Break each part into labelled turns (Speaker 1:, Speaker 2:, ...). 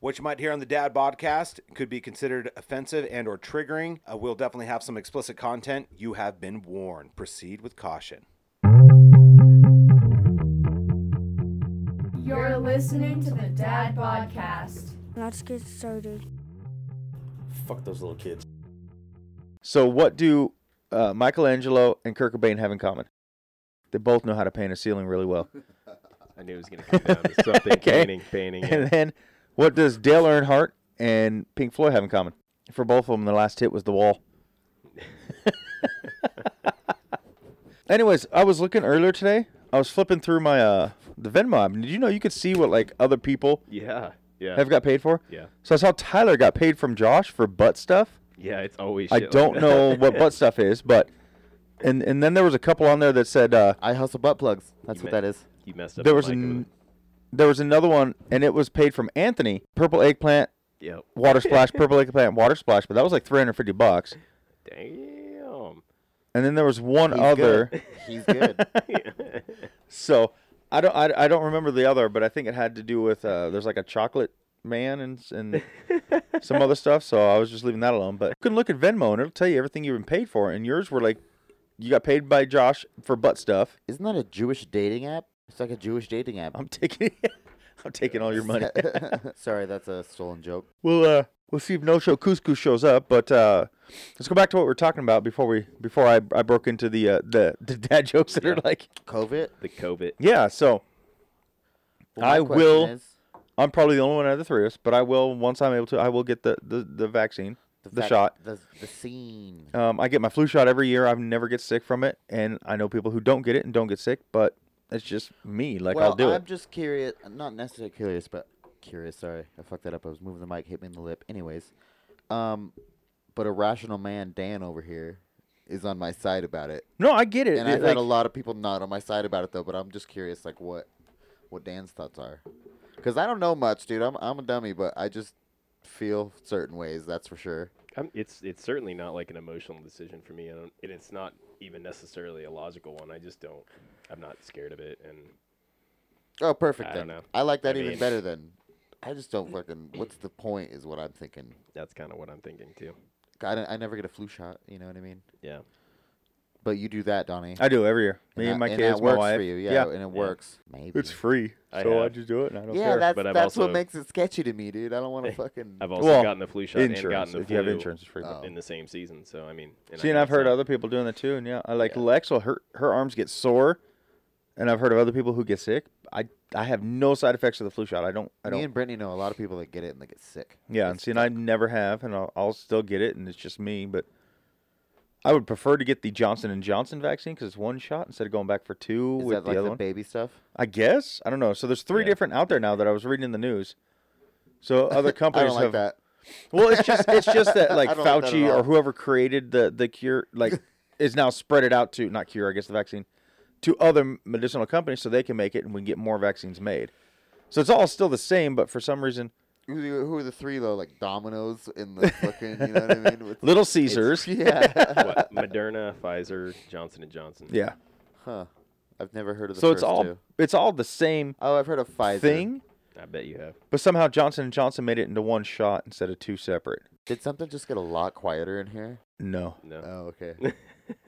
Speaker 1: What you might hear on the Dad Podcast could be considered offensive and or triggering. Uh, we'll definitely have some explicit content. You have been warned. Proceed with caution.
Speaker 2: You're listening to the Dad Podcast.
Speaker 3: Let's get started.
Speaker 4: Fuck those little kids.
Speaker 5: So, what do uh, Michelangelo and Kurt Cobain have in common? They both know how to paint a ceiling really well.
Speaker 6: I knew it was going to come down to something
Speaker 5: Okay.
Speaker 6: painting, painting.
Speaker 5: And
Speaker 6: And
Speaker 5: then, what does Dale Earnhardt and Pink Floyd have in common? For both of them, the last hit was The Wall. Anyways, I was looking earlier today. I was flipping through my uh the Venmo. app. Did you know you could see what like other people
Speaker 6: yeah, yeah,
Speaker 5: have got paid for?
Speaker 6: yeah,
Speaker 5: So I saw Tyler got paid from Josh for butt stuff.
Speaker 6: yeah. It's always.
Speaker 5: I
Speaker 6: shit like
Speaker 5: don't
Speaker 6: that.
Speaker 5: know what butt stuff is, but and and then there was a couple on there that said uh,
Speaker 4: I hustle butt plugs. That's
Speaker 6: You
Speaker 4: what
Speaker 6: meant-
Speaker 4: that is.
Speaker 6: You messed up.
Speaker 5: there
Speaker 6: the
Speaker 5: was
Speaker 6: mic over
Speaker 5: an, there was another one, and it was paid from Anthony Purple Eggplant
Speaker 6: there. Yep.
Speaker 5: Water Splash Purple Eggplant Water Splash, but that was like three hundred fifty bucks.
Speaker 6: Damn.
Speaker 5: And then there was one
Speaker 4: He's
Speaker 5: other.
Speaker 4: good. He's good.
Speaker 5: So I don't I, I don't remember the other, but I think it had to do with uh, there's like a chocolate man and s- and some other stuff. So I was just leaving that alone. But you can look at Venmo and it'll tell you everything you've been paid for. And yours were like you got paid by Josh for butt stuff.
Speaker 4: Isn't that a Jewish dating app? It's like a Jewish dating app.
Speaker 5: I'm taking I'm taking all your money.
Speaker 4: Sorry, that's a stolen joke.
Speaker 5: we'll uh we'll see if no show couscous shows up. But uh, let's go back to what we were talking about before we before I, I broke into the uh, the the dad jokes that are like
Speaker 4: COVID.
Speaker 6: The COVID.
Speaker 5: yeah. So
Speaker 4: Well, my
Speaker 5: I
Speaker 4: question
Speaker 5: will-
Speaker 4: is,
Speaker 5: I'm probably the only one out of the three of us, but I will once I'm able to. I will get the the, the vaccine, the,
Speaker 4: fact-
Speaker 5: shot.
Speaker 4: The, the scene.
Speaker 5: Um, I get my flu shot every year. I never get sick from it, and I know people who don't get it and don't get sick, but it's just me. Like
Speaker 4: well,
Speaker 5: I'll do
Speaker 4: I'm
Speaker 5: it.
Speaker 4: just curious. Not necessarily curious, but curious. Sorry, I fucked that up. I was moving the mic, hit me in the lip. Anyways, um, but a rational man, Dan over here, is on my side about it,
Speaker 5: No, I get it.
Speaker 4: and
Speaker 5: It-
Speaker 4: I've
Speaker 5: like,
Speaker 4: had a lot of people not on my side about it though. But I'm just curious, like what, what Dan's thoughts are, because I don't know much, dude. I'm I'm a dummy, but I just feel certain ways. That's for sure.
Speaker 6: I'm, it's it's certainly not like an emotional decision for me. I don't, and it's not even necessarily a logical one. I just don't. I'm not scared of it. And
Speaker 4: Oh, perfect.
Speaker 6: I
Speaker 4: then.
Speaker 6: don't know.
Speaker 4: I like that
Speaker 6: I
Speaker 4: even
Speaker 6: mean-
Speaker 4: better than. I just don't fucking. What's the point? Is what I'm thinking.
Speaker 6: that's kind of what I'm thinking too.
Speaker 4: I, don't- I never get a flu shot. You know what I mean.
Speaker 6: Yeah.
Speaker 4: But you do that, Donnie.
Speaker 5: I do every year. Me and,
Speaker 4: that-
Speaker 5: my
Speaker 4: that
Speaker 5: kids, my
Speaker 4: works
Speaker 5: wife.
Speaker 4: For you, yeah, and it works. Maybe
Speaker 5: it's free,
Speaker 6: I
Speaker 5: so I
Speaker 6: have.
Speaker 5: just do it, and I don't
Speaker 4: yeah,
Speaker 5: care.
Speaker 4: that's
Speaker 6: But I've
Speaker 4: that's what
Speaker 6: also-
Speaker 4: makes it sketchy to me, dude. I don't want to fucking.
Speaker 6: I've also
Speaker 5: Well,
Speaker 6: gotten the flu shot and gotten
Speaker 5: insurance.
Speaker 6: the
Speaker 5: If
Speaker 6: flu
Speaker 5: you have insurance, it's free.
Speaker 4: Oh.
Speaker 6: in the same season. So I mean. I
Speaker 5: See, and
Speaker 6: know
Speaker 5: I've
Speaker 6: it's
Speaker 5: heard
Speaker 6: not-
Speaker 5: other people doing that too, and yeah, I like
Speaker 6: Yeah.
Speaker 5: Lex. Will, her her arms get sore, and I've heard of other people who get sick. I I have no side effects of the flu shot. I don't. I
Speaker 4: me
Speaker 5: don't.
Speaker 4: and Brittany know a lot of people that get it and they get sick.
Speaker 5: Yeah, and see, and I never have, and I'll, I'll still get it, and it's just me. But I would prefer to get the Johnson and Johnson vaccine because it's one shot instead of going back for two
Speaker 4: Is
Speaker 5: with
Speaker 4: that
Speaker 5: the
Speaker 4: like
Speaker 5: other
Speaker 4: the
Speaker 5: one.
Speaker 4: baby stuff?
Speaker 5: I guess I don't know. So there's three
Speaker 6: Yeah.
Speaker 5: different out there now that I was reading in the news. So other companies
Speaker 4: I don't like
Speaker 5: have.
Speaker 4: that.
Speaker 5: Well, it's just it's just that like
Speaker 4: I don't like that at
Speaker 5: Fauci
Speaker 4: all.
Speaker 5: or whoever created the the cure like is now spread it out to not cure I guess the vaccine to other medicinal companies so they can make it and we can get more vaccines made. So it's all still the same, but for some reason,
Speaker 4: Who, the- who are the three though? Like Domino's in the fucking. You know what I mean? With-
Speaker 5: Little Caesars,
Speaker 4: yeah.
Speaker 6: what, Moderna, Pfizer, Johnson and Johnson.
Speaker 5: yeah.
Speaker 4: huh. I've never heard of the
Speaker 5: So
Speaker 4: first
Speaker 5: it's all
Speaker 4: two.
Speaker 5: it's all the same
Speaker 4: Oh, I've heard of Pfizer.
Speaker 5: thing,
Speaker 6: I bet you have.
Speaker 5: but somehow Johnson and Johnson made it into one shot instead of two separate.
Speaker 4: Did something just get a lot quieter in here?
Speaker 5: No,
Speaker 6: No.
Speaker 4: Oh, okay.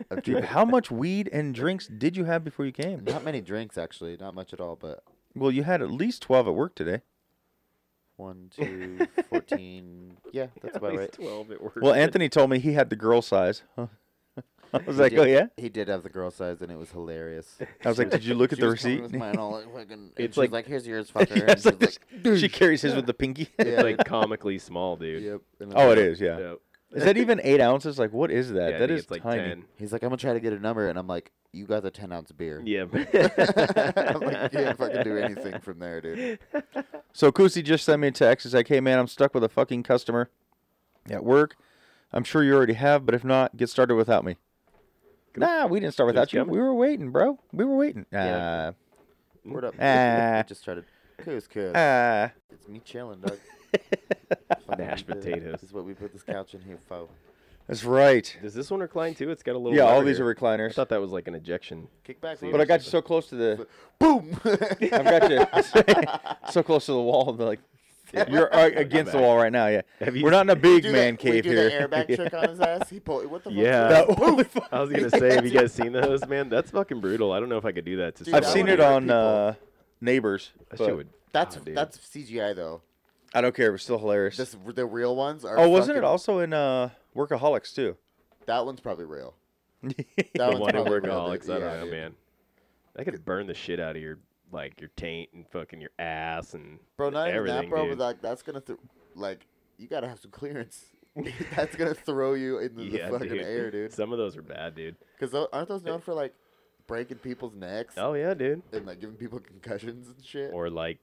Speaker 5: dude, how much weed and drinks did you have before you came?
Speaker 4: Not many drinks actually. Not much at all. But
Speaker 5: Well, you had at least twelve at work today.
Speaker 4: one, two, fourteen. Yeah, that's about
Speaker 6: At
Speaker 4: right.
Speaker 6: least Twelve at work.
Speaker 5: Well, Anthony told me he had the girl size. Huh. I was
Speaker 4: He
Speaker 5: like,
Speaker 4: did-
Speaker 5: oh yeah.
Speaker 4: He did have the girl size, and it was hilarious.
Speaker 5: I was like, did you look at
Speaker 4: She
Speaker 5: the
Speaker 4: was coming
Speaker 5: receipt?
Speaker 4: with mine all like fucking. and
Speaker 6: It's
Speaker 4: she was
Speaker 6: like-
Speaker 4: like, here's yours,
Speaker 5: Yeah,
Speaker 4: fucker. And
Speaker 5: it's
Speaker 4: she
Speaker 5: like
Speaker 4: was
Speaker 5: this- she carries his with the pinky.
Speaker 4: Yeah.
Speaker 6: It's like comically small, dude.
Speaker 4: yep. and I'm
Speaker 5: oh, it
Speaker 4: like-
Speaker 5: is. Yeah.
Speaker 6: Yep.
Speaker 5: Is that even eight ounces? Like, what is
Speaker 6: Yeah,
Speaker 5: that?
Speaker 6: I
Speaker 5: that
Speaker 6: think
Speaker 5: is
Speaker 6: it's like
Speaker 5: tiny.
Speaker 6: 10.
Speaker 4: He's like, I'm gonna try to get a number, and I'm like, you got the ten ounce beer.
Speaker 6: Yeah.
Speaker 4: I'm like, you can't fucking do anything from there, dude.
Speaker 5: So Kusi just sent me a text. He's like, hey man, I'm stuck with a fucking customer at work. I'm sure you already have, but if not, get started without me. Nah, we didn't start
Speaker 6: Who's
Speaker 5: without you.
Speaker 6: coming?
Speaker 5: We were waiting, bro. We were waiting.
Speaker 6: Yeah.
Speaker 4: Word up.
Speaker 5: Ah.
Speaker 4: I just started. Coos, coos.
Speaker 5: Uh, uh,
Speaker 4: It's me chilling, dog. Fucking
Speaker 6: Mashed
Speaker 4: good.
Speaker 6: potatoes.
Speaker 4: This is what we put this couch in here for.
Speaker 5: that's right.
Speaker 6: Does this one recline too? It's got a little.
Speaker 5: Yeah, all
Speaker 6: lever
Speaker 5: these
Speaker 6: here.
Speaker 5: are
Speaker 6: I
Speaker 5: recliners.
Speaker 6: thought that was like an ejection.
Speaker 4: Kick back,
Speaker 6: See,
Speaker 4: baby.
Speaker 5: But I got you so close to the.
Speaker 4: boom.
Speaker 5: I've got you so close to the wall. That like You're uh, against the wall right now. Yeah,
Speaker 6: Have you-
Speaker 5: we're not in a big
Speaker 4: do the-
Speaker 5: man cave
Speaker 4: we
Speaker 5: here.
Speaker 4: Do the airbag
Speaker 5: Yeah.
Speaker 4: trick on his ass. He pulled. What the fuck?
Speaker 6: Yeah.
Speaker 5: That- holy fuck.
Speaker 6: I was gonna say, have you guys seen those, man? That's fucking brutal. I don't know if I could do that. To
Speaker 4: Dude,
Speaker 5: I've
Speaker 4: that
Speaker 6: someone.
Speaker 5: seen
Speaker 4: would
Speaker 5: it
Speaker 4: hurt
Speaker 5: on
Speaker 4: people.
Speaker 5: uh, Neighbors.
Speaker 6: That
Speaker 5: but
Speaker 6: shit would.
Speaker 4: That's
Speaker 6: oh, dude.
Speaker 4: that's CGI though.
Speaker 5: I don't care. It was still hilarious.
Speaker 4: This the real ones are.
Speaker 5: oh, wasn't it
Speaker 4: fucking-
Speaker 5: also in uh, Workaholics too?
Speaker 4: That one's probably real.
Speaker 5: yeah,
Speaker 4: That
Speaker 6: the
Speaker 4: one's
Speaker 6: one in
Speaker 4: probably real,
Speaker 6: workaholics.
Speaker 4: dude.
Speaker 6: I don't
Speaker 4: Yeah,
Speaker 6: know,
Speaker 4: dude.
Speaker 6: man. That could burn the shit out of your like your taint and fucking your ass and
Speaker 4: Bro, not even
Speaker 6: everything,
Speaker 4: that, bro.
Speaker 6: dude.
Speaker 4: But like, that's gonna th- like you gotta have some clearance. that's gonna throw you into
Speaker 6: Yeah,
Speaker 4: the fucking
Speaker 6: dude.
Speaker 4: air, dude.
Speaker 6: Some of those are bad, dude.
Speaker 4: Because aren't those known for like breaking people's necks
Speaker 6: Oh yeah, dude.
Speaker 4: and like giving people concussions and shit?
Speaker 6: Or like,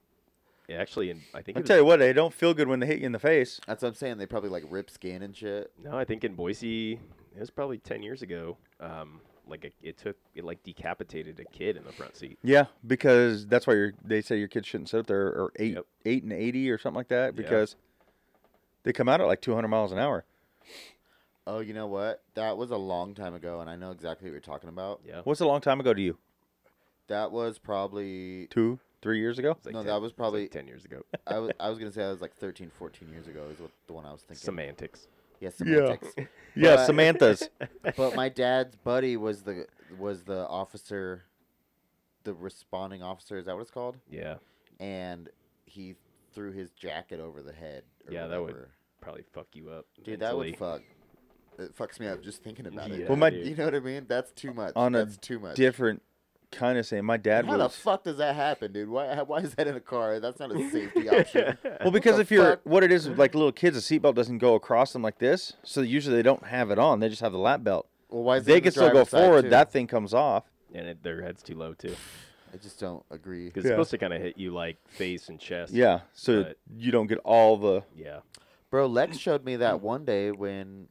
Speaker 6: yeah, actually, in, I think
Speaker 5: I
Speaker 6: it
Speaker 5: tell
Speaker 6: was-
Speaker 5: you what, they don't feel good when they hit you in the face.
Speaker 4: that's what I'm saying. They probably like rip skin and shit.
Speaker 6: no, I think in Boise, it was probably ten years ago. Um, like a, it took it like decapitated a kid in the front seat.
Speaker 5: Yeah, because that's why you're, they say your kids shouldn't sit up there or eight
Speaker 6: Yep.
Speaker 5: eight and eighty or something like that
Speaker 6: Yeah.
Speaker 5: because they come out at like two hundred miles an hour.
Speaker 4: Oh, you know what? That was a long time ago, and I know exactly what you're talking about.
Speaker 6: Yeah,
Speaker 5: What's a long time ago to you?
Speaker 4: That was probably
Speaker 5: Two, three years ago?
Speaker 6: It's like
Speaker 4: no,
Speaker 6: 10
Speaker 4: that
Speaker 6: it's
Speaker 4: was
Speaker 6: like
Speaker 4: probably-
Speaker 6: ten years ago.
Speaker 4: I was I was gonna say I was like 13, 14 years ago is what the one I was thinking.
Speaker 6: Semantics.
Speaker 4: Yes,
Speaker 5: Yeah.
Speaker 4: semantics.
Speaker 5: Yeah,
Speaker 4: But-
Speaker 5: Samantha's.
Speaker 4: but my dad's buddy was the was the officer, the responding officer. Is that what it's called?
Speaker 6: Yeah,
Speaker 4: And he threw his jacket over the head. Or
Speaker 6: Yeah, that would
Speaker 4: whatever.
Speaker 6: probably fuck you up.
Speaker 4: Dude,
Speaker 6: mentally.
Speaker 4: that would fuck. It fucks me up just thinking about it.
Speaker 6: Yeah,
Speaker 5: Well, my-
Speaker 6: dude.
Speaker 4: you know what I mean? That's too much.
Speaker 5: On a
Speaker 4: That's too much.
Speaker 5: Different kind of saying. My dad
Speaker 4: How the
Speaker 5: was.
Speaker 4: fuck does that happen, dude? Why why is that in a car? That's not a safety option.
Speaker 5: well, because
Speaker 4: the
Speaker 5: if you're
Speaker 4: fuck?
Speaker 5: what it is with like little kids, a seatbelt doesn't go across them like this, so usually they don't have it on. They just have the lap belt.
Speaker 4: Well, why is it
Speaker 5: they
Speaker 4: in the
Speaker 5: can still go
Speaker 4: driver's side,
Speaker 5: forward.
Speaker 4: too?
Speaker 5: That thing comes off.
Speaker 6: and it, their head's too low too.
Speaker 4: I just don't agree.
Speaker 6: Because
Speaker 5: Yeah.
Speaker 6: it's supposed to kind of hit you like face and chest.
Speaker 5: Yeah, so
Speaker 6: But-
Speaker 5: you don't get all the.
Speaker 6: Yeah.
Speaker 4: Bro, Lex showed me that one day when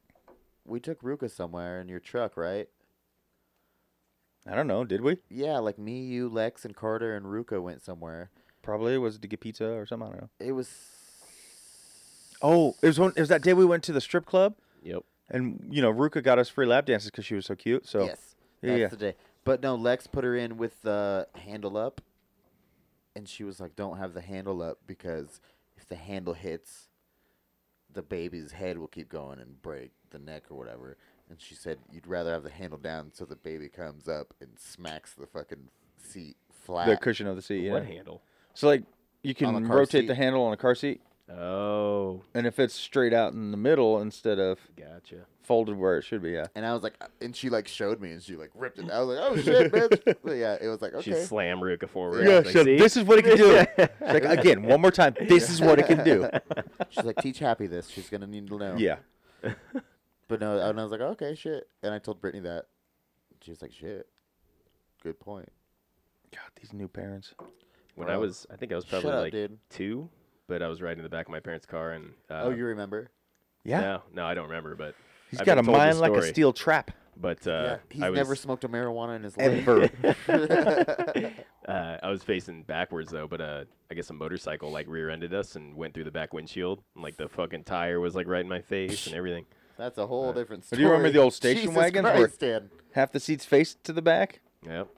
Speaker 4: we took Ruka somewhere in your truck, right?
Speaker 5: I don't know. Did we?
Speaker 4: Yeah, like me, you, Lex, and Carter and Ruka went somewhere.
Speaker 5: Probably was to get pizza or something. I don't know.
Speaker 4: It was.
Speaker 5: Oh, it was when, it was that day we went to the strip club,
Speaker 6: Yep.
Speaker 5: and you know Ruka got us free lap dances because she was so cute. So
Speaker 4: yes,
Speaker 5: yeah,
Speaker 4: that's
Speaker 5: yeah.
Speaker 4: the day. But no, Lex put her in with the handle up, and she was like, "Don't have the handle up because if the handle hits, the baby's head will keep going and break the neck or whatever." And she said, "You'd rather have the handle down so the baby comes up and smacks the fucking seat flat."
Speaker 5: the cushion of the seat. Yeah.
Speaker 6: What handle?
Speaker 5: So like you can
Speaker 4: car
Speaker 5: rotate the
Speaker 4: seat.
Speaker 5: handle on a car seat,
Speaker 6: Oh,
Speaker 5: and if it's straight out in the middle instead of
Speaker 6: gotcha.
Speaker 5: folded where it should be, yeah.
Speaker 4: And I was like, uh, and she like showed me, and she like ripped it. I was like, oh shit, bitch! But yeah, it was like
Speaker 6: She
Speaker 4: okay.
Speaker 6: slam Ruka forward.
Speaker 5: Yeah,
Speaker 6: I was like,
Speaker 5: so
Speaker 6: "See?"
Speaker 5: this is what it can do. She's like, again, one more time. This is what it can do.
Speaker 4: She's like, teach Happy this. She's gonna need to know.
Speaker 5: Yeah.
Speaker 4: But no, and I was like, okay, shit. And I told Brittany that. She was like, shit. Good point.
Speaker 5: God, these new parents.
Speaker 6: When I
Speaker 4: Bro.
Speaker 6: was, I think I was probably
Speaker 4: Shut up,
Speaker 6: like
Speaker 4: dude.
Speaker 6: two, but I was riding in the back of my parents' car, and uh,
Speaker 4: oh, you remember?
Speaker 5: Yeah.
Speaker 6: no, no, I don't remember, but
Speaker 5: He's
Speaker 6: I've
Speaker 5: got a
Speaker 6: been told the
Speaker 5: mind like a
Speaker 6: story,
Speaker 5: steel trap.
Speaker 6: But uh,
Speaker 4: He's
Speaker 6: I was,
Speaker 4: never smoked a marijuana in his life.
Speaker 5: Ever.
Speaker 6: uh, I was facing backwards though, but uh, I guess a motorcycle like rear-ended us and went through the back windshield, and like the fucking tire was like right in my face and everything.
Speaker 4: That's a whole
Speaker 5: Uh,
Speaker 4: different
Speaker 5: Do
Speaker 4: story.
Speaker 5: you remember the old station
Speaker 4: Jesus
Speaker 5: wagons where-
Speaker 4: Christ, Dan.
Speaker 5: Half the seats faced to the back.
Speaker 6: Yep,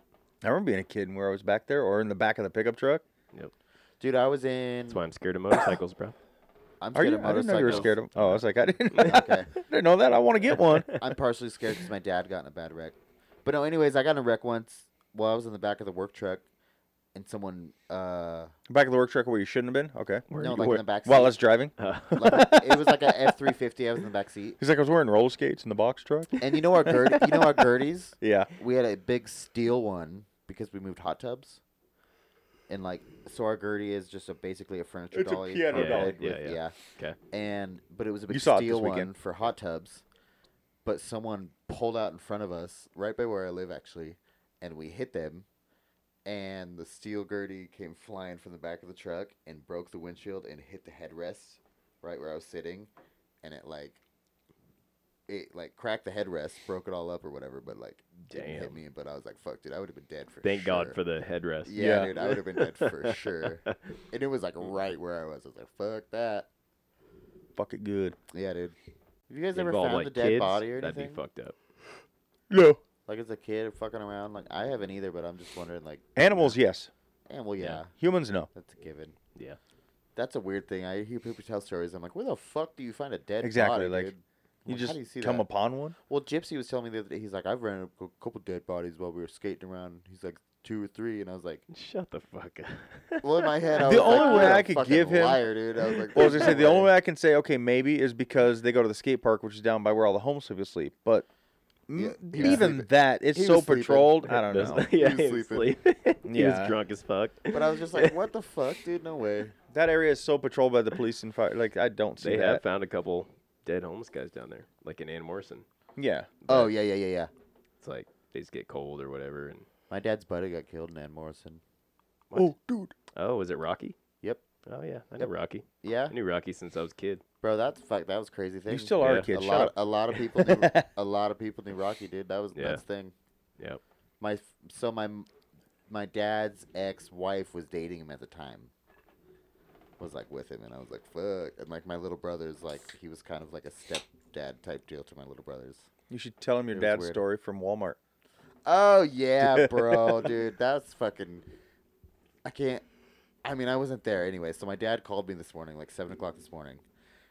Speaker 5: I remember being a kid and where I was back there or in the back of the pickup truck.
Speaker 6: yep.
Speaker 4: Dude, I was in.
Speaker 6: That's why I'm scared of motorcycles, bro.
Speaker 4: I'm
Speaker 5: Are
Speaker 4: scared
Speaker 5: you?
Speaker 4: of
Speaker 5: I didn't know
Speaker 4: motorcycles.
Speaker 5: you were scared of. Oh, I was like, I didn't. I didn't know that. I want to get one.
Speaker 4: I'm partially scared because my dad got in a bad wreck. But no, anyways, I got in a wreck once while I was in the back of the work truck, and someone, uh,
Speaker 5: Back of the work truck where you shouldn't have been. Okay.
Speaker 4: no,
Speaker 5: You
Speaker 4: like
Speaker 5: were-
Speaker 4: in the back seat.
Speaker 5: While I was driving,
Speaker 4: like, it was like a F three fifty. I was in the back seat,
Speaker 5: he's like, I was wearing roller skates in the box truck.
Speaker 4: and you know our Gerd- you know our Gerties.
Speaker 5: Yeah.
Speaker 4: we had a big steel one because we moved hot tubs. And like so our Gertie is just a basically a furniture
Speaker 5: It's a
Speaker 4: dolly.
Speaker 5: piano
Speaker 6: Yeah, dolly.
Speaker 4: with-
Speaker 6: yeah, yeah. Okay.
Speaker 4: And but it was a big
Speaker 5: You saw it
Speaker 4: steel
Speaker 5: this weekend.
Speaker 4: one for hot tubs. But someone pulled out in front of us, right by where I live actually, and we hit them and the steel Gertie came flying from the back of the truck and broke the windshield and hit the headrest right where I was sitting and it like it like cracked the headrest, broke it all up or whatever, but like didn't hit
Speaker 6: Damn.
Speaker 4: me. But I was like, "Fuck, dude, I would have been dead for."
Speaker 6: Thank God
Speaker 4: sure."
Speaker 6: for the headrest.
Speaker 4: Yeah,
Speaker 5: Yeah.
Speaker 4: dude, I would have been dead for sure. And it was like right where I was. I was like, "Fuck that."
Speaker 5: Fuck it good.
Speaker 4: Yeah, dude. Have you guys ever
Speaker 6: Involve,
Speaker 4: found
Speaker 6: like,
Speaker 4: a dead
Speaker 6: kids,
Speaker 4: body or
Speaker 6: that'd be
Speaker 4: anything?
Speaker 6: fucked up.
Speaker 5: No.
Speaker 4: Like as a kid, fucking around. Like I haven't either, but I'm just wondering. Like
Speaker 5: Animals, yes.
Speaker 4: and well, yeah,
Speaker 6: Yeah.
Speaker 5: Humans, no.
Speaker 4: that's a given.
Speaker 6: Yeah.
Speaker 4: That's a weird thing. I hear people tell stories. I'm like, where the fuck do you find a dead
Speaker 5: Exactly,
Speaker 4: body,
Speaker 5: like,
Speaker 4: dude? I'm
Speaker 5: You
Speaker 4: like, how
Speaker 5: just
Speaker 4: do you see
Speaker 5: come
Speaker 4: that?
Speaker 5: upon one.
Speaker 4: Well, Gypsy was telling me the other day. He's like, I've ran a couple dead bodies while we were skating around. He's like, two or three, and I was like,
Speaker 6: Shut the fuck up.
Speaker 4: well, in my head, I
Speaker 5: The
Speaker 4: was like,
Speaker 5: only way
Speaker 4: "You're
Speaker 5: I
Speaker 4: a
Speaker 5: could
Speaker 4: fucking
Speaker 5: give him-
Speaker 4: liar, dude. I was like,
Speaker 5: Well, I was
Speaker 4: "There's
Speaker 5: gonna say
Speaker 4: no
Speaker 5: the only
Speaker 4: way."
Speaker 5: way I can say okay maybe is because they go to the skate park, which is down by where all the homeless people sleep. But
Speaker 4: Yeah,
Speaker 5: m-
Speaker 4: he was
Speaker 5: even
Speaker 4: sleeping.
Speaker 5: that, it's
Speaker 4: He
Speaker 5: so
Speaker 4: was sleeping.
Speaker 5: patrolled. I don't
Speaker 6: Does-
Speaker 5: know.
Speaker 6: yeah,
Speaker 4: He was
Speaker 6: he was
Speaker 4: sleeping.
Speaker 6: sleeping. He
Speaker 5: Yeah.
Speaker 6: was drunk as fuck.
Speaker 4: But I was just like, what the fuck, dude? No way.
Speaker 5: That area is so patrolled by the police and fire. Like I don't see
Speaker 6: They
Speaker 5: that.
Speaker 6: have found a couple dead homeless guys down there, like in Ann Morrison.
Speaker 5: Yeah.
Speaker 4: Oh yeah, yeah, yeah, yeah.
Speaker 6: It's like they just get cold or whatever. And
Speaker 4: My dad's buddy got killed in Ann Morrison.
Speaker 6: What?
Speaker 5: Oh, dude.
Speaker 6: oh, is it Rocky?
Speaker 4: Yep.
Speaker 6: Oh yeah, I know Rocky.
Speaker 4: Yeah,
Speaker 6: I knew Rocky since I was a kid.
Speaker 4: bro, that's fuck. That was a crazy thing.
Speaker 5: You still are
Speaker 6: Yeah.
Speaker 5: a kid.
Speaker 4: a
Speaker 5: Shut
Speaker 4: lot.
Speaker 5: up.
Speaker 4: A lot of people. Knew, a lot of people knew Rocky, dude. That was
Speaker 6: Yeah.
Speaker 4: that's the thing.
Speaker 6: Yep.
Speaker 4: My f- so my m- my dad's ex wife was dating him at the time. Was like with him, and I was like, fuck. And like my little brother's like he was kind of like a stepdad type deal to my little brothers.
Speaker 5: You should tell him your
Speaker 4: It was
Speaker 5: dad's
Speaker 4: weird.
Speaker 5: story from Walmart.
Speaker 4: Oh yeah, bro, dude, that's fucking. I can't. I mean, I wasn't there anyway. So my dad called me this morning, like seven o'clock this morning,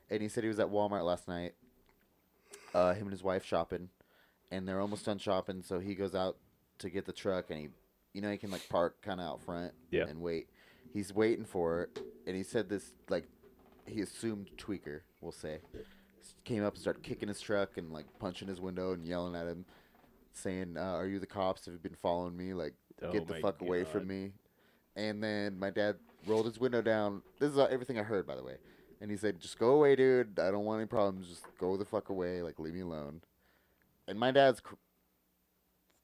Speaker 4: and he said he was at Walmart last night. Uh, him and his wife shopping, and they're almost done shopping. So he goes out to get the truck, and he, you know, he can like park kind of out front
Speaker 6: Yeah.
Speaker 4: and wait. He's waiting for it, and he said this like he assumed tweaker, we'll say, s- came up and started kicking his truck and like punching his window and yelling at him, saying, uh, "Are you the cops? Have you been following me? Like,
Speaker 6: Oh
Speaker 4: get the
Speaker 6: my
Speaker 4: fuck away
Speaker 6: God.
Speaker 4: from me!" And then my dad rolled his window down. This is uh, everything I heard, by the way. And he said, "Just go away, dude. I don't want any problems. Just go the fuck away. Like, leave me alone." And my dad's c-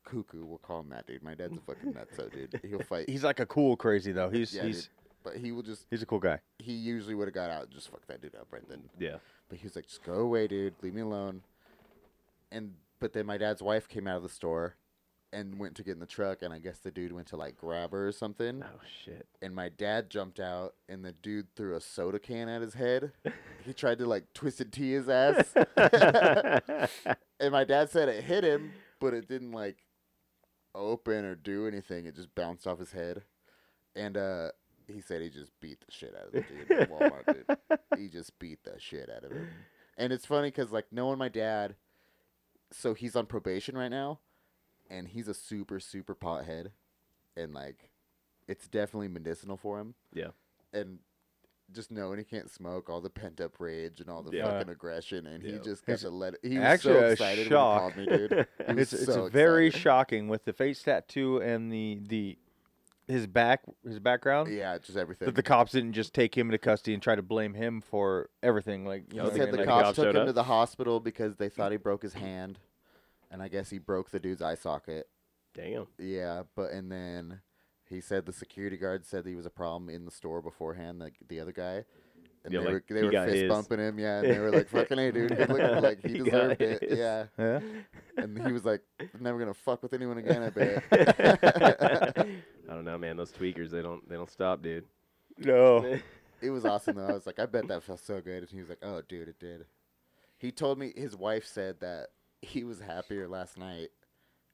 Speaker 4: cuckoo. We'll call him that, dude. My dad's a fucking nutso, dude. He'll fight.
Speaker 5: He's like a cool crazy though. He's
Speaker 4: Yeah,
Speaker 5: he's
Speaker 4: dude. But he will just.
Speaker 5: he's a cool guy.
Speaker 4: He usually would have got out and just fucked that dude up right then.
Speaker 6: Yeah.
Speaker 4: But he was like, just go away, dude. Leave me alone. And but then my dad's wife came out of the store and went to get in the truck and I guess the dude went to like grab her or something.
Speaker 6: Oh shit.
Speaker 4: And my dad jumped out and the dude threw a soda can at his head. he tried to like twist and tee his ass. and my dad said it hit him, but it didn't like open or do anything. It just bounced off his head. And uh he said he just beat the shit out of the dude at Walmart, dude he just beat the shit out of him. And it's funny because like knowing my dad, so he's on probation right now, and he's a super super pothead, and like, it's definitely medicinal for him.
Speaker 6: Yeah.
Speaker 4: And just knowing he can't smoke, all the pent up rage and all the
Speaker 6: Yeah.
Speaker 4: fucking aggression, and he
Speaker 6: Yeah.
Speaker 4: just got
Speaker 5: It's
Speaker 4: to let. It, he was
Speaker 5: actually
Speaker 4: so
Speaker 5: a
Speaker 4: excited
Speaker 5: shock.
Speaker 4: when he called me, dude. He
Speaker 5: It's
Speaker 4: was
Speaker 5: it's
Speaker 4: so
Speaker 5: very
Speaker 4: excited.
Speaker 5: shocking with the face tattoo and the the his back his background.
Speaker 4: yeah, just everything.
Speaker 5: Um, That the cops didn't just take him into custody and try to blame him for everything. Like you
Speaker 6: Yeah,
Speaker 5: know what
Speaker 4: He
Speaker 5: I
Speaker 6: they
Speaker 4: said
Speaker 5: mean?
Speaker 4: the
Speaker 6: like
Speaker 5: Like,
Speaker 6: cop
Speaker 4: cops took
Speaker 6: showed
Speaker 4: him
Speaker 6: up? Mm-hmm.
Speaker 4: to the hospital because they thought he broke his hand, and I guess he broke the dude's eye socket.
Speaker 6: Damn.
Speaker 4: Yeah, but and then he said the security guard said he was a problem in the store beforehand. Like the other guy, and
Speaker 6: Yeah, like,
Speaker 4: they were they
Speaker 6: he
Speaker 4: were
Speaker 6: got
Speaker 4: fist
Speaker 6: his.
Speaker 4: bumping him. Yeah, and they were like, "Fucking hey, dude, good looking," like he
Speaker 6: He
Speaker 4: deserved
Speaker 6: got
Speaker 4: it.
Speaker 6: his.
Speaker 4: Yeah,
Speaker 5: yeah.
Speaker 4: and he was like, "I'm never gonna fuck with anyone again." I bet.
Speaker 6: I don't know, man. Those tweakers, they don't, they don't stop, dude.
Speaker 5: No.
Speaker 4: it was awesome though. I was like, "I bet that felt so good," and he was like, "Oh, dude, it did." He told me his wife said that he was happier last night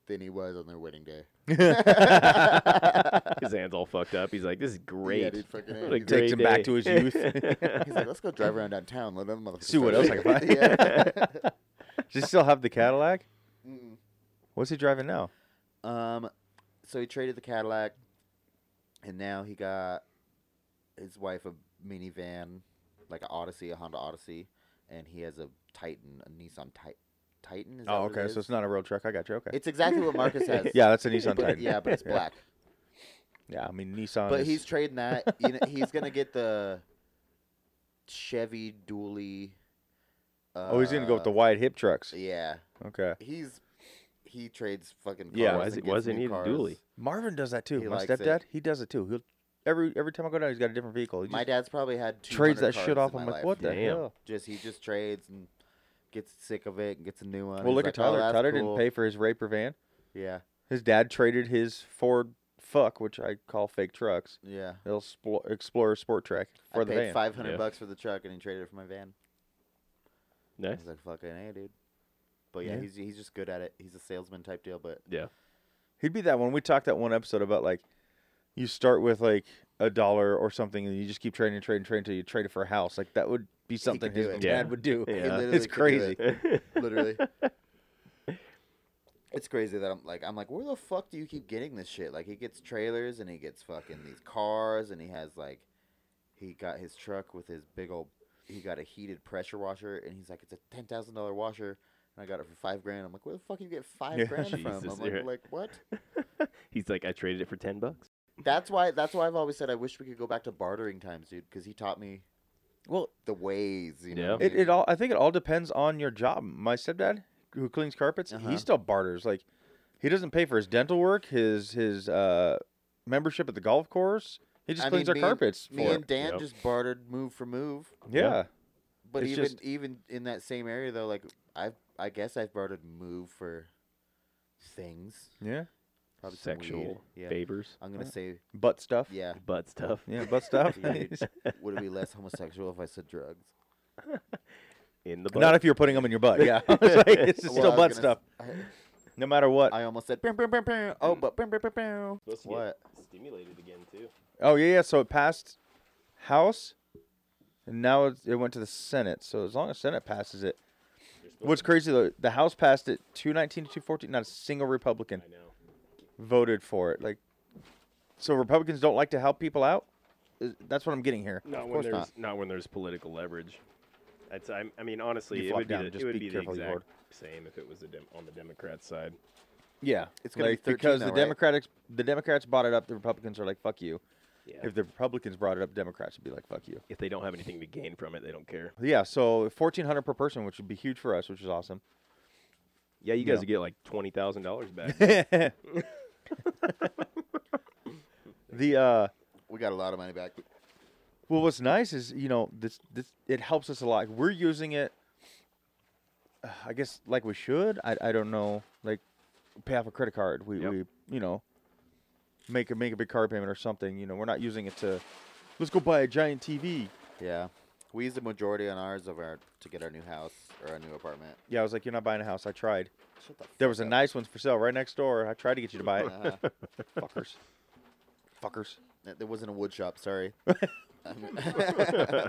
Speaker 4: than he was on their wedding day.
Speaker 6: His hands all fucked up. He's like, "This is
Speaker 4: Yeah,
Speaker 6: great."
Speaker 4: dude, fucking
Speaker 6: What
Speaker 4: A.
Speaker 6: a
Speaker 4: He's
Speaker 5: Takes
Speaker 6: great
Speaker 5: him back
Speaker 6: day.
Speaker 5: to his youth.
Speaker 4: He's like, let's go drive around downtown. Let them motherfuckers
Speaker 5: See what
Speaker 4: know
Speaker 5: else I
Speaker 4: shit."
Speaker 5: can find.
Speaker 4: Yeah.
Speaker 5: Does he still have the Cadillac?
Speaker 4: Mm.
Speaker 5: What's he driving now?
Speaker 4: um, so he traded the Cadillac, and now he got his wife a minivan, like an Odyssey, a Honda Odyssey, and he has a Titan, a Nissan Titan. Titan is that
Speaker 5: Oh,
Speaker 4: what it
Speaker 5: okay.
Speaker 4: is?
Speaker 5: So it's not a real truck. I got you. Okay.
Speaker 4: It's exactly what Marcus has.
Speaker 5: yeah, that's a Nissan
Speaker 4: but,
Speaker 5: Titan.
Speaker 4: yeah, but it's black.
Speaker 5: Yeah, I mean Nissan.
Speaker 4: But
Speaker 5: is-
Speaker 4: he's trading that. You know, he's gonna get the Chevy dually. Uh,
Speaker 5: oh, he's gonna go with the wide hip trucks.
Speaker 4: Yeah,
Speaker 5: Okay.
Speaker 4: he's he trades fucking cars.
Speaker 5: Yeah,
Speaker 6: why is
Speaker 4: and
Speaker 6: it- why does
Speaker 4: gets
Speaker 6: he
Speaker 4: new
Speaker 6: need a
Speaker 4: cars.
Speaker 6: dually?
Speaker 5: Marvin does that too.
Speaker 4: He
Speaker 5: My
Speaker 4: likes it.
Speaker 5: stepdad, he does it too. He'll every every time I go down, he's got a different vehicle. He
Speaker 4: My
Speaker 5: just
Speaker 4: dad's probably had two
Speaker 5: trades that shit off. I'm like, what the
Speaker 6: Damn.
Speaker 5: hell?
Speaker 4: Just he just trades and gets sick of it and gets a new one.
Speaker 5: Well,
Speaker 4: He's
Speaker 5: look
Speaker 4: like,
Speaker 5: at
Speaker 4: "Oh,
Speaker 5: Tyler.
Speaker 4: that's
Speaker 5: Tyler didn't
Speaker 4: cool."
Speaker 5: pay for his raper van.
Speaker 4: Yeah,
Speaker 5: His dad traded his Ford fuck, which I call fake trucks,
Speaker 4: yeah.
Speaker 5: little Splo- Explorer Sport Track for
Speaker 4: I
Speaker 5: the
Speaker 4: paid
Speaker 5: van.
Speaker 4: five hundred
Speaker 6: Yeah.
Speaker 4: bucks for the truck and he traded it for my van. I
Speaker 6: Nice.
Speaker 4: was like, fucking hey, dude. But yeah,
Speaker 5: Yeah.
Speaker 4: he's he's just good at it. He's a salesman type deal. But
Speaker 6: Yeah.
Speaker 5: He'd be that one. We talked that one episode about like you start with like a dollar or something, and you just keep trading and trading and trading until you trade it for a house. Like that would be something
Speaker 4: could do
Speaker 5: his
Speaker 4: it.
Speaker 5: dad
Speaker 6: Yeah.
Speaker 5: would do.
Speaker 6: Yeah.
Speaker 4: literally
Speaker 5: It's
Speaker 4: could do it.
Speaker 5: crazy.
Speaker 4: literally. It's crazy that I'm like I'm like where the fuck do you keep getting this shit? Like he gets trailers and he gets fucking these cars and he has like he got his truck with his big old he got a heated pressure washer and he's like it's a ten thousand dollar washer and I got it for five grand. I'm like where the fuck you get five
Speaker 5: Yeah.
Speaker 4: grand from?
Speaker 6: Jesus,
Speaker 4: I'm like,
Speaker 6: you're-
Speaker 4: like what?
Speaker 6: He's like, I traded it for ten bucks.
Speaker 4: That's why that's why I've always said I wish we could go back to bartering times, dude, because he taught me
Speaker 5: Well,
Speaker 4: the ways. You know,
Speaker 6: Yeah.
Speaker 4: what I
Speaker 5: It,
Speaker 4: mean?
Speaker 5: it all I think it all depends on your job. My stepdad, who cleans carpets,
Speaker 4: Uh-huh.
Speaker 5: he still barters. Like he doesn't pay for his dental work, his his uh, membership at the golf course. He just
Speaker 4: I
Speaker 5: cleans
Speaker 4: mean,
Speaker 5: our
Speaker 4: me and-
Speaker 5: carpets
Speaker 4: Me
Speaker 5: for
Speaker 4: and Dan
Speaker 6: Yep.
Speaker 4: just bartered move for move.
Speaker 5: yeah.
Speaker 6: Yeah.
Speaker 4: But
Speaker 5: It's
Speaker 4: even
Speaker 5: just-
Speaker 4: even in that same area though, like I I guess I've bartered move for things.
Speaker 5: yeah,
Speaker 4: Probably some weed.
Speaker 6: Sexual
Speaker 4: Yeah.
Speaker 6: favors,
Speaker 4: I'm gonna say
Speaker 5: butt stuff.
Speaker 4: yeah.
Speaker 6: butt stuff.
Speaker 5: yeah, butt stuff.
Speaker 4: Dude, would it be less homosexual if I said drugs?
Speaker 6: In the butt.
Speaker 5: Not if you're putting them in your butt. Yeah, it's, like, it's just
Speaker 4: Well, I
Speaker 5: still butt
Speaker 4: was gonna
Speaker 5: stuff,
Speaker 4: s-
Speaker 5: no matter what.
Speaker 4: I, I almost said bam bam bam bam. Oh, but bam bam bam bam.
Speaker 6: Supposed to get
Speaker 4: What?
Speaker 6: stimulated again too.
Speaker 5: oh yeah, yeah. So it passed House, and now it, it went to the Senate. So as long as Senate passes it, what's crazy though, the House passed it two nineteen to two fourteen. Not a single Republican.
Speaker 6: I know.
Speaker 5: voted for it. Like, so Republicans don't like to help people out. Is- That's what I'm getting here.
Speaker 6: Not when
Speaker 4: course
Speaker 6: there's not. when there's political leverage. That's I, I mean honestly,
Speaker 5: You
Speaker 6: it
Speaker 5: flop
Speaker 6: would be
Speaker 5: down,
Speaker 6: the,
Speaker 5: just
Speaker 6: it would
Speaker 5: be
Speaker 6: be the
Speaker 5: careful, you
Speaker 6: exact
Speaker 5: whore.
Speaker 6: same if it was the dem- on the Democrat side.
Speaker 5: Yeah,
Speaker 4: It's gonna be
Speaker 5: like,
Speaker 4: 13
Speaker 5: because
Speaker 4: though,
Speaker 5: the
Speaker 4: right?
Speaker 5: Democrats the Democrats bought it up. The Republicans are like, "Fuck you."
Speaker 6: Yeah.
Speaker 5: If the Republicans brought it up, Democrats would be like, "Fuck you."
Speaker 6: if they don't have anything to gain from it, they don't care.
Speaker 5: Yeah, so 1,400 per person, which would be huge for us, which is awesome.
Speaker 6: Yeah, you guys
Speaker 5: Yeah.
Speaker 6: would get like twenty thousand dollars back.
Speaker 5: the uh,
Speaker 4: We got a lot of money back.
Speaker 5: Well, what's nice is you know this this it helps us a lot. We're using it, uh, I guess, like we should. I, I don't know, like pay off a credit card. We
Speaker 6: Yep.
Speaker 5: we you know make a make a big card payment or something. You know, we're not using it to let's go buy a giant TV.
Speaker 4: Yeah. We used the majority on ours of our to get our new house or our new apartment.
Speaker 5: Yeah, I was like, you're not buying a house. I tried.
Speaker 4: Shut the
Speaker 5: There was a
Speaker 4: fuck
Speaker 5: nice one for sale right next door. I tried to get you to buy it.
Speaker 4: up. Uh-huh.
Speaker 5: Ah, Fuckers. Fuckers.
Speaker 4: Th- There wasn't a wood shop. Sorry. Um,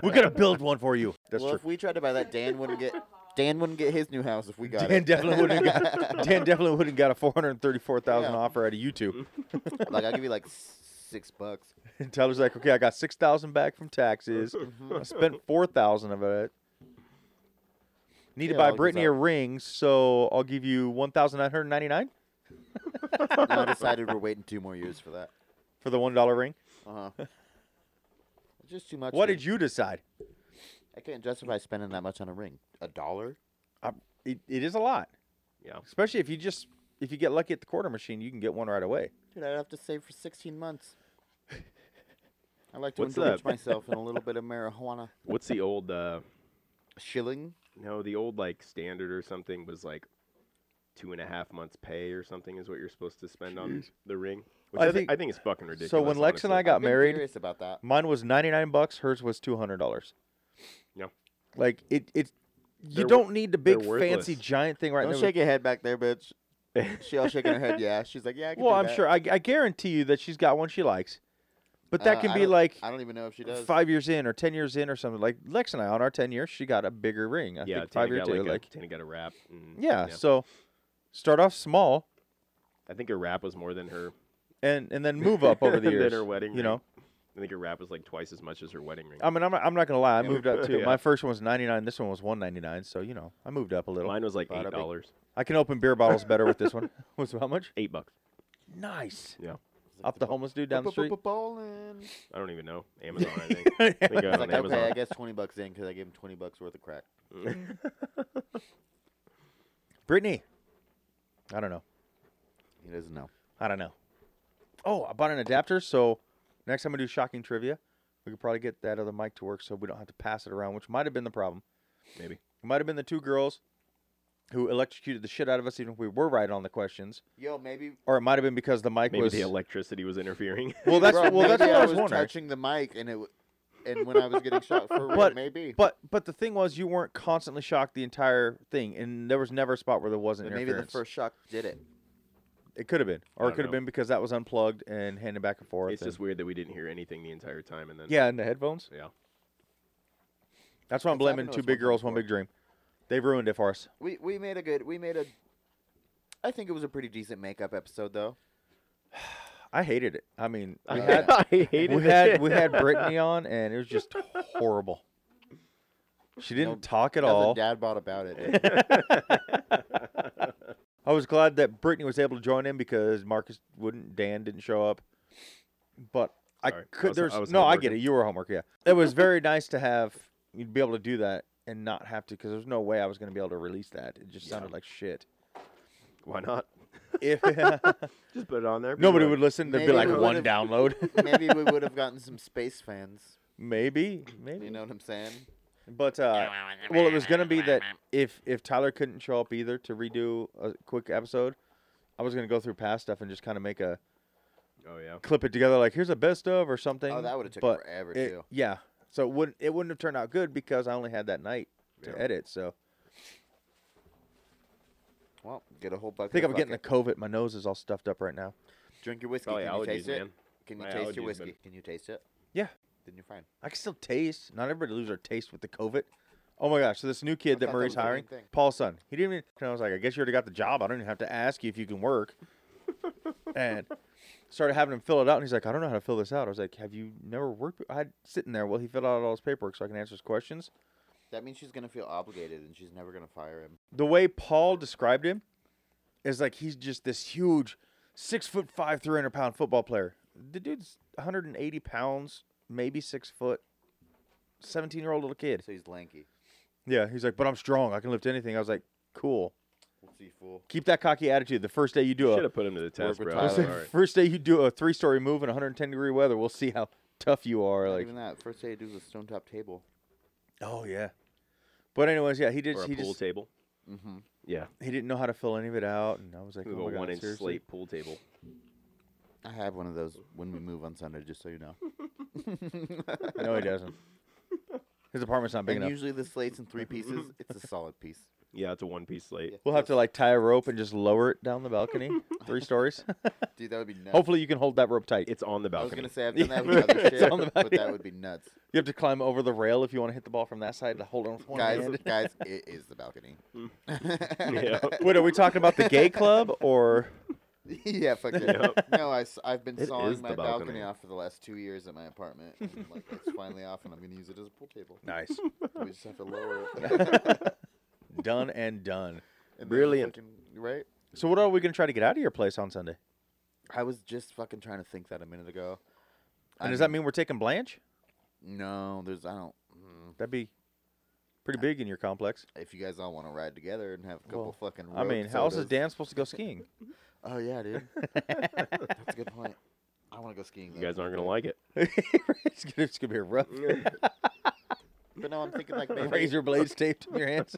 Speaker 5: We're gonna build one for you. That's
Speaker 4: well,
Speaker 5: true.
Speaker 4: if we tried to buy that, Dan wouldn't get Dan wouldn't get his new house if we got
Speaker 5: Dan
Speaker 4: it.
Speaker 5: definitely wouldn't have got, Dan definitely wouldn't got a four hundred thirty four thousand
Speaker 4: Yeah. Mm-hmm.
Speaker 5: offer out of YouTube.
Speaker 4: like I'll give you like s- six bucks.
Speaker 5: And Tyler's like, okay, I got six thousand back from taxes.
Speaker 4: Mm-hmm.
Speaker 5: I spent four thousand of it. Need
Speaker 4: Yeah,
Speaker 5: to buy
Speaker 4: all goes
Speaker 5: Brittany a ring, so I'll give you one thousand nine hundred ninety nine
Speaker 4: Now I decided we're waiting two more years for that.
Speaker 5: for the one dollar ring.
Speaker 4: Uh huh. Just too much.
Speaker 5: What
Speaker 4: dude.
Speaker 5: did you decide?
Speaker 4: I can't justify spending that much on a ring. A dollar?
Speaker 5: I, it, it is a lot,
Speaker 6: yeah.
Speaker 5: especially if you just if you get lucky at the quarter machine, you can get one right away.
Speaker 4: Dude, I'd have to save for 16 months. I like to
Speaker 6: What's
Speaker 4: indulge
Speaker 6: up?
Speaker 4: myself in a little bit of marijuana.
Speaker 6: What's the old uh
Speaker 4: Shilling?
Speaker 6: no, the old like standard or something was like two and a half months pay or something is what you're supposed to spend on the ring. Which
Speaker 5: I
Speaker 6: I, think,
Speaker 5: think-
Speaker 6: I think is fucking ridiculous.
Speaker 5: so when Lex and I
Speaker 6: honestly.
Speaker 5: got
Speaker 4: I've been
Speaker 5: married-
Speaker 4: Curious about that.
Speaker 5: Mine was ninety nine bucks. Hers was two hundred dollars.
Speaker 6: Yeah.
Speaker 5: Like it it. You
Speaker 6: They're wor-
Speaker 5: don't need the big
Speaker 6: they're
Speaker 5: fancy
Speaker 6: worthless.
Speaker 5: giant thing right
Speaker 4: Don't
Speaker 5: now.
Speaker 4: shake your head back there, bitch. She all shaking her head. Yeah, she's like, yeah. I can
Speaker 5: Well,
Speaker 4: do
Speaker 5: I'm
Speaker 4: that."
Speaker 5: sure I, I guarantee you that she's got one she likes, but that
Speaker 4: Uh,
Speaker 5: can
Speaker 4: I
Speaker 5: be
Speaker 4: don't-
Speaker 5: like
Speaker 4: I don't even know if she does.
Speaker 5: five years in or ten years in or something. Like Lex and I, on our ten years, she got a bigger ring. I
Speaker 6: yeah,
Speaker 5: think five
Speaker 6: Tana
Speaker 5: year
Speaker 6: got
Speaker 5: too.
Speaker 6: like,
Speaker 5: Like,
Speaker 6: a, Tana got a wrap. and-
Speaker 5: yeah, So start off small
Speaker 6: I think her wrap was more than her
Speaker 5: and and then move up over the
Speaker 6: than
Speaker 5: years.
Speaker 6: her wedding
Speaker 5: you know,
Speaker 6: ring. I think her wrap was like twice as much as her wedding ring.
Speaker 5: I mean, I'm not, I'm not gonna lie. I
Speaker 6: Yeah.
Speaker 5: moved up too.
Speaker 6: Yeah.
Speaker 5: My first one was 99. This one was 199. So you know, I moved up a little.
Speaker 6: Mine was like
Speaker 4: Bada
Speaker 6: eight
Speaker 4: bing.
Speaker 6: dollars,
Speaker 5: I can open beer bottles better with this one. Was how much?
Speaker 6: eight bucks.
Speaker 5: Nice.
Speaker 6: Yeah,
Speaker 5: Off the homeless dude down the street.
Speaker 4: Bowling.
Speaker 6: I don't even know Amazon. I think. I think I
Speaker 4: It's
Speaker 6: got it
Speaker 4: like,
Speaker 6: on
Speaker 4: okay, I
Speaker 6: Amazon.
Speaker 4: guess 20 bucks in because I gave him 20 bucks worth of crack.
Speaker 5: Brittany. I don't know.
Speaker 4: He doesn't know.
Speaker 5: I don't know. Oh, I bought an adapter, so next time we do shocking trivia, we could probably get that other mic to work so we don't have to pass it around, which might have been the problem.
Speaker 6: Maybe.
Speaker 5: It might have been the two girls who electrocuted the shit out of us, even if we were right on the questions,
Speaker 4: Yo, maybe.
Speaker 5: or it might have been because the mic
Speaker 6: Maybe
Speaker 5: was.
Speaker 6: the electricity was interfering.
Speaker 5: well, that's
Speaker 4: Bro,
Speaker 5: well, that's
Speaker 4: maybe
Speaker 5: what I
Speaker 4: I
Speaker 5: was wondering.
Speaker 4: touching the mic and it, w- and when I was getting shot for real,
Speaker 5: But-
Speaker 4: maybe.
Speaker 5: But but the thing was, you weren't constantly shocked the entire thing, and there was never a spot where there wasn't
Speaker 4: But maybe the
Speaker 5: interference.
Speaker 4: first shock did it.
Speaker 5: It could have been,
Speaker 6: I
Speaker 5: or it
Speaker 6: don't
Speaker 5: could have
Speaker 6: know.
Speaker 5: been because that was unplugged and handed back and forth.
Speaker 6: It's
Speaker 5: and-
Speaker 6: just weird that we didn't hear anything the entire time, and then
Speaker 5: yeah, and the headphones.
Speaker 6: yeah.
Speaker 5: That's why I'm
Speaker 4: It's
Speaker 5: blaming
Speaker 4: happened to
Speaker 5: two
Speaker 4: us
Speaker 5: big
Speaker 4: one time
Speaker 5: girls, one
Speaker 4: before.
Speaker 5: big dream. They've ruined it for us.
Speaker 4: We we made a good. We made a. I think it was a pretty decent makeup episode though.
Speaker 5: I hated it. I mean, we
Speaker 4: Uh,
Speaker 5: had
Speaker 6: I hated
Speaker 5: we had we had Brittany on, and it was just horrible. She didn't
Speaker 4: Nope.
Speaker 5: talk at
Speaker 4: Nothing
Speaker 5: all.
Speaker 4: Dad bought about it.
Speaker 5: I was glad that Brittany was able to join in because Marcus wouldn't, Dan didn't show up. But I
Speaker 6: Sorry, I
Speaker 5: could.
Speaker 6: was-
Speaker 5: there's
Speaker 6: I was
Speaker 5: no. I get
Speaker 6: homeworking.
Speaker 5: it. You were homework. Yeah, it was very nice to have you'd be able to do that and not have to because there's no way I was going to be able to release that. It just sounded like shit.
Speaker 6: Why not?
Speaker 5: If
Speaker 6: Just put it on there.
Speaker 5: nobody
Speaker 6: people
Speaker 5: would listen, there'd be
Speaker 4: Maybe
Speaker 5: like
Speaker 4: we
Speaker 5: one
Speaker 4: would've-
Speaker 5: download.
Speaker 4: Maybe we would have gotten some space fans.
Speaker 5: maybe, maybe.
Speaker 4: You know what I'm saying?
Speaker 5: But uh, well, it was gonna be that if if Tyler couldn't show up either to redo a quick episode, I was gonna go through past stuff and just kind of make a
Speaker 6: Oh yeah.
Speaker 5: clip it together like here's a best of or something.
Speaker 4: Oh, that would have took
Speaker 5: but
Speaker 4: forever
Speaker 5: it-
Speaker 4: too.
Speaker 5: Yeah, so it wouldn't it wouldn't have turned out good because I only had that night to
Speaker 6: Yeah.
Speaker 5: edit. So
Speaker 4: Well, get a whole
Speaker 5: I
Speaker 4: bucket.
Speaker 5: think
Speaker 4: of
Speaker 5: I'm getting the COVID.
Speaker 4: bucket.
Speaker 5: My nose is all stuffed up right now.
Speaker 4: Drink your whiskey.
Speaker 6: Probably
Speaker 4: Can you taste
Speaker 6: allergies,
Speaker 4: it?
Speaker 6: man.
Speaker 4: Can you
Speaker 6: My
Speaker 4: taste your
Speaker 6: allergies,
Speaker 4: whiskey?
Speaker 6: man.
Speaker 4: Can you taste it?
Speaker 5: Yeah.
Speaker 4: Then you're fine.
Speaker 5: I can still taste. Not everybody loses their taste with the COVID. Oh my gosh! So this new kid that
Speaker 4: I thought that
Speaker 5: Murray's
Speaker 4: was the main
Speaker 5: hiring,
Speaker 4: thing.
Speaker 5: Paul's son, he didn't even. And I was like, I guess you already got the job. I don't even have to ask you if you can work. and started having him fill it out, and he's like, I don't know how to fill this out. I was like, Have you never worked? be- I had sitting there while he filled out all his paperwork so I can answer his questions.
Speaker 4: That means she's gonna feel obligated, and she's never gonna fire him.
Speaker 5: The way Paul described him is like he's just this huge, six foot five, three hundred pound football player. The dude's 180 pounds, maybe six foot, 17 year old little kid.
Speaker 4: So he's lanky.
Speaker 5: Yeah, he's like, but I'm strong. I can lift anything. I was like, cool.
Speaker 4: We'll see, fool.
Speaker 5: Keep that cocky attitude. The first day you uh, do
Speaker 6: Should
Speaker 5: a,
Speaker 6: have put him to the test,
Speaker 4: with
Speaker 6: bro.
Speaker 5: I was
Speaker 4: Tyler.
Speaker 5: like,
Speaker 6: All right.
Speaker 5: first day you do a three story move in 110 degree weather, we'll see how tough you are.
Speaker 4: Not
Speaker 5: Like,
Speaker 4: even that. First day you do the stone top table.
Speaker 5: oh yeah. But anyways, yeah, he did.
Speaker 6: Or a
Speaker 5: He
Speaker 6: pool
Speaker 5: just
Speaker 6: table.
Speaker 4: Mm-hmm.
Speaker 6: Yeah.
Speaker 5: he didn't know how to fill any of it out, and I was like,
Speaker 6: We
Speaker 5: oh
Speaker 6: have
Speaker 5: my
Speaker 6: a
Speaker 5: God,
Speaker 6: one-inch
Speaker 5: seriously?
Speaker 6: slate pool table.
Speaker 4: I have one of those when we move on Sunday, just so you know.
Speaker 5: No, he doesn't. His apartment's not big
Speaker 4: and
Speaker 5: enough.
Speaker 4: usually the slate's in three pieces. It's a solid piece.
Speaker 6: Yeah, it's a one-piece slate.
Speaker 4: Yeah.
Speaker 5: We'll have to like tie a rope and just lower it down the balcony, three stories.
Speaker 4: Dude, that would be nuts.
Speaker 5: Hopefully, you can hold that rope tight.
Speaker 6: It's on the
Speaker 4: I was
Speaker 6: balcony.
Speaker 4: gonna say I've done
Speaker 5: Yeah,
Speaker 4: that with other
Speaker 5: it's
Speaker 4: shit,
Speaker 5: on the
Speaker 4: but
Speaker 5: back.
Speaker 4: that would be nuts.
Speaker 5: You have to climb over the rail if you want to hit the ball from that side to hold on with one
Speaker 4: guys,
Speaker 5: hand.
Speaker 4: guys, it is the balcony.
Speaker 6: yeah.
Speaker 5: Wait, are we talking about the gay club or?
Speaker 4: yeah, fuck it.
Speaker 6: Yep.
Speaker 4: No, I, have been
Speaker 6: It
Speaker 4: sawing
Speaker 6: is
Speaker 4: my
Speaker 6: the
Speaker 4: balcony.
Speaker 6: balcony.
Speaker 4: off for the last two years at my apartment. And, like, it's finally off, and I'm gonna use it as a pool table.
Speaker 5: Nice.
Speaker 4: We just have to lower it. And then
Speaker 5: done and done.
Speaker 4: the
Speaker 6: Brilliant.
Speaker 4: fucking- right?
Speaker 5: So what are we gonna try to get out of your place on Sunday?
Speaker 4: I was just fucking trying to think that a minute ago.
Speaker 5: And
Speaker 4: I
Speaker 5: does that mean we're taking Blanche?
Speaker 4: No, there's I don't. mm.
Speaker 5: That'd be pretty big in your complex.
Speaker 4: If you guys all want to ride together and have a couple
Speaker 5: Well,
Speaker 4: fucking.
Speaker 5: I
Speaker 4: rogue
Speaker 5: mean, how else is
Speaker 4: sodas-
Speaker 5: Dan supposed to go skiing?
Speaker 4: Oh yeah, dude. That's a good point. I want to go skiing.
Speaker 6: You
Speaker 4: though.
Speaker 6: guys aren't gonna like it.
Speaker 5: it's, gonna, it's gonna be rough.
Speaker 4: But no, I'm thinking like maybe.
Speaker 5: Razor blades taped in your hands.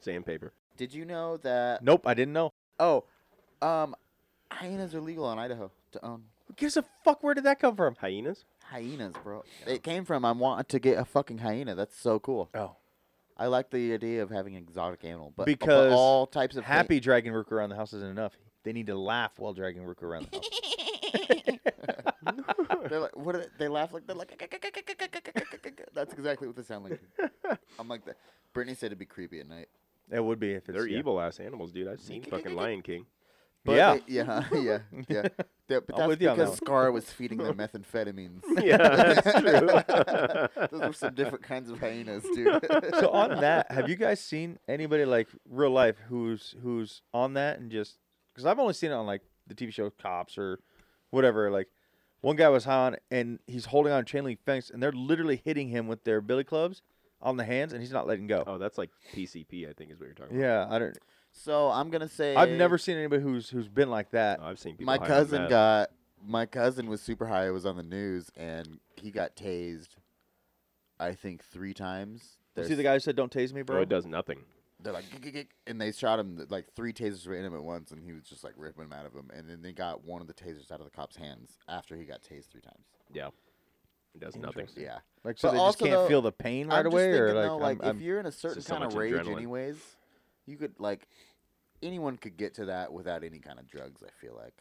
Speaker 6: Sandpaper.
Speaker 4: Did you know that?
Speaker 5: nope, I didn't know.
Speaker 4: Oh, um, hyenas are legal in Idaho to own.
Speaker 5: Who gives a fuck? Where did that come from?
Speaker 6: Hyenas?
Speaker 4: Hyenas, bro. It came from I want to get a fucking hyena. That's so cool.
Speaker 5: Oh,
Speaker 4: I like the idea of having an exotic animal, but but
Speaker 5: Because
Speaker 4: all types of
Speaker 5: happy dragging Rook around the house isn't enough. They need to laugh while dragging Rook around the house.
Speaker 4: They're like, what? Are they, they laugh like they're like. That's exactly what they sound like. I'm like that. Brittany said it'd be creepy at night.
Speaker 5: it would be if it's
Speaker 6: They're
Speaker 5: yeah.
Speaker 6: evil ass animals, dude. I've seen fucking Lion King.
Speaker 4: But
Speaker 5: yeah,
Speaker 4: they- yeah, yeah, yeah. They're- but
Speaker 5: I'm
Speaker 4: that's
Speaker 5: with you on that
Speaker 4: because
Speaker 5: one.
Speaker 4: Scar was feeding them methamphetamines.
Speaker 6: Yeah, that's true.
Speaker 4: Those are some different kinds of hyenas, dude.
Speaker 5: so on that, have you guys seen anybody like real life who's who's on that and just because I've only seen it on like the TV show Cops or whatever. Like one guy was high on it, and he's holding on a chain link fence and they're literally hitting him with their billy clubs on the hands and he's not letting go.
Speaker 6: oh, that's like PCP. I think is what you're talking
Speaker 5: Yeah, I don't.
Speaker 4: so I'm gonna say
Speaker 5: I've never seen anybody who's who's been like that.
Speaker 6: about. Oh, I've seen people.
Speaker 4: My
Speaker 6: high on
Speaker 4: cousin
Speaker 6: meth.
Speaker 4: got. My cousin was super high. It was on the news, and he got tased. I think three times.
Speaker 5: You
Speaker 4: There's-
Speaker 5: See the guy who said, "Don't tase me, bro."
Speaker 6: Bro,
Speaker 4: Oh,
Speaker 6: it does nothing.
Speaker 4: They're like, "Gick, gick, gick," and they shot him th- like three tasers were in him at once, and he was just like ripping them out of him. And then they got one of the tasers out of the cop's hands after he got tased three times.
Speaker 6: Yeah, it does nothing.
Speaker 5: Interesting.
Speaker 4: Yeah,
Speaker 5: Like so
Speaker 4: But
Speaker 5: they just
Speaker 4: also,
Speaker 5: can't
Speaker 4: though,
Speaker 5: feel the pain right
Speaker 4: I'm
Speaker 5: away,
Speaker 4: just
Speaker 5: or
Speaker 4: thinking,
Speaker 5: like,
Speaker 4: though,
Speaker 5: I'm-
Speaker 4: like
Speaker 5: I'm-
Speaker 4: if you're in a certain
Speaker 6: just so
Speaker 4: kind of
Speaker 6: much
Speaker 4: rage,
Speaker 6: adrenaline.
Speaker 4: anyways, you could like, anyone could get to that without any kind of drugs. I feel like.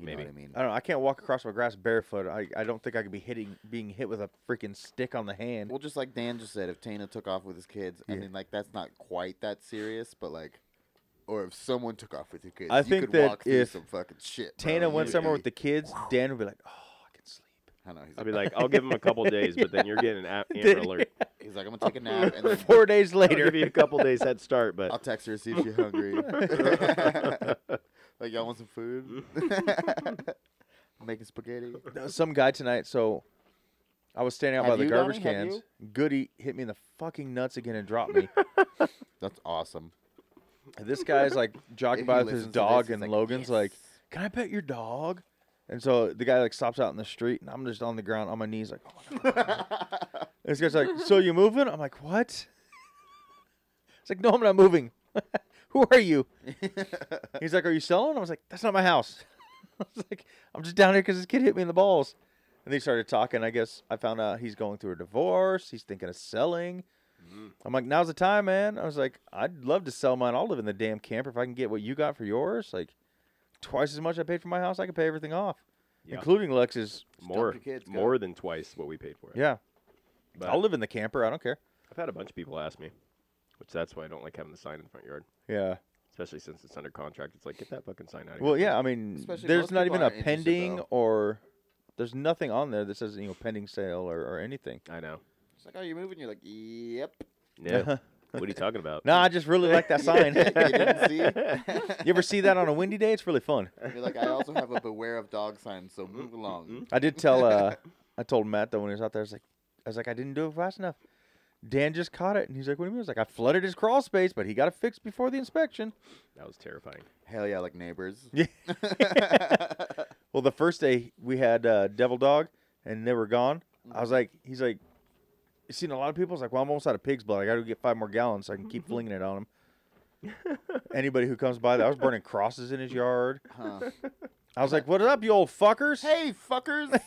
Speaker 4: You
Speaker 6: Maybe.
Speaker 4: know what I mean.
Speaker 5: I don't know. I can't walk across my grass barefoot. I, I don't think I could be hitting being hit with a freaking stick on the hand.
Speaker 4: Well, just like Dan just said, if Tana took off with his kids, I
Speaker 5: Yeah.
Speaker 4: mean, like that's not quite that serious, but like, or if someone took off with your kids,
Speaker 5: I
Speaker 4: you
Speaker 5: think
Speaker 4: could
Speaker 5: that
Speaker 4: walk through
Speaker 5: if
Speaker 4: some fucking shit. bro.
Speaker 5: Tana
Speaker 4: You
Speaker 5: went
Speaker 4: would
Speaker 5: somewhere
Speaker 4: be-
Speaker 5: with the kids. Dan would be like, "Oh, I can sleep."
Speaker 4: I know. He's
Speaker 6: I'll
Speaker 4: like,
Speaker 6: be like, I'll give him a couple days, but then you're getting an a-
Speaker 5: Then-
Speaker 6: Amber alert.
Speaker 4: he's like, I'm gonna take a nap and then
Speaker 5: Four days
Speaker 6: I'll give you
Speaker 5: later,
Speaker 6: a couple days head start,
Speaker 4: I'll
Speaker 6: but
Speaker 4: text her see if she's hungry. like, y'all want some food? Making spaghetti.
Speaker 5: some guy tonight. So I was standing out
Speaker 4: Have
Speaker 5: by the
Speaker 4: you,
Speaker 5: garbage
Speaker 4: Donnie? Have
Speaker 5: cans. Goody hit me in the fucking nuts again and dropped me.
Speaker 4: That's awesome.
Speaker 5: this guy's like jogging
Speaker 4: If
Speaker 5: by
Speaker 4: he
Speaker 5: with his
Speaker 4: listens to
Speaker 5: dog,
Speaker 4: this, he's
Speaker 5: and
Speaker 4: like,
Speaker 5: Logan's like,
Speaker 4: "Yes."
Speaker 5: "Can I pet your dog?" And so the guy like stops out in the street, and I'm just on the ground on my knees, like, "Oh my god." this guy's like, "So you moving?" I'm like, "What?" It's like, "No, I'm not moving." Who are you? He's like, "Are you selling?" I was like, "That's not my house." I was like, "I'm just down here because this kid hit me in the balls." And they started talking. I guess I found out he's going through a divorce. He's thinking of selling. I'm like, now's the time, man. I was like, I'd love to sell mine. I'll live in the damn camper if I can get what you got for yours. Like, twice as much I paid for my house, I could pay everything off,
Speaker 6: Yeah.
Speaker 5: including Lex's.
Speaker 6: more,
Speaker 4: your kids, go.
Speaker 6: more than twice what we paid for it.
Speaker 5: Yeah,
Speaker 6: But
Speaker 5: I'll live in the camper. I don't care.
Speaker 6: I've had a bunch of people ask me, which that's why I don't like having the sign in the front yard,
Speaker 5: Yeah.
Speaker 6: especially since it's under contract. It's like get that fucking sign out. of
Speaker 5: Well,
Speaker 6: here.
Speaker 5: yeah. I mean,
Speaker 4: Especially
Speaker 5: there's
Speaker 4: most
Speaker 5: not
Speaker 4: people
Speaker 5: even a
Speaker 4: aren't interested,
Speaker 5: pending
Speaker 4: though.
Speaker 5: or there's nothing on there that says you know pending sale or, or anything.
Speaker 6: I know.
Speaker 4: She's like, oh, you moving? You're like, yep.
Speaker 6: Yeah. what are you talking about?
Speaker 5: No, I just really like that sign.
Speaker 4: you didn't see?
Speaker 5: you ever see that on a windy day? It's really fun.
Speaker 4: You're like, I also have a beware of dog sign, so move along.
Speaker 5: I did tell uh I told Matt though when he was out there, I was like I was like, I didn't do it fast enough. Dan just caught it and he's like, What do you mean? I was like, I flooded his crawl space, but he got it fixed before the inspection.
Speaker 6: That was terrifying.
Speaker 4: Hell yeah, like neighbors.
Speaker 5: Yeah. well the first day we had uh, Devil Dog and they were gone. I was like he's like you seen a lot of people? I was like, Well, I'm almost out of pig's blood. I gotta go get five more gallons so I can keep flinging it on him. Anybody who comes by that I was burning crosses in his yard.
Speaker 4: Huh.
Speaker 5: I was like, What up, you old fuckers?
Speaker 4: Hey, fuckers!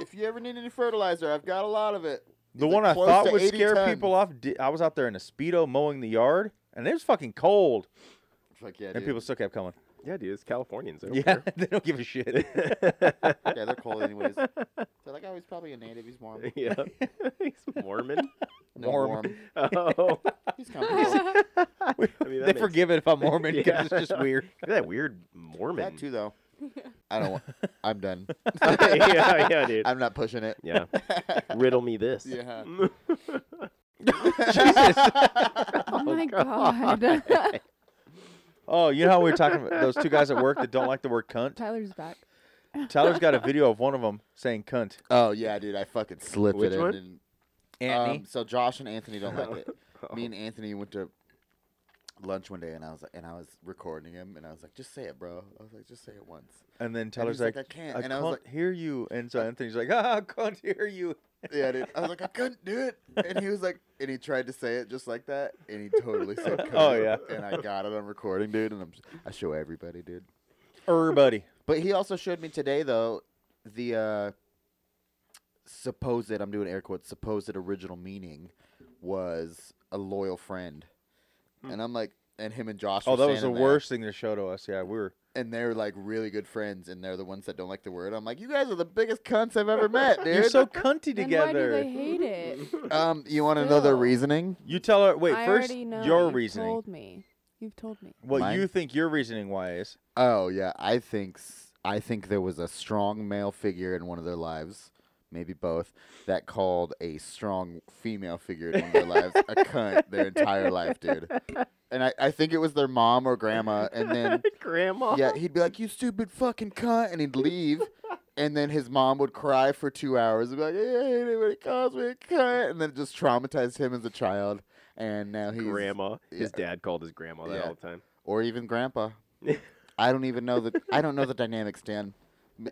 Speaker 4: if you ever need any fertilizer, I've got a lot of it.
Speaker 5: The
Speaker 4: It's
Speaker 5: one
Speaker 4: like
Speaker 5: I
Speaker 4: close
Speaker 5: thought
Speaker 4: to
Speaker 5: would
Speaker 4: 80
Speaker 5: scare
Speaker 4: tons.
Speaker 5: people off. Di- I was out there in a speedo mowing the yard, and it was fucking cold,
Speaker 4: It's like, yeah,
Speaker 5: and
Speaker 4: dude.
Speaker 5: people still kept coming.
Speaker 6: Yeah, dude, it's Californians. Over
Speaker 5: Yeah, they don't give a shit.
Speaker 4: yeah, they're cold anyways. They're like, oh, he's probably a native. He's warm.
Speaker 6: yeah. He's Mormon.
Speaker 4: No,
Speaker 5: Warm.
Speaker 4: warm.
Speaker 6: Oh.
Speaker 4: He's comfortable.
Speaker 6: I mean, that
Speaker 5: they
Speaker 6: makes-
Speaker 5: forgive it if I'm Mormon because
Speaker 6: Yeah.
Speaker 5: it's just weird.
Speaker 6: Look at that weird Mormon.
Speaker 4: that too, though. I don't. Want, I'm done.
Speaker 6: yeah, yeah, dude.
Speaker 4: I'm not pushing it.
Speaker 6: yeah. Riddle me this.
Speaker 4: Yeah.
Speaker 5: Jesus.
Speaker 2: Oh my god.
Speaker 5: Oh, you know how we were talking about those two guys at work that don't like the word cunt.
Speaker 3: Tyler's back.
Speaker 5: Tyler's got a video of one of them saying cunt.
Speaker 4: Oh yeah, dude. I fucking slipped
Speaker 6: Which
Speaker 4: it. in
Speaker 6: one?
Speaker 4: and-
Speaker 5: Anthony.
Speaker 4: Um, so Josh and Anthony don't like it. Me and Anthony went to lunch one day, and I was like, and I was recording him, and I was like, just say it, bro. I was like, just say it once.
Speaker 5: and then Tyler's
Speaker 4: he's like,
Speaker 5: like,
Speaker 4: "I can't,"
Speaker 5: I
Speaker 4: and I was
Speaker 5: can't
Speaker 4: like-
Speaker 5: hear you. And so Anthony's like, ah, can't hear you.
Speaker 4: Yeah, dude. I was like, I couldn't do it. And he was like, and he tried to say it just like that, and he totally said, "Cunt."
Speaker 5: Oh, yeah.
Speaker 4: And I got it on recording, dude, and I'm, I show everybody, dude.
Speaker 5: Er, buddy.
Speaker 4: But he also showed me today, though, the uh, supposed, I'm doing air quotes, supposed original meaning was a loyal friend. And I'm like, and him and Josh.
Speaker 5: Hmm. Oh,
Speaker 4: were
Speaker 5: that was the
Speaker 4: standing there,
Speaker 5: worst thing to show to us. Yeah, we were.
Speaker 4: And they're like really good friends, and they're the ones that don't like the word. I'm like, you guys are the biggest cunts I've ever met, dude.
Speaker 5: You're so cunty
Speaker 3: Then
Speaker 5: together.
Speaker 3: why do they hate it?
Speaker 4: um, you want to know their
Speaker 3: Still.
Speaker 4: reasoning?
Speaker 5: You tell her. Wait,
Speaker 3: I
Speaker 5: first
Speaker 3: already know.
Speaker 5: your
Speaker 3: You've
Speaker 5: reasoning.
Speaker 3: Told me. You've told me.
Speaker 5: what
Speaker 4: Mine?
Speaker 5: you think your reasoning why is?
Speaker 4: Oh yeah, I think s- I think there was a strong male figure in one of their lives, maybe both, that called a strong female figure in one of their lives a cunt their entire life, dude. And I, I think it was their mom or grandma, and then
Speaker 6: Grandma.
Speaker 4: yeah, he'd be like, "You stupid fucking cunt," and he'd leave. And then his mom would cry for two hours and be like, "I hate it when he calls me a cunt," and then it just traumatized him as a child. And now he's
Speaker 6: Grandma. His
Speaker 4: yeah.
Speaker 6: dad called his grandma that
Speaker 4: Yeah.
Speaker 6: all the time.
Speaker 4: or even grandpa. I don't even know the I don't know the dynamics, Dan.
Speaker 6: We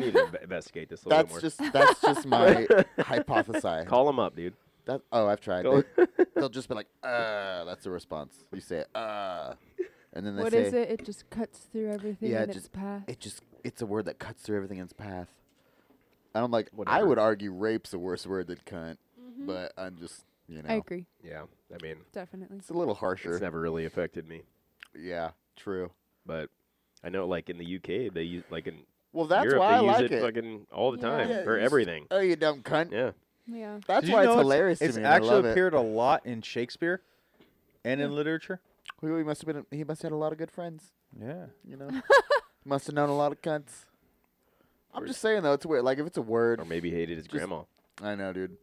Speaker 6: need to inve- investigate this a little bit
Speaker 4: that's
Speaker 6: more.
Speaker 4: just that's just my hypothesize.
Speaker 6: Call him up, dude.
Speaker 4: That, oh, I've tried.
Speaker 6: Call-
Speaker 4: They, will just be like, "Uh," that's the response. You say, "Uh," and then they
Speaker 3: What
Speaker 4: say,
Speaker 3: is it? It just cuts through everything
Speaker 4: Yeah,
Speaker 3: in
Speaker 4: just-
Speaker 3: its path.
Speaker 4: "It just it's a word that cuts through everything in its path." And I'm like, I
Speaker 6: Whatever.
Speaker 4: would argue rape's a worse word than cunt, but I'm just You
Speaker 3: Mm-hmm. I
Speaker 4: know,
Speaker 3: agree.
Speaker 6: Yeah, I mean,
Speaker 3: Definitely.
Speaker 4: it's a little harsher.
Speaker 6: it's never really affected me,
Speaker 4: yeah, true.
Speaker 6: but I know like in the UK they use like in
Speaker 4: Well, that's
Speaker 6: Europe
Speaker 4: why
Speaker 6: they
Speaker 4: I
Speaker 6: use
Speaker 4: like
Speaker 6: it,
Speaker 4: it.
Speaker 6: fucking all the
Speaker 3: Yeah.
Speaker 6: time
Speaker 4: Yeah,
Speaker 6: for
Speaker 4: it's-
Speaker 6: everything.
Speaker 4: Oh, you dumb cunt.
Speaker 6: Yeah,
Speaker 3: Yeah.
Speaker 4: That's
Speaker 5: Did you
Speaker 4: why
Speaker 5: know
Speaker 4: it's hilarious
Speaker 5: It's
Speaker 4: to me. and I love
Speaker 5: actually
Speaker 4: it.
Speaker 5: appeared a lot in Shakespeare and in literature.
Speaker 4: Well, He must have been. He must have had a lot of good friends.
Speaker 5: Yeah.
Speaker 4: You know, must have known a lot of cunts. I'm just saying though, it's weird. Like if it's a word,
Speaker 6: or maybe hated his
Speaker 4: Just-
Speaker 6: grandma.
Speaker 4: I know, dude.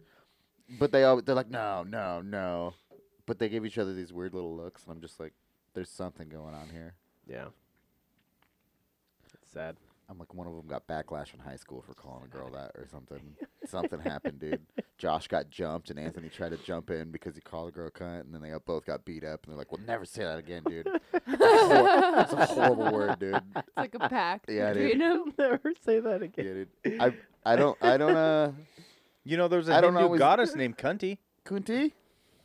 Speaker 4: But they all they're like, no, no, no. But they give each other these weird little looks, and I'm just like, there's something going on here.
Speaker 6: Yeah, it's sad.
Speaker 4: I'm like, one of them got backlash in high school for calling a girl that or something. something happened, dude. Josh got jumped, and Anthony tried to jump in because he called a girl a cunt, and then they got- both got beat up, and they're like, we'll never say that again, dude. That's a horrible word, dude.
Speaker 3: It's like a pact
Speaker 4: Yeah, dude.
Speaker 3: between them.
Speaker 6: never say that
Speaker 4: Yeah,
Speaker 6: again.
Speaker 4: dude. I I don't I don't uh
Speaker 5: You know, there's a
Speaker 4: I don't
Speaker 5: Hindu
Speaker 4: always-
Speaker 5: goddess named Kunti.
Speaker 4: Kunti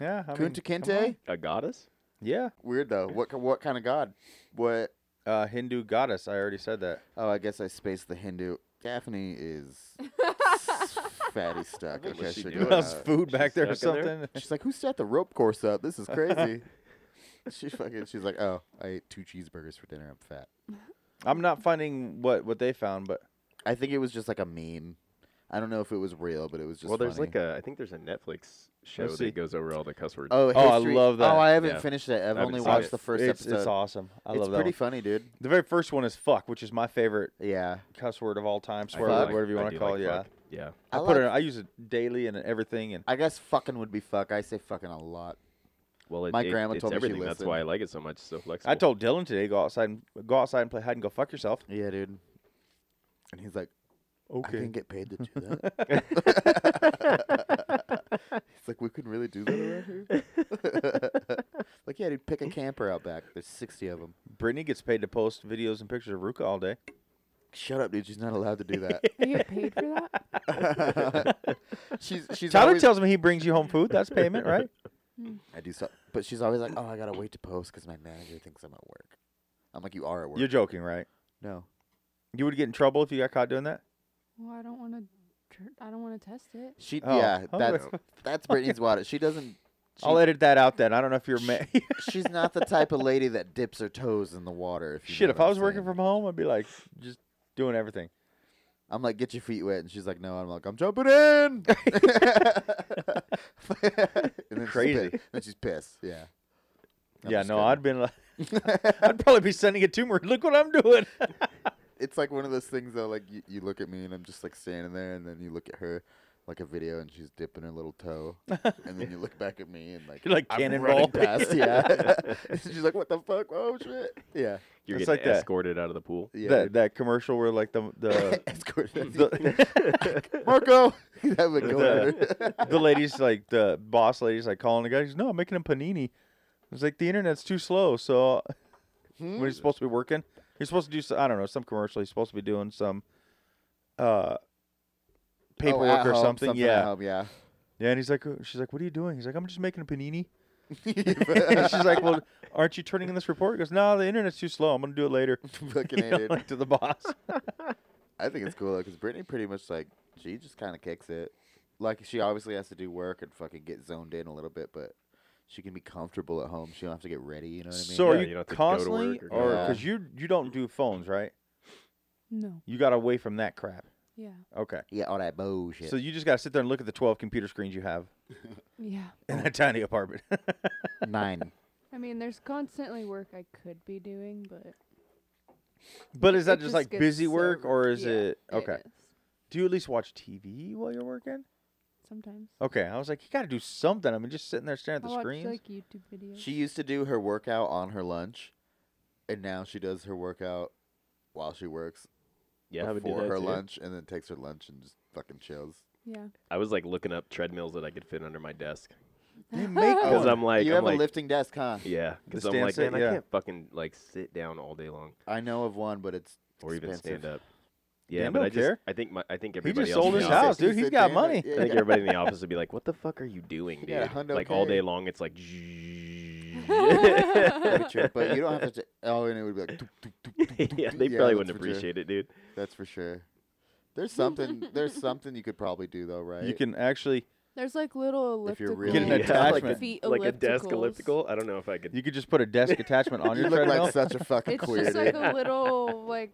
Speaker 5: Yeah. I mean,
Speaker 4: Kunti
Speaker 5: come
Speaker 4: Kinte.
Speaker 5: on.
Speaker 6: A goddess?
Speaker 5: Yeah.
Speaker 4: Weird though. What ki- what kind of god? What
Speaker 5: Uh, Hindu goddess. I already said that.
Speaker 4: Oh, I guess I spaced the Hindu. Daphne is fatty stuck.
Speaker 6: What
Speaker 4: Okay,
Speaker 6: was she
Speaker 4: she
Speaker 6: doing?
Speaker 4: got
Speaker 5: There's
Speaker 4: out.
Speaker 5: food back there or
Speaker 6: stuck in
Speaker 5: something.
Speaker 6: there?
Speaker 4: She's like, who set the rope course up? This is crazy. she fucking. She's like, oh, I ate two cheeseburgers for dinner. I'm fat.
Speaker 5: I'm not finding what what they found, but
Speaker 4: I think it was just like a meme. I don't know if it was real, but it was just.
Speaker 6: well, there's
Speaker 4: funny.
Speaker 6: like a I think there's a Netflix show
Speaker 5: see.
Speaker 6: that goes over all the cuss words.
Speaker 4: Oh,
Speaker 5: I
Speaker 4: history-
Speaker 5: love that.
Speaker 4: Oh, I haven't
Speaker 6: Yeah.
Speaker 4: finished it. I've
Speaker 6: I haven't
Speaker 4: only
Speaker 6: seen
Speaker 4: watched
Speaker 6: it.
Speaker 4: the first
Speaker 5: it's,
Speaker 4: episode.
Speaker 5: it's awesome. I
Speaker 4: It's
Speaker 5: love that.
Speaker 4: pretty
Speaker 5: one.
Speaker 4: funny, dude.
Speaker 5: The very first one is fuck, which is my favorite
Speaker 4: Yeah.
Speaker 5: cuss word of all time,
Speaker 6: I
Speaker 5: swear
Speaker 6: do
Speaker 5: word,
Speaker 4: fuck.
Speaker 6: like-
Speaker 5: whatever you
Speaker 6: I
Speaker 5: want
Speaker 6: do
Speaker 5: to call
Speaker 6: like
Speaker 5: it. Yeah,
Speaker 6: fuck. yeah.
Speaker 5: I,
Speaker 4: I
Speaker 5: put it.
Speaker 4: like-
Speaker 5: I use it daily and everything, and
Speaker 4: I guess fucking would be fuck. I say fucking a lot.
Speaker 6: Well, it,
Speaker 4: My
Speaker 6: it-
Speaker 4: grandma
Speaker 6: it's
Speaker 4: told me she
Speaker 6: everything. That's why I like it so much. It's so flexible.
Speaker 5: I told Dylan today go outside and go outside and play hide and go fuck yourself.
Speaker 4: Yeah, dude. And he's like, I
Speaker 5: Okay.
Speaker 4: can get paid to do that. it's like we can really do that around here. like, yeah, dude, pick a camper out back. There's 60 of them.
Speaker 5: Brittany gets paid to post videos and pictures of Ruka all day.
Speaker 4: Shut up, dude. She's not allowed to do
Speaker 3: I get paid for that?
Speaker 4: that. she's she's
Speaker 5: Tyler
Speaker 4: always,
Speaker 5: tells me he brings you home food. That's payment, right?
Speaker 4: I do so, but she's always like, oh, I gotta wait to post because my manager thinks I'm at work. I'm like, you are at work.
Speaker 5: You're joking, right?
Speaker 4: no,
Speaker 5: You would get in trouble if you got caught doing that.
Speaker 3: Well, I don't want to. I don't want to test it.
Speaker 4: she
Speaker 5: Oh.
Speaker 4: yeah,
Speaker 5: Oh,
Speaker 4: that's that's Brittany's water. She doesn't. She,
Speaker 5: I'll edit that out then. I don't know if you're. Ma-
Speaker 4: she's not the type of lady that dips her toes in the water. If you know
Speaker 5: Shit, if
Speaker 4: what
Speaker 5: I
Speaker 4: I'm
Speaker 5: was working
Speaker 4: saying.
Speaker 5: from home, I'd be like just doing everything.
Speaker 4: I'm like, get your feet wet, and she's like, no. I'm like, I'm jumping in. and then She's
Speaker 5: Crazy.
Speaker 4: pissed. Then she's pissed. Yeah. I'm
Speaker 5: yeah,
Speaker 4: just
Speaker 5: no,
Speaker 4: kidding.
Speaker 5: I'd been like, I'd probably be sending it to her. Look what I'm doing.
Speaker 4: It's like one of those things though. Like you, you look at me, and I'm just like standing there, and then you look at her, like a video, and she's dipping her little toe, and then you look back at me, and like
Speaker 5: You're like
Speaker 4: I'm
Speaker 5: cannonball.
Speaker 4: running past. Yeah. And she's like, what the fuck? Oh shit. Yeah.
Speaker 6: You're getting
Speaker 5: It's like that.
Speaker 6: escorted out of the pool.
Speaker 4: Yeah.
Speaker 5: that that commercial where like the the
Speaker 4: dude. Escorted.
Speaker 5: the,
Speaker 4: Marco. that would go
Speaker 5: The-
Speaker 4: over.
Speaker 5: the lady's like the boss lady's like calling the guy. He's no, I'm making a panini. It's like the internet's too slow. So when he's supposed to be working, he's supposed to do some, I don't know some commercial. He's supposed to be doing some uh
Speaker 4: Oh,
Speaker 5: paperwork
Speaker 4: at
Speaker 5: or
Speaker 4: home,
Speaker 5: something.
Speaker 4: at
Speaker 5: yeah,
Speaker 4: home, yeah.
Speaker 5: yeah. And he's like, "Uh," she's like, what are you doing? He's like, I'm just making a panini. And she's like, well, aren't you turning in this report? He goes, no, the internet's too slow. I'm gonna do it later.
Speaker 4: Fucking
Speaker 5: You know,
Speaker 4: hated.
Speaker 5: like to the boss.
Speaker 4: I think it's cool because Brittany pretty much like she just kind of kicks it. Like she obviously has to do work and fucking get zoned in a little bit, but she can be comfortable at home. She don't have to get ready. You know what I mean?
Speaker 5: so are
Speaker 6: Yeah,
Speaker 5: you,
Speaker 6: you don't have to go to
Speaker 5: constantly,
Speaker 6: work or
Speaker 5: or
Speaker 4: go out.
Speaker 5: because you you don't do phones, right?
Speaker 3: No.
Speaker 5: You got away from that crap.
Speaker 3: Yeah.
Speaker 5: Okay.
Speaker 4: yeah, all that bullshit.
Speaker 5: So you just gotta sit there and look at the twelve computer screens you have
Speaker 3: Yeah.
Speaker 5: in
Speaker 4: Oh.
Speaker 5: that tiny apartment.
Speaker 4: nine.
Speaker 3: I mean, there's constantly work I could be doing, but
Speaker 5: but is that
Speaker 3: it
Speaker 5: just like
Speaker 3: gets
Speaker 5: busy
Speaker 3: so
Speaker 5: work
Speaker 3: re-
Speaker 5: or is
Speaker 3: yeah,
Speaker 5: it okay?
Speaker 3: is.
Speaker 5: Do you at least watch TV while you're working?
Speaker 3: Sometimes
Speaker 5: Okay, I was like, you gotta do something. I mean, just sitting there staring at
Speaker 3: I
Speaker 5: the
Speaker 3: watch
Speaker 5: screens.
Speaker 3: like YouTube videos.
Speaker 4: She used to do her workout on her lunch, and now she does her workout while she works
Speaker 6: Yeah, I would do
Speaker 4: before
Speaker 6: that
Speaker 4: her
Speaker 6: too.
Speaker 4: lunch, and then takes her lunch and just fucking chills.
Speaker 3: yeah.
Speaker 6: I was like looking up treadmills that I could fit under my desk
Speaker 5: Oh, You make
Speaker 6: because
Speaker 5: one.
Speaker 6: I'm like,
Speaker 4: you
Speaker 6: I'm
Speaker 4: have
Speaker 6: like,
Speaker 4: a lifting desk, huh?
Speaker 6: yeah, because I'm
Speaker 5: stand
Speaker 6: like,
Speaker 5: sit,
Speaker 6: man, I
Speaker 5: yeah.
Speaker 6: can't fucking like sit down all day long
Speaker 4: I know of one, but it's
Speaker 6: or even
Speaker 4: expensive.
Speaker 6: stand up. Yeah,
Speaker 5: Dan
Speaker 6: but
Speaker 5: don't
Speaker 6: I just,
Speaker 5: care.
Speaker 6: I think my, I think
Speaker 5: he
Speaker 6: everybody
Speaker 5: just
Speaker 6: else
Speaker 5: sold
Speaker 6: in
Speaker 5: his
Speaker 6: the
Speaker 4: office.
Speaker 5: house, dude.
Speaker 4: He
Speaker 5: He's
Speaker 4: said,
Speaker 5: got
Speaker 4: "Damn it."
Speaker 5: money.
Speaker 6: I think
Speaker 4: Yeah.
Speaker 6: everybody in the office would be like, "What the fuck are you doing, dude?"
Speaker 4: Yeah, hundo
Speaker 6: like all
Speaker 4: K.
Speaker 6: day long, it's like.
Speaker 4: That'd be true, but you don't have to. T- oh, and it would be like. doop, doop, doop, doop, doop,
Speaker 6: yeah,
Speaker 4: doop.
Speaker 6: they probably
Speaker 4: that's
Speaker 6: wouldn't
Speaker 4: for sure.
Speaker 6: appreciate it, dude.
Speaker 4: That's for sure. There's something. there's something you could probably do though, right?
Speaker 5: You can actually
Speaker 3: There's like little
Speaker 4: If you're
Speaker 3: elliptical
Speaker 4: really-
Speaker 6: Get an
Speaker 5: Yeah, like
Speaker 6: attachment.
Speaker 5: a-
Speaker 3: feet
Speaker 6: like a desk
Speaker 3: ellipticals.
Speaker 6: elliptical. I don't know if I could.
Speaker 5: You could just put a desk attachment on
Speaker 4: You
Speaker 5: your
Speaker 4: look
Speaker 5: treadmill.
Speaker 4: like such a fucking
Speaker 3: It's
Speaker 4: queer,
Speaker 3: just like
Speaker 4: dude.
Speaker 3: a little like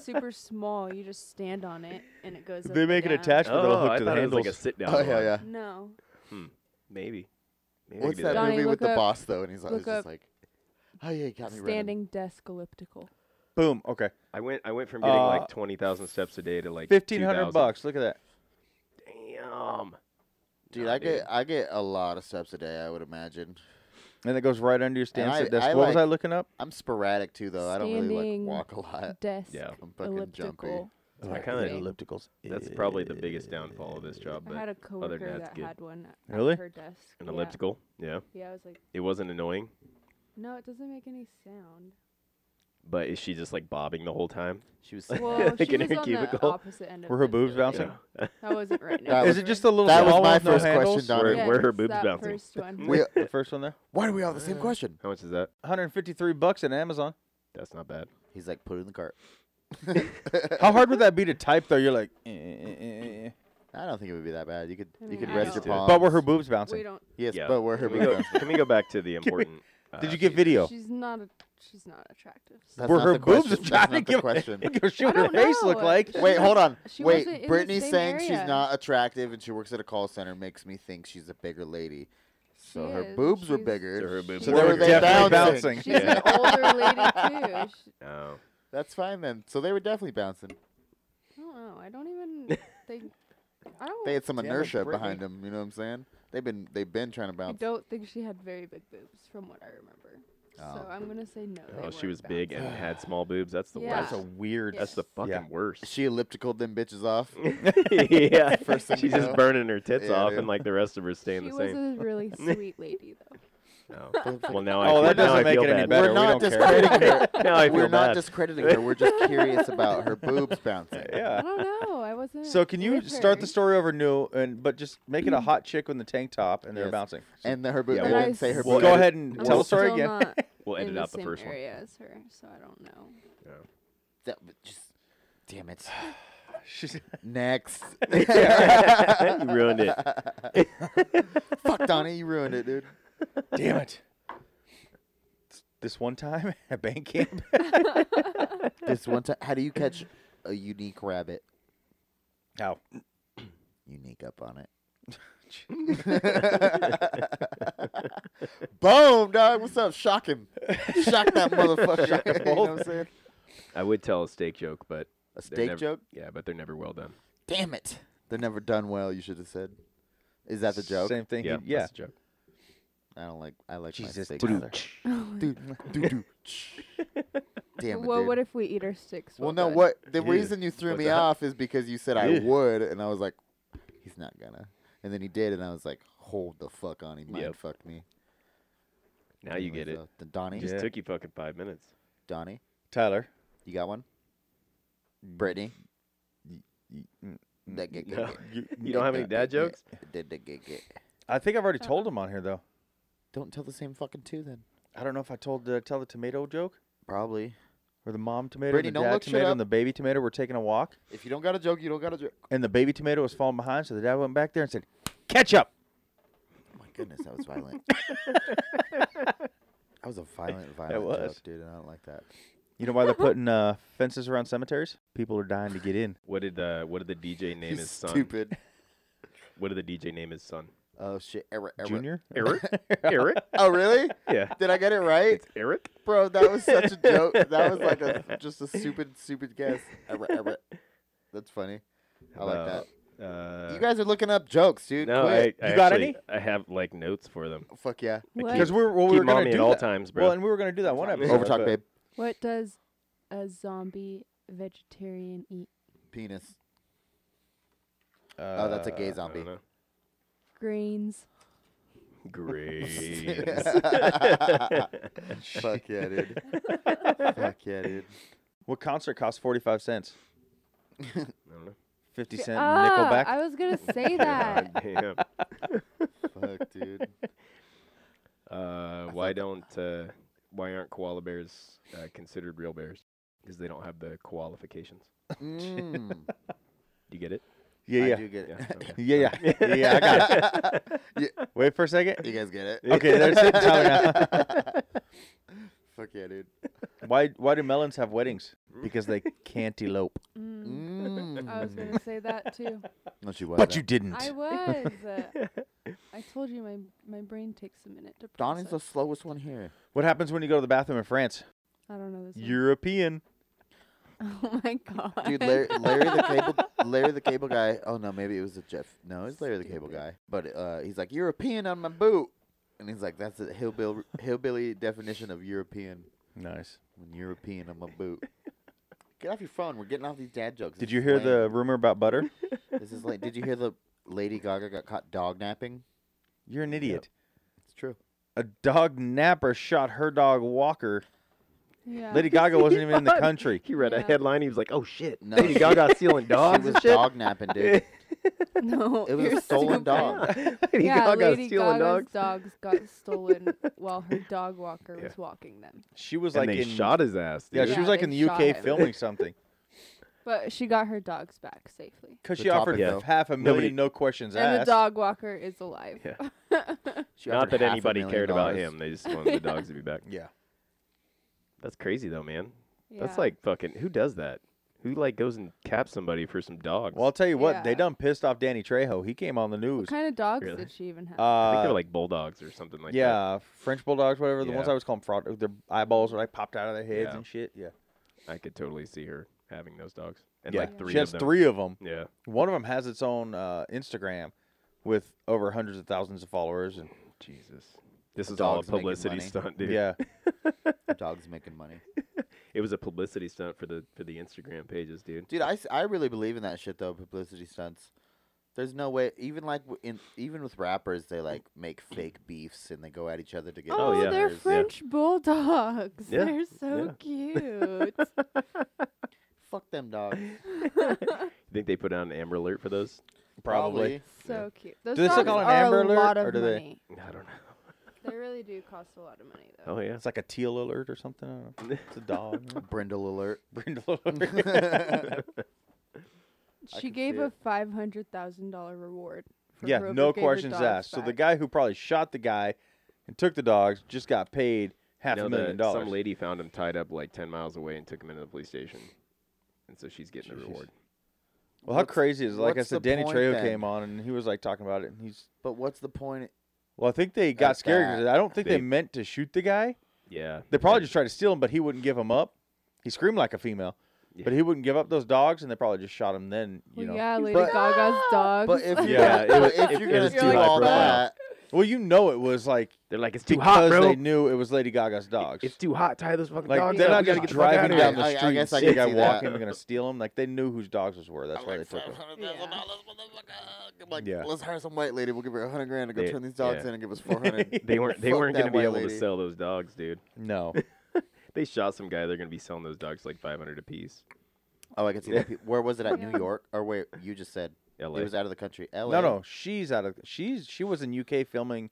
Speaker 3: super small. You just stand on it and it goes. up
Speaker 5: they
Speaker 3: and
Speaker 5: make an
Speaker 3: down.
Speaker 5: attachment that'll
Speaker 6: oh,
Speaker 5: hook
Speaker 6: I
Speaker 5: to the
Speaker 6: thought it was
Speaker 5: handles.
Speaker 6: like a sit down.
Speaker 4: Oh yeah, yeah.
Speaker 3: No.
Speaker 6: Maybe. Maybe I
Speaker 4: What's
Speaker 6: could do
Speaker 4: that
Speaker 3: Johnny,
Speaker 4: movie with
Speaker 3: look
Speaker 4: the
Speaker 3: up-
Speaker 4: boss though? And he's always
Speaker 3: look
Speaker 4: just
Speaker 3: up
Speaker 4: like, "Oh yeah, you got me running."
Speaker 3: Standing desk elliptical.
Speaker 5: Boom. Okay.
Speaker 6: I went. I went from getting
Speaker 5: Uh,
Speaker 6: like twenty thousand steps a day to like
Speaker 5: Fifteen hundred
Speaker 6: 2,000.
Speaker 5: bucks. Look at that.
Speaker 6: Damn.
Speaker 4: Dude,
Speaker 6: Nah,
Speaker 4: I get I get a lot of steps a day. I would imagine.
Speaker 5: And it goes right under your stand
Speaker 4: I-
Speaker 5: sit desk.
Speaker 4: I
Speaker 5: what was
Speaker 4: like-
Speaker 5: I looking up?
Speaker 4: I'm sporadic too, though. I don't really
Speaker 3: Standing
Speaker 4: like walk a lot.
Speaker 3: Desk
Speaker 6: Yeah.
Speaker 4: I'm Uh, fucking jumpy.
Speaker 3: elliptical.
Speaker 6: Oh, I
Speaker 3: type
Speaker 6: kinda-
Speaker 3: thing.
Speaker 5: ellipticals.
Speaker 6: That's probably the biggest downfall of this job.
Speaker 3: I had
Speaker 6: But
Speaker 3: a coworker
Speaker 6: than that's
Speaker 3: that
Speaker 6: good.
Speaker 3: had one. at
Speaker 5: Really?
Speaker 3: Her desk.
Speaker 6: an
Speaker 3: Yeah.
Speaker 6: elliptical. Yeah.
Speaker 3: Yeah, I was like,
Speaker 6: It wasn't annoying,
Speaker 3: no, it doesn't make any sound.
Speaker 6: but is she just like bobbing the whole time?
Speaker 4: She was.
Speaker 3: Well,
Speaker 6: Like
Speaker 3: she
Speaker 6: in
Speaker 3: was
Speaker 6: a
Speaker 3: on the
Speaker 6: cubicle?
Speaker 3: opposite end of
Speaker 5: Were her
Speaker 3: the
Speaker 5: boobs
Speaker 3: building.
Speaker 5: bouncing?
Speaker 6: Yeah.
Speaker 3: I wasn't right
Speaker 4: That
Speaker 3: now.
Speaker 4: was-
Speaker 5: Is it just a little?
Speaker 4: That was
Speaker 5: small
Speaker 4: my
Speaker 5: with no
Speaker 4: first question,
Speaker 5: handles?
Speaker 4: Donnie.
Speaker 6: Where,
Speaker 4: Yeah,
Speaker 6: where her
Speaker 3: it's
Speaker 6: boobs
Speaker 3: that
Speaker 6: bouncing?
Speaker 3: First one.
Speaker 4: we,
Speaker 5: The first one there.
Speaker 4: why do we all have the same question?
Speaker 6: How much is that?
Speaker 5: 153 bucks at Amazon.
Speaker 6: That's not bad.
Speaker 4: He's like, put it in the cart.
Speaker 5: How hard would that be to type though? You're like, eh, eh, eh, eh, eh.
Speaker 4: I don't think it would be that bad. You could
Speaker 3: I
Speaker 4: you
Speaker 3: mean,
Speaker 4: could
Speaker 3: I
Speaker 4: rest your
Speaker 6: don't-
Speaker 4: palms.
Speaker 5: but were her boobs bouncing?
Speaker 3: We don't.
Speaker 4: Yes,
Speaker 6: Yeah.
Speaker 4: but were her
Speaker 6: Can we
Speaker 4: boobs
Speaker 6: go,
Speaker 4: bouncing?
Speaker 6: can we go back to the
Speaker 5: me-
Speaker 6: important?
Speaker 5: Did
Speaker 6: uh,
Speaker 5: you get video?
Speaker 3: She's not. A, she's not attractive. so-
Speaker 4: That's
Speaker 5: Were
Speaker 4: not
Speaker 5: her
Speaker 4: the
Speaker 5: boobs
Speaker 4: question.
Speaker 5: trying
Speaker 4: That's
Speaker 5: to
Speaker 4: not the
Speaker 5: give-
Speaker 4: question.
Speaker 5: Look at what
Speaker 3: I
Speaker 5: her
Speaker 3: don't
Speaker 5: face
Speaker 3: know.
Speaker 5: look like.
Speaker 3: She
Speaker 4: Wait,
Speaker 3: was-
Speaker 4: hold on.
Speaker 3: she
Speaker 4: Wait,
Speaker 3: wasn't in the
Speaker 4: Brittany's
Speaker 3: same
Speaker 4: saying she's
Speaker 3: area.
Speaker 4: not attractive and she works at a call center makes me think she's a bigger lady. So
Speaker 3: She
Speaker 4: her
Speaker 3: is,
Speaker 4: boobs were
Speaker 3: she's-
Speaker 4: bigger.
Speaker 6: So her boobs
Speaker 4: so
Speaker 6: were
Speaker 4: they were
Speaker 6: bigger.
Speaker 4: they
Speaker 5: Definitely
Speaker 4: bouncing.
Speaker 5: bouncing.
Speaker 3: She's an older lady too. She,
Speaker 6: Oh,
Speaker 4: That's fine then. So they were definitely bouncing.
Speaker 3: I don't know. I don't even. They. I don't.
Speaker 4: They had some
Speaker 5: Damn it,
Speaker 4: inertia
Speaker 5: Brittany.
Speaker 4: behind them. You know what I'm saying? They've been they've been trying to
Speaker 3: I
Speaker 4: bounce.
Speaker 3: don't think she had very big boobs, from what I remember. So
Speaker 4: Oh.
Speaker 3: I'm gonna say no. they
Speaker 6: oh, she
Speaker 3: weren't
Speaker 6: was big and
Speaker 3: bouncing.
Speaker 6: had small boobs. That's the
Speaker 3: Yeah.
Speaker 5: That's
Speaker 6: worst.
Speaker 5: a weird.
Speaker 6: That's the fucking
Speaker 5: Yeah.
Speaker 6: worst.
Speaker 4: She ellipticaled them bitches off.
Speaker 6: yeah,
Speaker 4: First thing
Speaker 6: she's
Speaker 4: you
Speaker 6: just
Speaker 4: know.
Speaker 6: burning her tits
Speaker 4: Yeah,
Speaker 6: off,
Speaker 4: dude.
Speaker 6: and like the rest of her staying
Speaker 3: She
Speaker 6: the
Speaker 3: was
Speaker 6: same.
Speaker 3: a really sweet lady, though.
Speaker 6: Oh. Well, now I
Speaker 5: Oh,
Speaker 6: feel,
Speaker 5: that
Speaker 6: now I
Speaker 5: doesn't make
Speaker 6: feel
Speaker 5: it any
Speaker 6: bad.
Speaker 5: better.
Speaker 4: We're
Speaker 5: We don't
Speaker 4: not
Speaker 5: care.
Speaker 4: discrediting her.
Speaker 6: now I feel
Speaker 4: We're not
Speaker 6: bad.
Speaker 4: discrediting her. We're just curious about her boobs bouncing.
Speaker 3: I
Speaker 5: Yeah.
Speaker 3: don't know. I wasn't.
Speaker 5: So can you
Speaker 3: with
Speaker 5: start
Speaker 3: her.
Speaker 5: the story over new and but just make
Speaker 3: Mm.
Speaker 5: it a hot chick in the tank top and they're
Speaker 4: Yes.
Speaker 5: bouncing.
Speaker 4: And the, her boobs.
Speaker 6: Yeah,
Speaker 4: we
Speaker 3: we'll-
Speaker 4: didn't say her
Speaker 5: Well,
Speaker 4: boobs.
Speaker 5: go ahead and
Speaker 3: I'm
Speaker 5: tell the
Speaker 3: still
Speaker 5: story again.
Speaker 3: Not
Speaker 6: We'll
Speaker 3: in
Speaker 6: edit
Speaker 3: the
Speaker 6: out the
Speaker 3: same
Speaker 6: first one.
Speaker 3: area as her, so I don't know.
Speaker 4: That- but just- damn it.
Speaker 5: She's
Speaker 4: Next.
Speaker 6: you ruined it.
Speaker 4: Fuck Donnie, you ruined it, dude.
Speaker 5: Damn it. This one time at bank camp.
Speaker 4: This one time, how do you catch a unique rabbit?
Speaker 5: How?
Speaker 4: Unique up on it. Boom, dog. What's up? Shock him. Shock that motherfucker. you know what I'm saying?
Speaker 6: I would tell a steak joke, but
Speaker 4: A
Speaker 6: they're
Speaker 4: steak
Speaker 6: never-
Speaker 4: joke?
Speaker 6: Yeah, but they're never well done.
Speaker 4: Damn it. They're never done well, you should have said. Is that the joke?
Speaker 5: Same thing.
Speaker 6: Yeah,
Speaker 5: Yeah. yeah.
Speaker 6: that's a joke.
Speaker 4: I don't like I like
Speaker 5: Jesus,
Speaker 4: my steak.
Speaker 5: dude.
Speaker 4: rather. Dude, dude, dude. Damn it,
Speaker 3: well,
Speaker 4: dude.
Speaker 3: what if we eat our sticks?
Speaker 4: Well,
Speaker 3: Well,
Speaker 4: no.
Speaker 3: done?
Speaker 4: What the
Speaker 6: Yeah.
Speaker 4: reason you threw
Speaker 6: What
Speaker 4: me
Speaker 6: the-
Speaker 4: off is because you said I
Speaker 6: Yeah.
Speaker 4: would, and I was like, he's not gonna. And then he did, and I was like, hold the fuck on, he mind
Speaker 6: Yep.
Speaker 4: fucked me.
Speaker 6: Now you get it.
Speaker 4: So, the Donnie,
Speaker 6: It just
Speaker 5: Yeah.
Speaker 6: took you fucking five minutes.
Speaker 4: Donnie,
Speaker 5: Tyler.
Speaker 4: you got one. Brittany.
Speaker 5: y- mm,
Speaker 4: That get-
Speaker 6: No.
Speaker 4: get-
Speaker 5: You,
Speaker 6: You don't have any dad jokes?
Speaker 4: get- get- get- get- get.
Speaker 5: I think I've already
Speaker 3: Uh-huh.
Speaker 5: told him on here though.
Speaker 4: Don't tell the same fucking two then.
Speaker 5: I don't know if I told did I tell the tomato joke
Speaker 4: Probably.
Speaker 5: or the mom tomato,
Speaker 4: Brittany,
Speaker 5: and the
Speaker 4: don't
Speaker 5: dad
Speaker 4: look shit
Speaker 5: tomato,
Speaker 4: up.
Speaker 5: and the baby tomato were taking a walk,
Speaker 4: If you don't got a joke, you don't got a joke.
Speaker 5: and the baby tomato was falling behind, so the dad went back there and said, "Catch up."
Speaker 4: Oh my goodness, that was violent. that was a violent, violent
Speaker 5: was.
Speaker 4: joke, dude. and I don't like that.
Speaker 5: You know why they're putting uh, fences around cemeteries? People are dying to get in.
Speaker 6: What did uh, what did the DJ name
Speaker 4: He's
Speaker 6: his son?
Speaker 4: stupid.
Speaker 6: What did the DJ name his son?
Speaker 4: Oh shit, Eric. Eric.
Speaker 5: Junior?
Speaker 6: Eric. Eric.
Speaker 4: Oh really?
Speaker 6: Yeah.
Speaker 4: Did I get it right?
Speaker 6: It's Eric.
Speaker 4: Bro, that was such a joke. That was like a just a stupid, stupid guess. Err, err. That's funny. I like that.
Speaker 6: that. Uh,
Speaker 4: You guys are looking up jokes, dude.
Speaker 6: no, I,
Speaker 4: Quit.
Speaker 6: I
Speaker 5: You got
Speaker 6: actually-
Speaker 5: any?
Speaker 6: I have like notes for them.
Speaker 4: Fuck yeah.
Speaker 3: What?
Speaker 5: Because we were, well, we
Speaker 6: Keep
Speaker 5: were going
Speaker 6: mommy at
Speaker 5: to do
Speaker 6: all
Speaker 5: that.
Speaker 6: times, bro.
Speaker 5: Well, and we were going to do that one episode.
Speaker 4: Overtalk,
Speaker 5: but-
Speaker 4: babe.
Speaker 3: What does a zombie vegetarian eat?
Speaker 4: Penis. oh, that's a
Speaker 6: uh,
Speaker 4: gay zombie.
Speaker 3: Grains.
Speaker 6: Great.
Speaker 4: Fuck yeah, dude. Fuck yeah, dude.
Speaker 5: What concert costs 45 cents?
Speaker 6: I don't know.
Speaker 5: 50
Speaker 3: Sh-
Speaker 5: cent
Speaker 3: Ah,
Speaker 5: Nickelback?
Speaker 3: I was gonna say that.
Speaker 6: God damn.
Speaker 4: Fuck, dude.
Speaker 6: Uh, why don't uh, why aren't koala bears uh, considered real bears? Because they don't have the qualifications.
Speaker 4: Mm.
Speaker 6: Do you get it?
Speaker 5: Yeah,
Speaker 4: I
Speaker 5: yeah.
Speaker 4: do get it.
Speaker 6: Yeah, okay.
Speaker 5: Yeah, yeah. Yeah, yeah, I got it. Wait for a second.
Speaker 4: You guys get it?
Speaker 5: Okay, there's it. Tyler now.
Speaker 4: Fuck yeah, dude.
Speaker 5: Why why do melons have weddings? Because they can't elope.
Speaker 3: Mm, I was
Speaker 4: Mm.
Speaker 3: gonna say that too.
Speaker 4: Don't you was.
Speaker 5: But you didn't.
Speaker 3: I was. Uh, I told you my my brain takes a minute to process.
Speaker 4: Donnie's the slowest one here.
Speaker 5: What happens when you go to the bathroom in France?
Speaker 3: I don't know this. one.
Speaker 5: European.
Speaker 3: Oh my god.
Speaker 4: Dude, Larry, Larry the cable, Larry the cable guy. Oh no, maybe it was a Jeff. No, it's Larry the cable guy. But uh, he's like European on my boot, and he's like, that's a hillbilly, hillbilly definition of European.
Speaker 5: Nice.
Speaker 4: When European on my boot. Get off your phone. We're getting off these dad jokes.
Speaker 5: Did
Speaker 4: This
Speaker 5: you
Speaker 4: is
Speaker 5: hear
Speaker 4: lame.
Speaker 5: the rumor about butter?
Speaker 4: This is like. Did you hear the Lady Gaga got caught dog napping?
Speaker 5: You're an idiot.
Speaker 4: It's true.
Speaker 5: A dog napper shot her dog Walker.
Speaker 3: Yeah.
Speaker 5: Lady Gaga wasn't even in the country.
Speaker 6: He read a
Speaker 3: Yeah.
Speaker 6: headline. He was like, "Oh shit,
Speaker 4: No,
Speaker 6: Lady
Speaker 4: she-
Speaker 6: Gaga stealing dogs
Speaker 4: she was
Speaker 6: and shit."
Speaker 4: dog napping, dude.
Speaker 3: No,
Speaker 4: It was
Speaker 3: you're
Speaker 4: a stolen
Speaker 3: stupid.
Speaker 4: dog.
Speaker 6: Lady
Speaker 3: yeah,
Speaker 6: Gaga
Speaker 3: Lady
Speaker 6: stealing
Speaker 3: Gaga's
Speaker 6: dogs.
Speaker 3: dogs got stolen while her dog walker
Speaker 6: Yeah.
Speaker 3: was walking them.
Speaker 5: She was
Speaker 6: and
Speaker 5: like
Speaker 6: they
Speaker 5: in
Speaker 6: shot his ass.
Speaker 5: Yeah,
Speaker 6: Dude.
Speaker 5: she
Speaker 3: Yeah,
Speaker 5: was like
Speaker 3: they
Speaker 5: in the
Speaker 3: shot
Speaker 5: UK
Speaker 3: him.
Speaker 5: filming something.
Speaker 3: But she got her dogs back safely.
Speaker 5: Because
Speaker 4: The
Speaker 5: she offered
Speaker 4: topic, though.
Speaker 5: half a million,
Speaker 6: Nobody-
Speaker 5: no questions
Speaker 3: And the
Speaker 5: asked.
Speaker 3: dog walker is alive.
Speaker 6: Yeah.
Speaker 4: She
Speaker 6: Not
Speaker 4: offered
Speaker 6: that
Speaker 4: half a
Speaker 6: anybody
Speaker 4: million
Speaker 6: cared about
Speaker 4: dollars.
Speaker 6: him. They just wanted the dogs to be back.
Speaker 5: Yeah.
Speaker 6: That's crazy though, man.
Speaker 3: Yeah.
Speaker 6: That's like fucking. Who does that? Who like goes and caps somebody for some dogs?
Speaker 5: Well, I'll tell you what, they
Speaker 3: Yeah.
Speaker 5: done pissed off Danny Trejo. He came on the news.
Speaker 3: What kind of dogs
Speaker 6: Really?
Speaker 3: did she even have?
Speaker 6: I think
Speaker 5: Uh,
Speaker 6: they're like bulldogs or something like that.
Speaker 5: yeah, French bulldogs, whatever. The ones
Speaker 6: Yeah.
Speaker 5: I was calling fraud, their eyeballs were like popped out of their heads
Speaker 6: Yeah.
Speaker 5: and shit. Yeah.
Speaker 6: I could totally see her having those dogs. And
Speaker 5: yeah.
Speaker 6: like three
Speaker 5: she
Speaker 6: of
Speaker 5: has
Speaker 6: them.
Speaker 5: three of them.
Speaker 6: Yeah.
Speaker 5: One of them has its own uh, Instagram with over hundreds of thousands of followers. And
Speaker 6: Jesus. This
Speaker 4: The
Speaker 6: is all a
Speaker 4: dog's making
Speaker 6: publicity
Speaker 4: money.
Speaker 6: stunt, dude.
Speaker 5: yeah,
Speaker 4: The dog's making money.
Speaker 6: It was a publicity stunt for the for the Instagram pages, dude.
Speaker 4: Dude, I, s- I really believe in that shit though. Publicity stunts. There's no way. Even like w- in even with rappers, they like make fake beefs and they go at each other to get.
Speaker 6: Oh, yeah.
Speaker 3: they're
Speaker 4: numbers.
Speaker 3: French bulldogs.
Speaker 6: Yeah.
Speaker 3: They're so cute.
Speaker 4: Fuck them dogs.
Speaker 6: You think they put out an Amber Alert for those?
Speaker 5: probably.
Speaker 3: so cute. Those
Speaker 5: they
Speaker 3: dogs
Speaker 5: still call it an
Speaker 3: are
Speaker 5: Amber
Speaker 3: a
Speaker 5: Alert,
Speaker 3: lot
Speaker 5: or
Speaker 3: of
Speaker 5: do they-
Speaker 3: money.
Speaker 6: I don't know.
Speaker 3: They really do cost a lot of money though.
Speaker 6: Oh yeah.
Speaker 5: It's like a teal alert or something. I don't know. It's a dog.
Speaker 4: Brindle alert.
Speaker 5: Brindle alert.
Speaker 4: Dude,
Speaker 3: she
Speaker 4: can
Speaker 3: gave
Speaker 4: see
Speaker 3: a
Speaker 4: it.
Speaker 3: five hundred thousand dollar reward. For
Speaker 5: yeah,
Speaker 3: whoever
Speaker 5: no
Speaker 3: gave her
Speaker 5: questions
Speaker 3: dogs
Speaker 5: asked. So the
Speaker 3: back.
Speaker 5: guy who probably shot the guy and took the dogs just got paid half
Speaker 6: No,
Speaker 5: a million
Speaker 6: the-
Speaker 5: dollars.
Speaker 6: Some lady found him tied up like ten miles away and took him into the police station, and so she's getting
Speaker 5: Jeez.
Speaker 6: the reward.
Speaker 5: Well, how
Speaker 4: What's-
Speaker 5: crazy is it? like I
Speaker 4: what's
Speaker 5: said,
Speaker 4: the
Speaker 5: Danny
Speaker 4: point
Speaker 5: Trejo
Speaker 4: then?
Speaker 5: came on and he was like talking about it, and he's
Speaker 4: But what's the point?
Speaker 5: well, I think they got
Speaker 4: At
Speaker 5: scared because
Speaker 4: that,
Speaker 5: I don't think they,
Speaker 6: they-
Speaker 5: meant to shoot the guy.
Speaker 6: Yeah.
Speaker 5: They probably just tried to steal him, but he wouldn't give him up. He screamed like a female,
Speaker 6: Yeah.
Speaker 5: but he wouldn't give up those dogs, and they probably just shot him. Then
Speaker 3: Well,
Speaker 5: you know,
Speaker 3: yeah, Lady
Speaker 4: But-
Speaker 3: Gaga's dogs.
Speaker 4: But if you're
Speaker 5: Yeah,
Speaker 4: yeah,
Speaker 5: it
Speaker 4: gonna,
Speaker 6: was- it-
Speaker 4: if you're
Speaker 6: it
Speaker 4: gonna
Speaker 6: was
Speaker 4: do
Speaker 6: too high
Speaker 4: all
Speaker 6: profile.
Speaker 4: that,
Speaker 5: well, you know, it was like
Speaker 6: They're like, it's too hot,
Speaker 5: because
Speaker 6: bro.
Speaker 5: they knew it was Lady Gaga's dogs.
Speaker 6: It's too hot. Tie those fucking
Speaker 5: like
Speaker 6: dogs
Speaker 5: they're
Speaker 6: up.
Speaker 5: not
Speaker 6: We gotta
Speaker 5: just
Speaker 6: get the fuck
Speaker 5: driving
Speaker 6: outta
Speaker 5: down
Speaker 4: outta here.
Speaker 5: the
Speaker 4: I- I
Speaker 5: street and
Speaker 4: guess I
Speaker 5: see a
Speaker 4: can
Speaker 5: guy
Speaker 4: see that.
Speaker 5: walking, they're gonna steal him. Like they knew whose dogs those were. That's why they took them.
Speaker 4: I'm like,
Speaker 5: Yeah.
Speaker 4: let's hire some white lady. We'll give her hundred grand to go
Speaker 6: They-
Speaker 4: turn these dogs
Speaker 6: yeah.
Speaker 4: in and give us four hundred.
Speaker 6: here. They weren't. They
Speaker 4: Fuck
Speaker 6: weren't
Speaker 4: that
Speaker 6: gonna be
Speaker 4: white
Speaker 6: able
Speaker 4: lady.
Speaker 6: to sell those dogs, dude.
Speaker 5: No,
Speaker 6: They shot some guy. They're gonna be selling those dogs like five hundred apiece.
Speaker 4: oh, I can see
Speaker 6: Yeah.
Speaker 4: that. Pe- Where was it at? New
Speaker 3: Yeah.
Speaker 4: York? Or wait, you just said
Speaker 6: L.A.
Speaker 4: it was out of the country. L.A.
Speaker 5: no, no. She's out of. She's she was in UK filming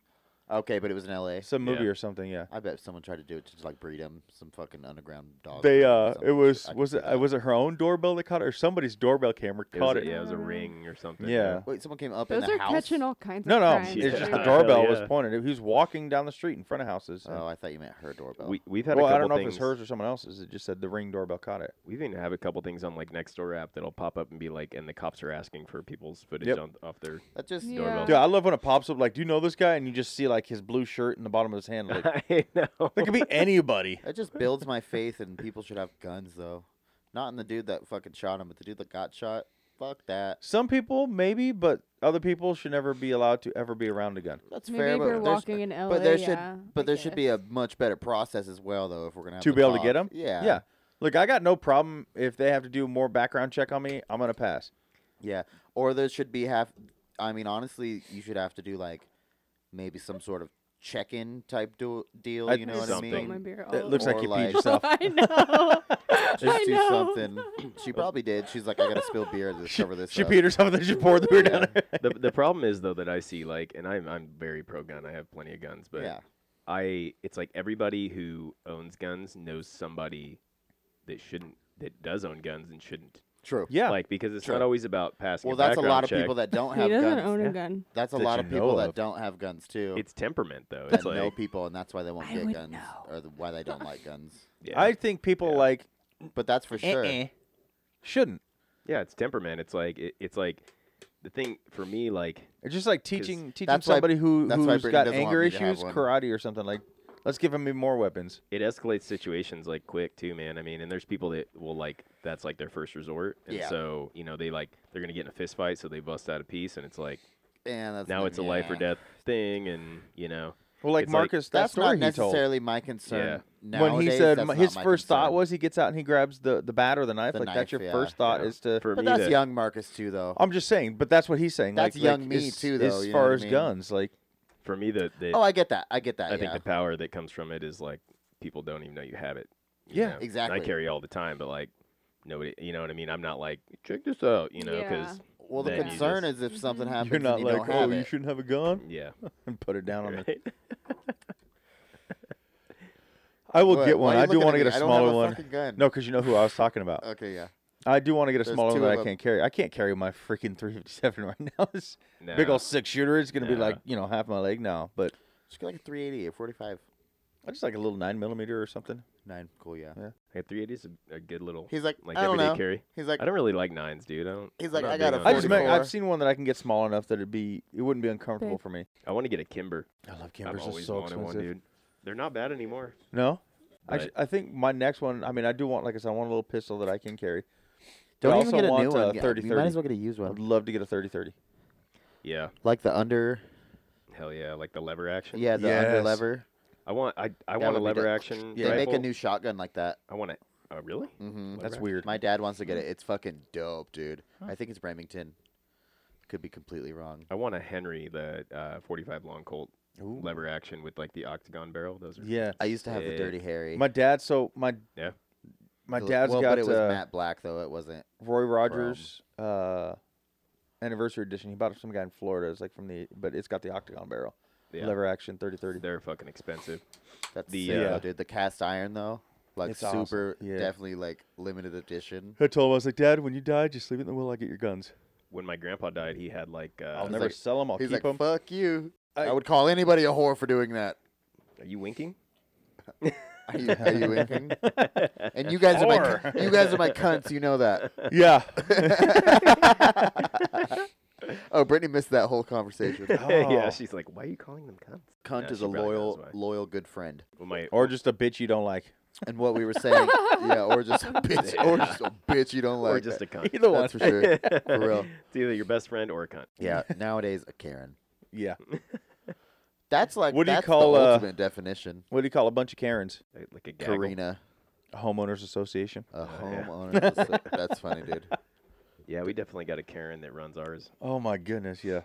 Speaker 4: Okay, but it was in L.A.
Speaker 5: some movie
Speaker 6: Yeah.
Speaker 5: or something. Yeah.
Speaker 4: I bet someone tried to do it to just like breed them some fucking underground
Speaker 6: Oh,
Speaker 4: dog.
Speaker 5: They
Speaker 4: breed or
Speaker 5: uh,
Speaker 4: some
Speaker 5: it was
Speaker 4: shit. I
Speaker 5: was
Speaker 4: could
Speaker 5: it
Speaker 4: see that.
Speaker 5: was it her own doorbell that caught it or somebody's doorbell camera
Speaker 6: It was,
Speaker 5: caught
Speaker 6: a,
Speaker 5: it?
Speaker 6: yeah, it was a ring or something.
Speaker 5: Yeah.
Speaker 4: Wait, someone came up in
Speaker 3: those
Speaker 4: the
Speaker 3: are
Speaker 4: house.
Speaker 3: catching all kinds
Speaker 5: No,
Speaker 3: of
Speaker 5: no,
Speaker 3: crimes.
Speaker 5: it's just the
Speaker 6: Yeah.
Speaker 3: everywhere.
Speaker 5: doorbell
Speaker 6: Hell
Speaker 5: was
Speaker 6: yeah.
Speaker 5: pointed. He was walking down the street in front of houses. and-
Speaker 4: Oh, I thought you meant her doorbell.
Speaker 6: We we've had
Speaker 5: well,
Speaker 6: a couple
Speaker 5: I don't know
Speaker 6: things.
Speaker 5: if it's hers or someone else's. It just said the ring doorbell caught it.
Speaker 6: We even have a couple things on like Nextdoor app that'll pop up and be like, and the cops are asking for people's footage
Speaker 5: Yep.
Speaker 6: on, off their.
Speaker 4: that just
Speaker 3: Yeah.
Speaker 5: Dude, I love when it pops up like, "Do you know this guy?" And you just see like his blue shirt and the bottom of his hand. Like,
Speaker 6: I know.
Speaker 5: it could be anybody.
Speaker 4: that just builds my faith in people should have guns though. Not in the dude that fucking shot him, but the dude that got shot. Fuck that.
Speaker 5: Some people maybe, but other people should never be allowed to ever be around a gun.
Speaker 4: That's
Speaker 3: Maybe
Speaker 4: fair.
Speaker 3: if
Speaker 4: but
Speaker 3: you're
Speaker 4: there's-
Speaker 3: walking in LA,
Speaker 4: but there
Speaker 3: yeah,
Speaker 4: should but
Speaker 3: I
Speaker 4: there should be
Speaker 3: guess.
Speaker 4: a much better process as well though if we're gonna have
Speaker 5: to
Speaker 4: the
Speaker 5: be able to
Speaker 4: cops.
Speaker 5: get them.
Speaker 4: Yeah,
Speaker 5: yeah. Look, I got no problem if they have to do more background check on me. I'm gonna pass.
Speaker 4: yeah. Or there should be half. I mean, honestly, you should have to do like maybe some sort of check-in type do- deal.
Speaker 5: I-
Speaker 4: You know
Speaker 3: I
Speaker 4: what I
Speaker 3: just
Speaker 6: Something.
Speaker 3: spilled my
Speaker 4: mean?
Speaker 3: beer all
Speaker 5: It looks
Speaker 3: over
Speaker 5: like
Speaker 4: Oh. Or
Speaker 5: you
Speaker 4: like-
Speaker 5: peed yourself.
Speaker 3: I know. Oh I
Speaker 4: Just do
Speaker 3: know.
Speaker 4: something. She probably did. She's like, I gotta spill beer to
Speaker 5: She,
Speaker 4: cover this.
Speaker 5: she
Speaker 4: up.
Speaker 5: peed herself and then she poured the beer down.
Speaker 4: Yeah.
Speaker 5: her.
Speaker 6: the the problem is though that I see like, and I'm I'm very pro gun. I have plenty of guns, but
Speaker 4: yeah.
Speaker 6: I it's like everybody who owns guns knows somebody that shouldn't that does own guns and shouldn't.
Speaker 4: True.
Speaker 5: Yeah.
Speaker 6: Like because it's
Speaker 4: Sure.
Speaker 6: not always about passing.
Speaker 4: Well, that's a lot
Speaker 6: background
Speaker 4: of people
Speaker 6: check.
Speaker 4: that don't
Speaker 3: he
Speaker 4: have
Speaker 3: doesn't
Speaker 4: guns.
Speaker 3: own
Speaker 5: yeah.
Speaker 3: a gun.
Speaker 4: That's a
Speaker 5: that
Speaker 4: lot
Speaker 5: you
Speaker 4: of
Speaker 5: know
Speaker 4: people that
Speaker 5: of.
Speaker 4: don't have guns too.
Speaker 6: It's temperament though.
Speaker 4: that
Speaker 6: It's like
Speaker 4: know people, and that's why they won't
Speaker 3: I
Speaker 4: get
Speaker 3: would
Speaker 4: guns,
Speaker 3: know.
Speaker 4: or the, why they don't like guns.
Speaker 6: yeah.
Speaker 5: I think people
Speaker 6: Yeah.
Speaker 5: like
Speaker 4: But that's for sure.
Speaker 3: Uh-uh.
Speaker 5: "Eh-eh," shouldn't.
Speaker 6: yeah, it's temperament. It's like it, it's like the thing for me like
Speaker 5: It's just like teaching teaching
Speaker 4: that's why-
Speaker 5: somebody who
Speaker 4: that's why
Speaker 5: who's
Speaker 4: Brittany
Speaker 5: got
Speaker 4: doesn't want
Speaker 5: anger
Speaker 4: me to have
Speaker 5: issues
Speaker 4: one.
Speaker 5: karate or something like. Let's give him even more weapons.
Speaker 6: it escalates situations like quick too, man. I mean, and there's people that will like that's like their first resort, and
Speaker 4: Yeah.
Speaker 6: so you know they like they're gonna get in a fist fight, so they bust out a piece, and it's like
Speaker 4: And that's
Speaker 6: now
Speaker 4: not-
Speaker 6: it's a life or
Speaker 4: yeah.
Speaker 6: death thing, and you know
Speaker 5: Well, like
Speaker 6: It's like-
Speaker 5: Marcus, that
Speaker 4: That's
Speaker 5: story
Speaker 4: not
Speaker 5: he told.
Speaker 4: necessarily my concern.
Speaker 5: when he
Speaker 4: Nowadays,
Speaker 5: said
Speaker 4: that's
Speaker 5: m-
Speaker 4: not
Speaker 5: his
Speaker 4: my
Speaker 5: first thought
Speaker 4: concern.
Speaker 5: was he gets out and he grabs the, the bat or the knife.
Speaker 4: The
Speaker 5: like that's
Speaker 4: knife,
Speaker 5: your
Speaker 4: yeah.
Speaker 5: first thought
Speaker 6: Yeah.
Speaker 5: is to.
Speaker 6: for
Speaker 4: but
Speaker 6: me Oh,
Speaker 4: that's
Speaker 6: to,
Speaker 4: young Marcus too, though.
Speaker 5: I'm just saying, but that's what he's saying.
Speaker 4: That's
Speaker 5: like,
Speaker 4: young
Speaker 5: like,
Speaker 4: me
Speaker 5: is-
Speaker 4: too,
Speaker 5: is
Speaker 4: though,
Speaker 5: As
Speaker 4: you know
Speaker 5: far
Speaker 4: what I
Speaker 5: as
Speaker 4: mean?
Speaker 5: guns, like
Speaker 6: for me the, the
Speaker 4: oh, I get that. I get that.
Speaker 6: I think
Speaker 4: yeah.
Speaker 6: the power that comes from it is like people don't even know you have it. you
Speaker 5: Yeah,
Speaker 6: know? And
Speaker 4: exactly.
Speaker 6: I carry all the time, but like nobody, you know what I mean. I'm not like check this out, you know, because
Speaker 4: well, the
Speaker 6: that you
Speaker 4: concern
Speaker 6: just-
Speaker 4: is if something happens,
Speaker 5: you're not
Speaker 4: and you
Speaker 5: like,
Speaker 4: don't
Speaker 5: oh,
Speaker 4: have
Speaker 5: you
Speaker 4: it.
Speaker 5: shouldn't have a gun
Speaker 6: yeah,
Speaker 5: and put it down on the.
Speaker 6: right?
Speaker 5: I will
Speaker 4: What?
Speaker 5: get
Speaker 4: Why
Speaker 5: one.
Speaker 4: are you
Speaker 5: I do
Speaker 4: looking
Speaker 5: want
Speaker 4: at
Speaker 5: to get
Speaker 4: me?
Speaker 5: a
Speaker 4: I don't have
Speaker 5: smaller
Speaker 4: a
Speaker 5: one.
Speaker 4: fucking gun.
Speaker 5: No, because you know who I was talking about.
Speaker 4: Okay, yeah.
Speaker 5: I do want to get a
Speaker 4: There's
Speaker 5: smaller
Speaker 4: two
Speaker 5: one that
Speaker 4: of
Speaker 5: I
Speaker 4: 'em.
Speaker 5: can't carry. I can't carry my freaking 357 right now. This big
Speaker 6: Nah.
Speaker 5: old six shooter is going to be
Speaker 6: Nah.
Speaker 5: like you know half my leg now. But
Speaker 4: Just get like a 380 or 45.
Speaker 5: I just like a little nine millimeter or something.
Speaker 4: Nine. Cool. Yeah.
Speaker 5: Yeah.
Speaker 6: Like, 380 is a, a good little
Speaker 4: He's like,
Speaker 6: like
Speaker 4: I don't
Speaker 6: everyday
Speaker 4: know.
Speaker 6: carry.
Speaker 4: He's like,
Speaker 6: I don't really like nines, dude. I don't.
Speaker 4: He's
Speaker 6: I'm
Speaker 4: like,
Speaker 6: not
Speaker 4: "I got
Speaker 6: big
Speaker 4: a
Speaker 6: on
Speaker 5: I just
Speaker 6: nines.
Speaker 5: meant, I've
Speaker 4: 44.
Speaker 5: seen one that I can get small enough that it'd be it wouldn't be uncomfortable
Speaker 2: Big.
Speaker 5: for me.
Speaker 6: I want to get a Kimber.
Speaker 5: I love
Speaker 6: I've always wanted one, dude. They're not bad anymore.
Speaker 5: No, I,
Speaker 6: But-
Speaker 5: ju- I think my next one. I mean, I do want like I said, I want a little pistol that I can carry. But
Speaker 4: Don't
Speaker 5: I
Speaker 4: even
Speaker 5: also
Speaker 4: get a
Speaker 5: want
Speaker 4: new one.
Speaker 5: uh, 30
Speaker 4: You might as well get a used
Speaker 5: I'd
Speaker 4: one.
Speaker 5: love to get a 30-30.
Speaker 6: Yeah,
Speaker 4: Like the under.
Speaker 6: hell yeah, like the lever action.
Speaker 4: Yeah, the under
Speaker 5: Yes.
Speaker 4: lever.
Speaker 6: I want. I I
Speaker 4: That
Speaker 6: want a
Speaker 4: would be
Speaker 6: lever
Speaker 4: dope.
Speaker 6: action.
Speaker 5: Yeah.
Speaker 4: They make a
Speaker 6: rifle.
Speaker 4: new shotgun like that.
Speaker 6: I want it. Oh really?
Speaker 4: Mm-hmm.
Speaker 5: That's
Speaker 6: Lever
Speaker 5: weird.
Speaker 4: My dad wants to get it.
Speaker 5: Mm-hmm.
Speaker 4: It's fucking dope, dude. I think it's Remington. Could be completely wrong.
Speaker 6: I want a Henry, the uh, 45 long Colt lever action with like the octagon barrel. Those are
Speaker 5: Yeah,
Speaker 4: I used to have the
Speaker 6: Yeah.
Speaker 4: Dirty Harry.
Speaker 5: my dad. So my
Speaker 6: Yeah.
Speaker 5: my
Speaker 4: L-
Speaker 5: dad's
Speaker 4: well,
Speaker 5: got
Speaker 4: but it was
Speaker 5: uh,
Speaker 4: matte black though. It wasn't.
Speaker 5: Roy Rogers uh, anniversary edition. He bought it from some guy in Florida. It's like from the, but it's got the octagon barrel,
Speaker 6: Yeah.
Speaker 5: lever action, 30-30.
Speaker 6: They're fucking expensive.
Speaker 4: That's the
Speaker 6: The,
Speaker 5: uh,
Speaker 4: dude. The cast iron though, like
Speaker 5: It's awesome.
Speaker 4: super,
Speaker 5: Yeah.
Speaker 4: definitely like limited edition.
Speaker 5: I told him I was like, Dad, when you die, just leave it in the will. I get your guns.
Speaker 6: When my grandpa died, he had like, uh,
Speaker 5: I'll never
Speaker 4: like-
Speaker 5: sell them. I'll
Speaker 4: He's
Speaker 5: keep
Speaker 4: like,
Speaker 5: them.
Speaker 4: fuck you. I,
Speaker 5: I-
Speaker 4: would call anybody a whore for doing that.
Speaker 6: are you winking?
Speaker 4: Are you, are you winking? and you guys are my, you guys are my cunts. You know that.
Speaker 5: yeah.
Speaker 4: Oh, Brittany missed that whole conversation.
Speaker 5: Oh.
Speaker 6: yeah, she's like, why are you calling them cunts?
Speaker 4: Cunt
Speaker 6: Yeah,
Speaker 4: is
Speaker 6: she
Speaker 4: a
Speaker 6: probably knows
Speaker 4: loyal,
Speaker 6: why.
Speaker 4: loyal good friend.
Speaker 6: Well, my
Speaker 5: or just a bitch you don't like.
Speaker 4: And what we were saying, yeah, or just a bitch, or just a bitch you don't like.
Speaker 6: or just a cunt.
Speaker 5: Either one.
Speaker 4: That's for sure. For real.
Speaker 6: It's either your best friend or a cunt.
Speaker 4: Yeah, nowadays a Karen.
Speaker 5: Yeah.
Speaker 4: That's like
Speaker 5: What do you
Speaker 4: that's
Speaker 5: call,
Speaker 4: the
Speaker 5: uh,
Speaker 4: ultimate definition.
Speaker 5: What do you call a bunch of Karens?
Speaker 6: Like- Uh, Like a gaggle.
Speaker 4: Karina,
Speaker 5: A homeowners association.
Speaker 4: a
Speaker 6: yeah.
Speaker 4: homeowner. asso- that's funny, dude.
Speaker 6: Yeah, we definitely got a Karen that runs ours.
Speaker 5: Oh my goodness. Yeah.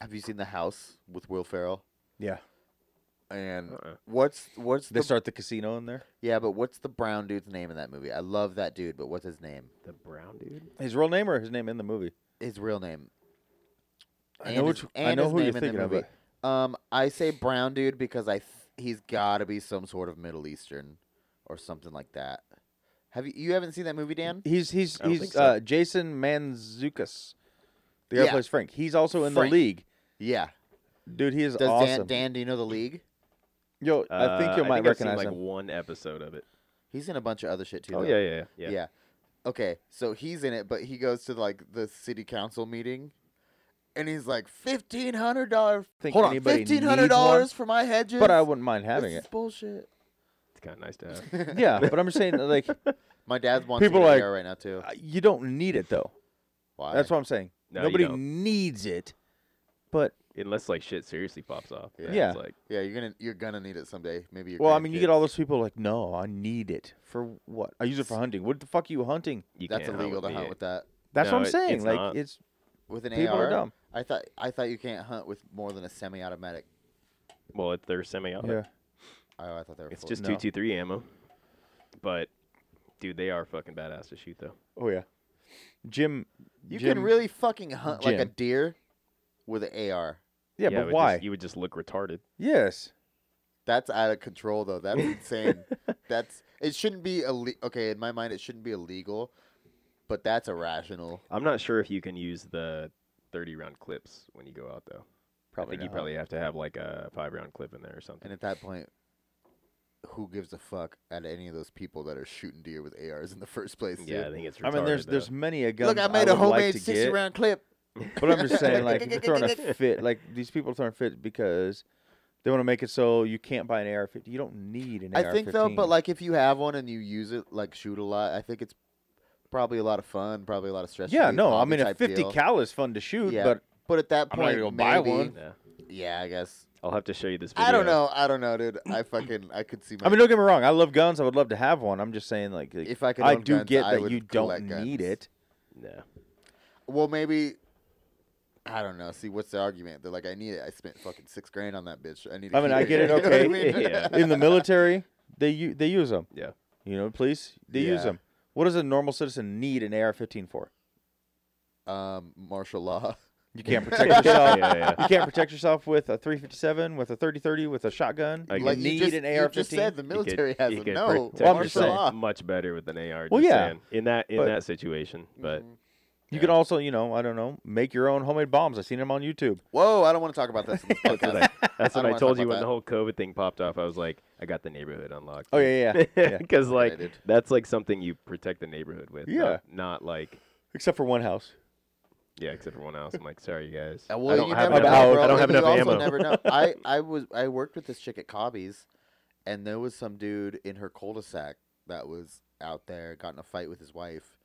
Speaker 4: Have you seen The House with Will Ferrell?
Speaker 5: Yeah.
Speaker 4: And
Speaker 6: Uh-uh.
Speaker 4: what's what's
Speaker 5: They
Speaker 4: the
Speaker 5: start the casino in there.
Speaker 4: yeah? But what's the brown dude's name in that movie? I love that dude, but what's his name?
Speaker 6: The brown dude?
Speaker 5: His real name or his name in the movie?
Speaker 4: His real name.
Speaker 5: I
Speaker 4: And
Speaker 5: know
Speaker 4: his-
Speaker 5: which- I
Speaker 4: and
Speaker 5: know
Speaker 4: his
Speaker 5: who you're
Speaker 4: name in the
Speaker 5: thinking of,
Speaker 4: movie. Um, I say brown dude because I th- he's got to be some sort of Middle Eastern or something like that. Have you you haven't seen that movie, Dan?
Speaker 5: He's he's
Speaker 6: I don't
Speaker 5: he's
Speaker 6: think so.
Speaker 5: uh, Jason Manzukas. The guy who
Speaker 4: Yeah.
Speaker 5: plays Frank. He's also in
Speaker 4: Frank.
Speaker 5: the league.
Speaker 4: Yeah.
Speaker 5: Dude, he is
Speaker 4: Does
Speaker 5: awesome.
Speaker 4: Dan, Dan? Do you know the league?
Speaker 5: Yo, I think you
Speaker 6: Uh,
Speaker 5: might
Speaker 6: I've seen,
Speaker 5: recognize
Speaker 6: like
Speaker 5: him.
Speaker 6: one episode of it.
Speaker 4: He's in a bunch of other shit too.
Speaker 6: Oh,
Speaker 4: though.
Speaker 6: yeah, yeah, yeah.
Speaker 4: Yeah. Okay, so he's in it, but he goes to like the city council meeting, and he's like fifteen hundred dollars.
Speaker 5: Think
Speaker 4: Hold on,
Speaker 5: anybody needs
Speaker 4: fifteen hundred dollars for my hedges.
Speaker 5: but I wouldn't mind
Speaker 4: This
Speaker 5: having
Speaker 4: is
Speaker 5: it.
Speaker 4: bullshit.
Speaker 6: It's kind of nice to have.
Speaker 5: Yeah, but I'm just saying, like,
Speaker 4: My dad wants
Speaker 5: People
Speaker 4: to
Speaker 5: are like,
Speaker 4: get a AR right now too.
Speaker 5: you don't need it though.
Speaker 4: Why?
Speaker 5: That's what I'm saying.
Speaker 6: No, you
Speaker 5: Nobody
Speaker 6: don't.
Speaker 5: needs it, but
Speaker 6: Unless like shit seriously pops off. then
Speaker 5: Yeah.
Speaker 6: It's like,
Speaker 4: Yeah, you're gonna you're gonna need it someday. Maybe. Your
Speaker 5: well, I mean, you
Speaker 4: grandkids.
Speaker 5: get all those people like, no, I need it for what? I use it for hunting. What the fuck are you hunting?
Speaker 6: you
Speaker 4: That's
Speaker 6: can't
Speaker 4: illegal to
Speaker 6: me
Speaker 4: hunt with that.
Speaker 5: That's
Speaker 6: No,
Speaker 5: what I'm
Speaker 6: it-
Speaker 5: saying.
Speaker 6: it's
Speaker 5: like,
Speaker 6: not.
Speaker 5: it's
Speaker 4: With an
Speaker 5: People
Speaker 4: AR,
Speaker 5: are dumb.
Speaker 4: I thought I thought you can't hunt with more than a semi-automatic.
Speaker 6: Well, it, they're semi-auto.
Speaker 5: yeah.
Speaker 4: Oh, I thought they were.
Speaker 6: It's
Speaker 4: full.
Speaker 6: just
Speaker 5: No.
Speaker 6: two two three ammo. But dude, they are fucking badass to shoot though.
Speaker 5: Oh yeah, Jim.
Speaker 4: you
Speaker 5: Jim,
Speaker 4: can really fucking hunt like a
Speaker 5: Jim.
Speaker 4: deer with an AR.
Speaker 5: Yeah,
Speaker 6: it
Speaker 5: but
Speaker 6: would
Speaker 5: why?
Speaker 6: Just, you would just look retarded.
Speaker 5: Yes.
Speaker 4: That's out of control, though. That's insane. That's it shouldn't be illegal. Okay, in my mind, it shouldn't be illegal, but that's irrational.
Speaker 6: I'm not sure if you can use the 30 round clips when you go out though. I
Speaker 5: Probably
Speaker 6: think you
Speaker 5: not.
Speaker 6: probably have to have like a five round clip in there or something.
Speaker 4: And at that point, who gives a fuck at any of those people that are shooting deer with ARs in the first place?
Speaker 6: yeah, I
Speaker 4: dude?
Speaker 6: think it's. Retarded,
Speaker 5: I mean, there's
Speaker 6: though.
Speaker 5: there's many a gun.
Speaker 4: Look, I made a
Speaker 5: would like
Speaker 4: homemade
Speaker 5: to
Speaker 4: sixty
Speaker 5: get.
Speaker 4: round clip.
Speaker 5: But I'm just saying, like you're throwing a fit. Like these people are throwing fits because they want to make it so you can't buy an AR-50. You don't need an
Speaker 4: I
Speaker 5: AR-15.
Speaker 4: think though, but like if you have one and you use it, like shoot a lot, I think it's probably a lot of fun, probably a lot of stress.
Speaker 5: yeah,
Speaker 4: relief,
Speaker 5: no, I
Speaker 4: hobby
Speaker 5: mean a
Speaker 4: type
Speaker 5: 50
Speaker 4: deal.
Speaker 5: cal is fun to shoot,
Speaker 4: Yeah.
Speaker 5: but
Speaker 4: But at that
Speaker 5: I'm
Speaker 4: point,
Speaker 5: not gonna go buy
Speaker 4: maybe-
Speaker 5: one.
Speaker 6: Yeah.
Speaker 4: Yeah, I guess.
Speaker 6: I'll have to show you this. Video.
Speaker 4: I don't know. I don't know, dude. I fucking I could see. My,
Speaker 5: I mean, don't get me wrong. I love guns. I would love to have one. I'm just saying, like, like,
Speaker 4: if I could,
Speaker 5: I
Speaker 4: own
Speaker 5: do
Speaker 4: guns,
Speaker 5: get
Speaker 4: I
Speaker 5: that
Speaker 4: would
Speaker 5: you don't
Speaker 4: collect guns.
Speaker 5: need it.
Speaker 6: No.
Speaker 4: Well, maybe. I don't know. See, what's the argument? They're like, I need it. I spent fucking six grand on that bitch. I need. to
Speaker 5: I mean,
Speaker 4: keep
Speaker 5: I get it,
Speaker 4: You know what I
Speaker 5: okay.
Speaker 4: mean?
Speaker 6: Yeah.
Speaker 5: In the military, they u- they use them.
Speaker 6: Yeah.
Speaker 5: You know, police they use
Speaker 4: Yeah.
Speaker 5: them. What does a normal citizen need an AR-15 for?
Speaker 4: Um, martial law.
Speaker 5: You can't protect yourself.
Speaker 6: Yeah, yeah.
Speaker 5: You can't protect yourself with a 357, with a 3030, with a shotgun.
Speaker 6: I
Speaker 5: you
Speaker 6: guess.
Speaker 4: you
Speaker 5: need
Speaker 4: just-
Speaker 5: an
Speaker 4: you
Speaker 5: AR-15.
Speaker 4: just said the
Speaker 6: You could-
Speaker 4: military
Speaker 6: you
Speaker 4: has
Speaker 6: could
Speaker 4: it. No,
Speaker 6: protect
Speaker 5: Well, I'm just
Speaker 4: martial
Speaker 5: saying.
Speaker 4: law.
Speaker 6: much better with an AR.
Speaker 5: Well,
Speaker 6: just
Speaker 5: yeah.
Speaker 6: saying. in that in
Speaker 5: But-
Speaker 6: that situation, but
Speaker 4: Mhm.
Speaker 5: You
Speaker 6: Yeah.
Speaker 5: can also, you know, I don't know, make your own homemade bombs. I've seen them on YouTube.
Speaker 4: Whoa, I don't want to talk about this. on this
Speaker 6: that's what
Speaker 4: podcast.
Speaker 6: I, that's
Speaker 4: I
Speaker 6: what
Speaker 4: don't
Speaker 6: I
Speaker 4: wanna
Speaker 6: told
Speaker 4: talk
Speaker 6: you
Speaker 4: about
Speaker 6: when
Speaker 4: that.
Speaker 6: the whole COVID thing popped off. I was like, I got the neighborhood unlocked.
Speaker 5: Oh yeah, yeah, yeah.
Speaker 6: because like
Speaker 4: Yeah, dude.
Speaker 6: that's like something you protect the neighborhood with.
Speaker 5: Yeah.
Speaker 6: not, not like
Speaker 5: Except for one house.
Speaker 6: yeah, except for one house. I'm like, sorry, you guys.
Speaker 4: Uh, Well,
Speaker 6: I don't
Speaker 4: you
Speaker 6: have
Speaker 4: never
Speaker 5: enough-
Speaker 4: know,
Speaker 5: ammo.
Speaker 4: bro.
Speaker 6: I don't have
Speaker 4: You
Speaker 6: enough
Speaker 4: also
Speaker 6: ammo.
Speaker 4: never know. I, I was I worked with this chick at Cobby's, and there was some dude in her cul-de-sac that was out there, got in a fight with his wife,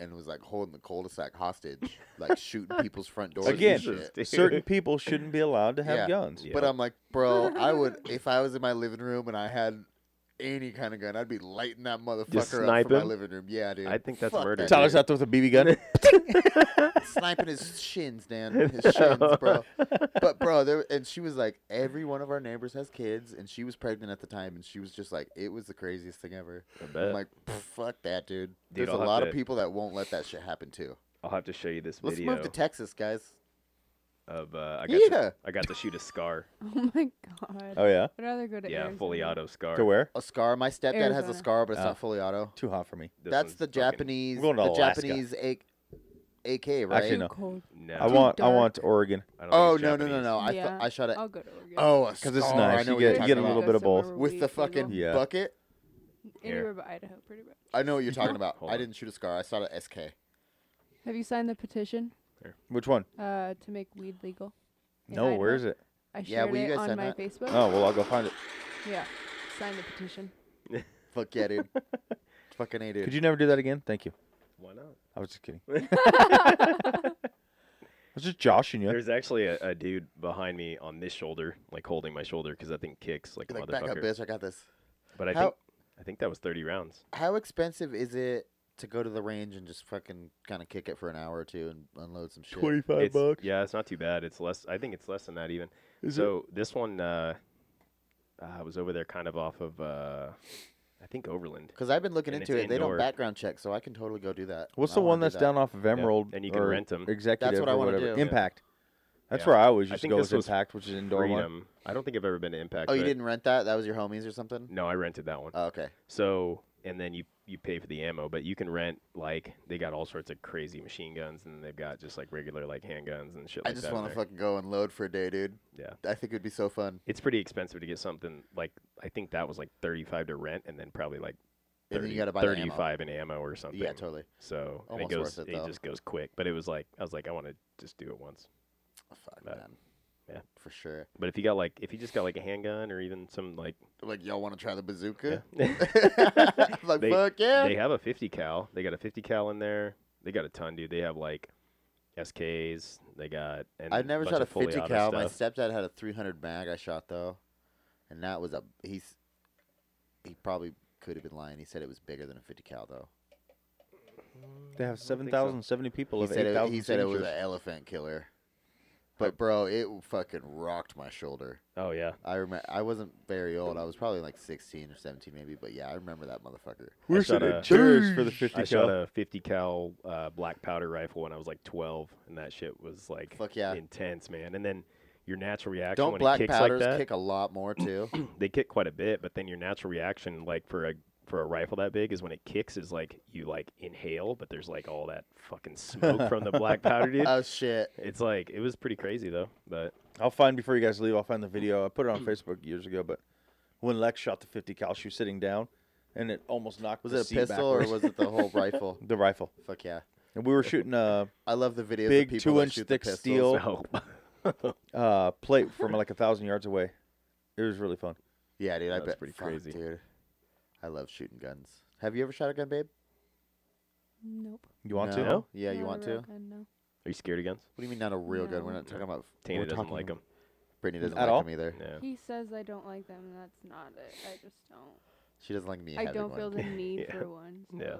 Speaker 4: and was like holding the cul-de-sac hostage, like shooting people's front doors. and
Speaker 5: Again,
Speaker 4: shit.
Speaker 6: dude.
Speaker 5: Certain people shouldn't be allowed to have
Speaker 4: Yeah.
Speaker 5: guns.
Speaker 6: Yeah.
Speaker 4: But um, I'm like, bro, I would if I was in my living room and I had any kind of gun, I'd be lighting that motherfucker up from
Speaker 6: snipe
Speaker 4: my
Speaker 6: him?
Speaker 4: living room. Yeah, dude.
Speaker 6: I think that's
Speaker 4: Fuck
Speaker 6: murder.
Speaker 4: that.
Speaker 5: Tyler's out there with a BB gun.
Speaker 4: sniping his shins, Dan. His shins, bro. But bro, there and she was like, every one of our neighbors has kids, and she was pregnant at the time, and she was just like, it was the craziest thing ever.
Speaker 6: I
Speaker 4: I'm
Speaker 5: Uh,
Speaker 6: bet.
Speaker 4: like, "Pff, fuck that, dude.
Speaker 6: Dude,
Speaker 4: There's
Speaker 6: I'll
Speaker 4: a
Speaker 6: have
Speaker 4: lot
Speaker 6: to-
Speaker 4: of people that won't let that shit happen too.
Speaker 6: I'll have to show you this
Speaker 4: Let's
Speaker 6: video
Speaker 4: move to Texas, guys.
Speaker 6: of uh, I got
Speaker 4: Yeah,
Speaker 6: to, I got to shoot a scar.
Speaker 2: Oh my god.
Speaker 5: oh yeah.
Speaker 2: I'd rather go to
Speaker 6: Yeah,
Speaker 2: Arizona.
Speaker 6: fully auto scar.
Speaker 5: To where?
Speaker 4: a scar. My stepdad has a
Speaker 2: Arizona.
Speaker 4: scar, but it's
Speaker 5: Oh.
Speaker 4: not fully auto.
Speaker 5: Too hot for me.
Speaker 6: This
Speaker 4: That's
Speaker 6: one's
Speaker 4: the
Speaker 6: fucking-
Speaker 4: Japanese,
Speaker 5: We're going to
Speaker 4: the
Speaker 5: Alaska.
Speaker 4: Japanese A- AK, right?
Speaker 5: Actually, no.
Speaker 2: Cold.
Speaker 6: No,
Speaker 5: I want. I
Speaker 2: dark.
Speaker 5: want Oregon
Speaker 6: I don't
Speaker 4: Oh
Speaker 6: think
Speaker 4: no,
Speaker 6: it's
Speaker 4: no, no,
Speaker 6: Japanese.
Speaker 4: no! I th-
Speaker 2: Yeah.
Speaker 4: I shot it.
Speaker 2: I'll go to Oregon.
Speaker 4: Oh, a
Speaker 5: because it's
Speaker 4: scar, I
Speaker 5: nice.
Speaker 4: know
Speaker 5: You
Speaker 4: what you're
Speaker 5: get, you get a
Speaker 4: talking
Speaker 5: little
Speaker 4: about.
Speaker 5: bit of both.
Speaker 2: Somewhere
Speaker 4: with
Speaker 2: we
Speaker 4: the
Speaker 2: can go.
Speaker 4: fucking
Speaker 5: Yeah.
Speaker 4: bucket.
Speaker 2: Anywhere but Idaho, pretty much.
Speaker 4: I know what you're talking about.
Speaker 6: Hold
Speaker 4: I
Speaker 6: on.
Speaker 4: didn't shoot a scar. I shot a SK.
Speaker 2: Have you signed the petition
Speaker 5: Which one?
Speaker 2: uh, to make weed legal? in
Speaker 5: No,
Speaker 2: Idaho?
Speaker 5: where is it?
Speaker 2: I
Speaker 4: Yeah,
Speaker 2: shared
Speaker 4: will you
Speaker 2: it
Speaker 4: guys
Speaker 2: on
Speaker 4: sign
Speaker 2: my
Speaker 4: that?
Speaker 2: Facebook.
Speaker 5: Oh well, I'll go find it.
Speaker 2: Yeah, sign the petition.
Speaker 4: Fuck yeah, dude. Fucking A, dude.
Speaker 5: Could you never do that again? Thank you.
Speaker 6: Why not?
Speaker 5: I was just kidding. I was just joshing you.
Speaker 6: There's actually a, a dude behind me on this shoulder, like holding my shoulder, because I think kicks like a
Speaker 4: Be like, back up,
Speaker 6: motherfucker.
Speaker 4: bitch. I got this.
Speaker 6: But I
Speaker 4: How-
Speaker 6: think I think that was 30 rounds.
Speaker 4: How expensive is it to go to the range and just fucking kind of kick it for an hour or two and unload some shit?
Speaker 5: Twenty-five
Speaker 6: It's- Yeah, it's not too bad. It's less. I think it's less than that even.
Speaker 5: Is it?
Speaker 6: so this one, uh, uh, was over there kind of off of, uh, I think Overland.
Speaker 4: Because I've been looking
Speaker 6: And
Speaker 4: into
Speaker 6: it's
Speaker 4: it. They don't
Speaker 6: indoor.
Speaker 4: background check, so I can totally go do that.
Speaker 5: What's
Speaker 4: I
Speaker 5: the
Speaker 4: wanna
Speaker 5: one
Speaker 4: do
Speaker 5: that's
Speaker 4: that.
Speaker 5: down off of Emerald?
Speaker 6: and you can
Speaker 5: or
Speaker 6: rent 'em.
Speaker 5: Executive.
Speaker 4: That's what I
Speaker 5: or
Speaker 4: wanna
Speaker 5: whatever.
Speaker 4: do.
Speaker 5: Impact. That's
Speaker 6: Yeah.
Speaker 5: where I always
Speaker 6: I
Speaker 5: used to
Speaker 6: think
Speaker 5: go.
Speaker 6: this
Speaker 5: Was
Speaker 6: was
Speaker 5: Impact, which is indoor one.
Speaker 6: Freedom. I don't think I've ever been to Impact.
Speaker 4: Oh, you
Speaker 6: but-
Speaker 4: didn't rent that? That was your homies or something?
Speaker 6: No, I rented that one.
Speaker 4: Oh, okay.
Speaker 6: So and then you you pay for the ammo, but you can rent like they got all sorts of crazy machine guns, and they've got just like regular like handguns and shit
Speaker 4: I
Speaker 6: like
Speaker 4: just
Speaker 6: that. in
Speaker 4: want to
Speaker 6: there.
Speaker 4: fucking go and load for a day, dude.
Speaker 6: Yeah.
Speaker 4: I think it'd be so fun.
Speaker 6: It's pretty expensive to get something like I think that was like 35 to rent, and then probably like
Speaker 4: And then
Speaker 6: 30,
Speaker 4: you gotta buy the ammo.
Speaker 6: 35 in ammo or something.
Speaker 4: Yeah, totally.
Speaker 6: So and
Speaker 4: Almost
Speaker 6: it goes,
Speaker 4: worth it,
Speaker 6: it,
Speaker 4: though.
Speaker 6: just goes quick. But it was like, I was like, I want to just do it once.
Speaker 4: Oh, Fuck,
Speaker 6: But-
Speaker 4: man.
Speaker 6: yeah.
Speaker 4: For sure.
Speaker 6: But if you got like, if you just got like a handgun or even some like,
Speaker 4: Like, y'all want to try the bazooka?
Speaker 6: yeah.
Speaker 4: like,
Speaker 6: They-
Speaker 4: fuck yeah.
Speaker 6: they have a 50 cal. They got a 50 cal in there. They got a ton, dude. They have like SKs. They got. And
Speaker 4: I've never
Speaker 6: bunch
Speaker 4: shot a
Speaker 6: of fully
Speaker 4: 50
Speaker 6: auto
Speaker 4: cal. My
Speaker 6: stuff.
Speaker 4: stepdad had a 300 mag I shot though, and that was a he's he probably could have been lying. He said it was bigger than a 50 cal though.
Speaker 5: They have
Speaker 6: so.
Speaker 5: 7,070 people
Speaker 4: He
Speaker 5: of
Speaker 4: said it,
Speaker 5: 8,000
Speaker 4: he said it was
Speaker 5: signatures.
Speaker 4: an elephant killer, but bro, it fucking rocked my shoulder.
Speaker 6: Oh yeah.
Speaker 4: I remember I wasn't very old. I was probably like 16 or 17 maybe, but yeah, I remember that motherfucker.
Speaker 6: I
Speaker 5: We're
Speaker 6: shot
Speaker 5: sitting
Speaker 6: a-
Speaker 5: in chairs for the 50
Speaker 6: I
Speaker 5: cal.
Speaker 6: shot a 50 cal uh, black powder rifle when I was like 12, and that shit was like
Speaker 4: Fuck yeah.
Speaker 6: intense, man. And then your natural reaction
Speaker 4: Don't
Speaker 6: when
Speaker 4: black
Speaker 6: it kicks
Speaker 4: powders
Speaker 6: like that,
Speaker 4: kick a lot more too?
Speaker 6: they kick quite a bit, but then your natural reaction, like for a for a rifle that big is when it kicks is like you like inhale, but there's like all that fucking smoke from the black powder, dude.
Speaker 4: Oh shit!
Speaker 6: It's like it was pretty crazy though, but
Speaker 5: I'll find before you guys leave. I'll find the video. I put it on Facebook years ago, but when Lex shot the 50 cal shoe sitting down, and it almost knocked.
Speaker 4: Was
Speaker 5: the
Speaker 4: it a
Speaker 5: seat
Speaker 4: pistol
Speaker 5: backwards.
Speaker 4: or was it the whole rifle?
Speaker 5: the rifle?
Speaker 4: Fuck yeah!
Speaker 5: And we were shooting a
Speaker 4: I love the videos.
Speaker 5: Big
Speaker 4: of people that
Speaker 5: two-inch
Speaker 4: shoot the
Speaker 5: thick
Speaker 4: pistols.
Speaker 5: steel.
Speaker 6: so
Speaker 5: uh, plate from like a thousand yards away. It was really fun.
Speaker 4: Yeah, dude. I
Speaker 6: That's
Speaker 4: bet.
Speaker 6: pretty
Speaker 4: fuck,
Speaker 6: crazy.
Speaker 4: dude. I love shooting guns. Have you ever shot a gun, babe?
Speaker 2: Nope.
Speaker 5: You want
Speaker 4: no?
Speaker 5: to?
Speaker 6: No?
Speaker 4: Yeah, you
Speaker 2: Not a
Speaker 4: want to?
Speaker 2: real
Speaker 4: What
Speaker 2: gun, no.
Speaker 6: are you scared of guns?
Speaker 4: do you mean not a real gun? We're
Speaker 2: No.
Speaker 4: not talking about.
Speaker 6: Tana
Speaker 4: we're
Speaker 6: doesn't
Speaker 4: talking
Speaker 6: like them.
Speaker 4: Brittany doesn't
Speaker 5: At
Speaker 4: like
Speaker 5: all?
Speaker 4: them either.
Speaker 6: Yeah.
Speaker 2: He says I don't like them, and that's not it. I just don't.
Speaker 4: She doesn't like me.
Speaker 2: I
Speaker 4: having
Speaker 2: don't
Speaker 4: one.
Speaker 2: feel the need
Speaker 6: Yeah.
Speaker 2: for one. So.
Speaker 6: Yeah.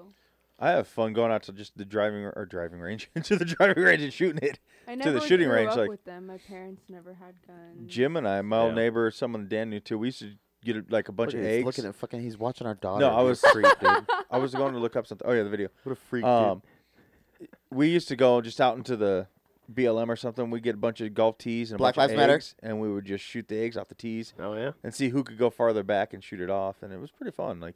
Speaker 5: I have fun going out to just the driving or driving range to the driving range and shooting it.
Speaker 2: I
Speaker 5: the
Speaker 2: never
Speaker 5: shooting
Speaker 2: grew
Speaker 5: range,
Speaker 2: up
Speaker 5: like-
Speaker 2: with them. My parents never had guns.
Speaker 5: Jim and I, my old
Speaker 6: Yeah.
Speaker 5: neighbor, someone Dan knew too. We used to get like a bunch
Speaker 4: Look
Speaker 5: of
Speaker 4: at- he's
Speaker 5: eggs.
Speaker 4: Looking at fucking, he's watching our daughter.
Speaker 5: No, I
Speaker 4: What a
Speaker 5: was-
Speaker 4: freak, dude.
Speaker 5: I was going to look up something. Oh yeah, the video.
Speaker 4: What a freak,
Speaker 5: Um, we used to go just out into the BLM or something. We would get a bunch of golf tees and a
Speaker 4: Black
Speaker 5: bunch
Speaker 4: Lives
Speaker 5: of
Speaker 4: Matter.
Speaker 5: eggs, and we would just shoot the eggs off the tees
Speaker 6: Oh yeah.
Speaker 5: and see who could go farther back and shoot it off. And it was pretty fun. Like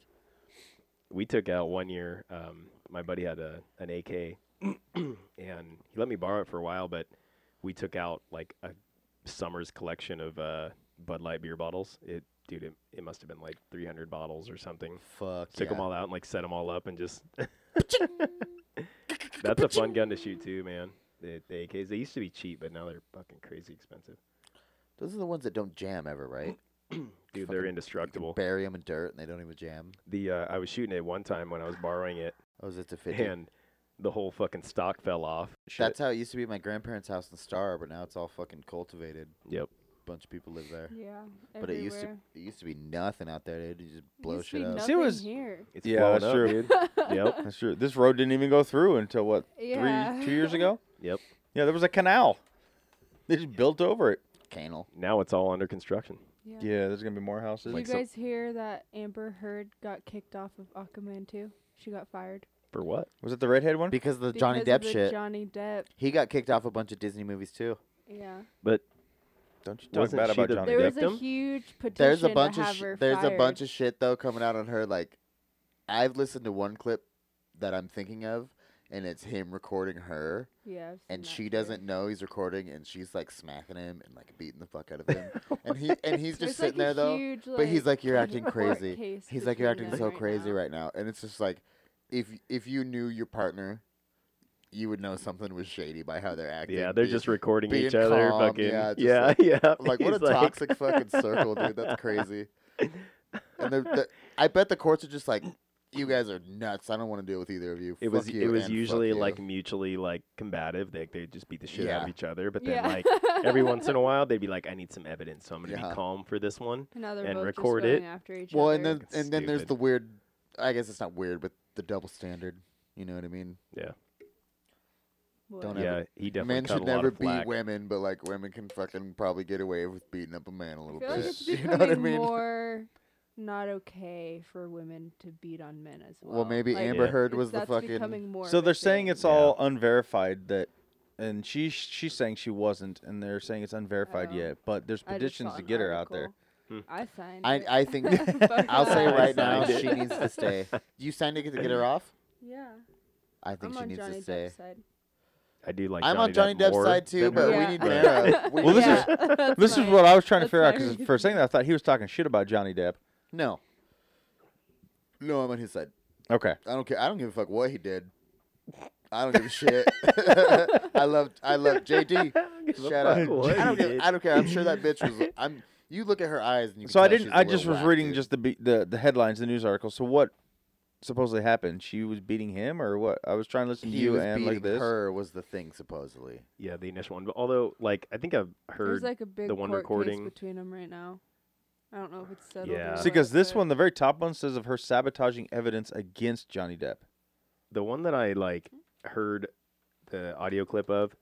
Speaker 6: we took out one year. Um, my buddy had a an AK, and he let me borrow it for a while. But we took out like a summer's collection of uh, Bud Light beer bottles. It, dude, it, it must have been like 300 bottles or something.
Speaker 4: dude. Fuck.
Speaker 6: Took them
Speaker 4: yeah.
Speaker 6: all out and like set them all up and just. That's a fun gun to shoot too, man. The, the AKs they used to be cheap, but now they're fucking crazy expensive.
Speaker 4: Those are the ones that don't jam ever, right?
Speaker 6: Dude, they're
Speaker 4: Fucking- You can
Speaker 6: indestructible.
Speaker 4: bury them in dirt and they don't even jam.
Speaker 6: The uh, I was shooting it one time when I was borrowing it,
Speaker 4: Oh, is it the 50?
Speaker 6: and the whole fucking stock fell off.
Speaker 4: That's how it used to be at my grandparents' house in Star, but now it's all fucking cultivated.
Speaker 6: Yep.
Speaker 4: Bunch of people live there.
Speaker 2: Yeah.
Speaker 4: But it used to
Speaker 2: everywhere.
Speaker 4: it used to be nothing out there, dude. You just blow
Speaker 2: used to
Speaker 4: shit
Speaker 2: be
Speaker 4: up.
Speaker 5: See, it
Speaker 2: nothing
Speaker 5: was-
Speaker 2: here.
Speaker 6: It's
Speaker 5: yeah,
Speaker 6: blown
Speaker 5: that's
Speaker 6: up,
Speaker 5: true.
Speaker 6: dude. yep.
Speaker 5: That's true. This road didn't even go through until what
Speaker 2: Yeah.
Speaker 5: three, two years ago.
Speaker 6: Yep.
Speaker 5: Yeah, there was a canal. They just built over it.
Speaker 4: Canal.
Speaker 6: Now it's all under construction.
Speaker 2: Yeah.
Speaker 5: Yeah, there's gonna be more houses.
Speaker 2: Did
Speaker 6: Like
Speaker 2: you
Speaker 6: some-
Speaker 2: guys hear that Amber Heard got kicked off of Aquaman 2? She got fired.
Speaker 6: For what?
Speaker 5: was it the redhead one?
Speaker 4: Because of the Johnny
Speaker 2: Because of
Speaker 4: Depp
Speaker 2: the
Speaker 4: shit.
Speaker 2: Johnny Depp.
Speaker 4: he got kicked off a bunch of Disney movies too.
Speaker 2: Yeah.
Speaker 6: But
Speaker 5: Don't you talk
Speaker 6: Wasn't
Speaker 5: bad
Speaker 6: she
Speaker 5: about
Speaker 6: the-
Speaker 5: Johnny
Speaker 2: There
Speaker 5: Depp.
Speaker 2: was
Speaker 6: Victim?
Speaker 2: a huge petition
Speaker 4: There's a bunch
Speaker 2: to
Speaker 4: of
Speaker 2: have
Speaker 4: sh-
Speaker 2: her
Speaker 4: there's
Speaker 2: fired.
Speaker 4: a bunch of shit though coming out on her. Like, I've listened to one clip that I'm thinking of, and it's him recording her.
Speaker 2: Yeah. I've seen
Speaker 4: and
Speaker 2: that
Speaker 4: she
Speaker 2: too.
Speaker 4: doesn't know he's recording, and she's like smacking him and like beating the fuck out of him, and he and he's
Speaker 2: There's,
Speaker 4: just sitting
Speaker 2: like,
Speaker 4: there
Speaker 2: a
Speaker 4: though.
Speaker 2: huge,
Speaker 4: but he's like, "You're
Speaker 2: like,
Speaker 4: acting
Speaker 2: court
Speaker 4: crazy."
Speaker 2: case
Speaker 4: He's like, "You're
Speaker 2: between
Speaker 4: acting so
Speaker 2: them
Speaker 4: crazy
Speaker 2: now.
Speaker 4: right now," and it's just like, if if you knew your partner, you would know something was shady by how they're acting.
Speaker 6: Yeah, they're
Speaker 4: Be-
Speaker 6: just recording
Speaker 4: being
Speaker 6: each other.
Speaker 4: calm,
Speaker 6: fucking
Speaker 4: yeah,
Speaker 6: yeah,
Speaker 4: just
Speaker 6: yeah.
Speaker 4: like- like what a
Speaker 6: He's
Speaker 4: toxic fucking circle, dude. That's crazy. And they're, they I bet the courts are just like, "You guys are nuts. I don't want to deal with either of you."
Speaker 6: It was
Speaker 4: Fuck you
Speaker 6: it was
Speaker 4: and fuck
Speaker 6: usually
Speaker 4: you."
Speaker 6: like mutually like combative. They they just beat the shit out
Speaker 4: Yeah.
Speaker 6: of each other. But then
Speaker 2: Yeah.
Speaker 6: like every once in a while they'd be like, I need some evidence, so I'm gonna
Speaker 4: Yeah.
Speaker 6: be calm for this one.
Speaker 2: And now they're
Speaker 6: and
Speaker 2: both
Speaker 6: record
Speaker 2: just
Speaker 6: it.
Speaker 2: going after each
Speaker 4: Well,
Speaker 2: other.
Speaker 4: and then
Speaker 6: Fucking
Speaker 4: and then there's
Speaker 6: stupid.
Speaker 4: the weird. I guess it's not weird, but the double standard. You know what I mean?
Speaker 2: What?
Speaker 4: don't
Speaker 6: Yeah, he definitely
Speaker 4: Men
Speaker 6: cut
Speaker 4: should
Speaker 6: a lot
Speaker 4: never
Speaker 6: of
Speaker 4: beat
Speaker 6: flack.
Speaker 4: women, but like women can fucking probably get away with beating up a man a
Speaker 2: I
Speaker 4: little
Speaker 2: feel
Speaker 4: bit.
Speaker 2: like it's
Speaker 4: you
Speaker 2: becoming
Speaker 4: know what I mean?
Speaker 2: more not okay for women to beat on men as well.
Speaker 4: well, maybe
Speaker 2: Like,
Speaker 4: Amber
Speaker 6: Yeah.
Speaker 4: Heard
Speaker 2: it's-
Speaker 4: was the
Speaker 2: that's
Speaker 4: fucking.
Speaker 2: becoming more.
Speaker 5: So
Speaker 2: of a
Speaker 5: they're saying
Speaker 2: thing.
Speaker 5: it's all unverified that, and she she's saying she wasn't, and they're saying it's unverified
Speaker 2: Oh.
Speaker 5: yet. But there's
Speaker 2: I just
Speaker 5: petitions
Speaker 2: saw
Speaker 5: to
Speaker 2: an
Speaker 5: get her out there.
Speaker 2: article.
Speaker 6: Hmm.
Speaker 2: I signed.
Speaker 4: I
Speaker 2: it.
Speaker 4: I think
Speaker 2: Fuck
Speaker 4: I'll say
Speaker 2: that.
Speaker 4: right now
Speaker 6: Signed it.
Speaker 4: she needs to stay. You signed it to get her off.
Speaker 2: Yeah,
Speaker 4: I think
Speaker 2: I'm
Speaker 4: she
Speaker 2: on
Speaker 4: needs
Speaker 2: Johnny
Speaker 4: to stay.
Speaker 2: Depp's side.
Speaker 6: I do like.
Speaker 4: I'm on Johnny
Speaker 6: Depp
Speaker 4: Depp's
Speaker 6: more
Speaker 4: side too,
Speaker 6: than
Speaker 4: but
Speaker 6: her,
Speaker 4: we
Speaker 2: Yeah.
Speaker 4: need
Speaker 6: but-
Speaker 4: Nara. We
Speaker 5: Well,
Speaker 4: need-
Speaker 5: this is-
Speaker 2: yeah, that's
Speaker 5: This is
Speaker 2: mine.
Speaker 5: what I was trying to
Speaker 2: That's
Speaker 5: figure out
Speaker 2: my
Speaker 5: because for a
Speaker 2: reason.
Speaker 5: second I thought he was talking shit about Johnny Depp.
Speaker 4: no. No, I'm on his side.
Speaker 5: Okay,
Speaker 4: I don't care. I don't give a fuck what he did. I don't give a shit. I love I love JD. Shut up. I
Speaker 6: fuck what
Speaker 4: don't
Speaker 6: he
Speaker 4: give,
Speaker 6: did.
Speaker 4: I don't care. I'm sure that bitch was. I'm. You look at her eyes and you. can
Speaker 5: so I
Speaker 4: tell
Speaker 5: didn't.
Speaker 4: she's a
Speaker 5: I
Speaker 4: little
Speaker 5: just was
Speaker 4: whacked,
Speaker 5: reading
Speaker 4: dude.
Speaker 5: just the be- the the headlines, the news article. So what supposedly happened? She was beating him, or what? I was trying to listen to
Speaker 4: He
Speaker 5: you
Speaker 4: was
Speaker 5: and like
Speaker 4: beating
Speaker 5: this.
Speaker 4: her was the thing supposedly.
Speaker 6: Yeah, the initial one. But although, like, I think I've
Speaker 2: There's
Speaker 6: heard.
Speaker 2: like a big
Speaker 6: the one
Speaker 2: court
Speaker 6: recording.
Speaker 2: case between them right now. I don't know if it's settled.
Speaker 6: Yeah.
Speaker 2: or
Speaker 5: See,
Speaker 6: See,
Speaker 2: what,
Speaker 5: because this
Speaker 2: but-
Speaker 5: one, the very top one, says of her sabotaging evidence against Johnny Depp.
Speaker 6: the one that I like heard the audio clip of,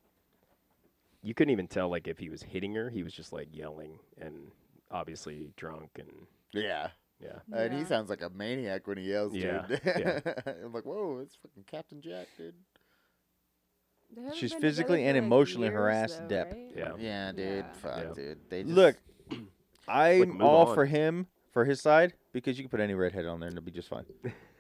Speaker 6: you couldn't even tell like if he was hitting her. He was just like yelling and obviously drunk and
Speaker 4: Yeah.
Speaker 6: yeah.
Speaker 4: uh, and he
Speaker 2: Yeah.
Speaker 4: sounds like a maniac when he yells,
Speaker 6: Yeah,
Speaker 4: dude.
Speaker 6: yeah.
Speaker 4: I'm like, whoa, it's fucking Captain Jack, dude.
Speaker 2: They haven't
Speaker 5: She's
Speaker 2: been together
Speaker 5: physically and
Speaker 2: for, like,
Speaker 5: emotionally
Speaker 2: years,
Speaker 5: harassed
Speaker 2: though,
Speaker 5: Depp.
Speaker 2: right?
Speaker 6: Yeah.
Speaker 4: Yeah, dude.
Speaker 2: Yeah.
Speaker 4: Fuck,
Speaker 6: Yeah.
Speaker 4: dude. They just,
Speaker 5: Look,
Speaker 6: Like,
Speaker 5: I'm
Speaker 6: move
Speaker 5: all
Speaker 6: on.
Speaker 5: for him for his side because you can put any redhead on there and it'll be just fine.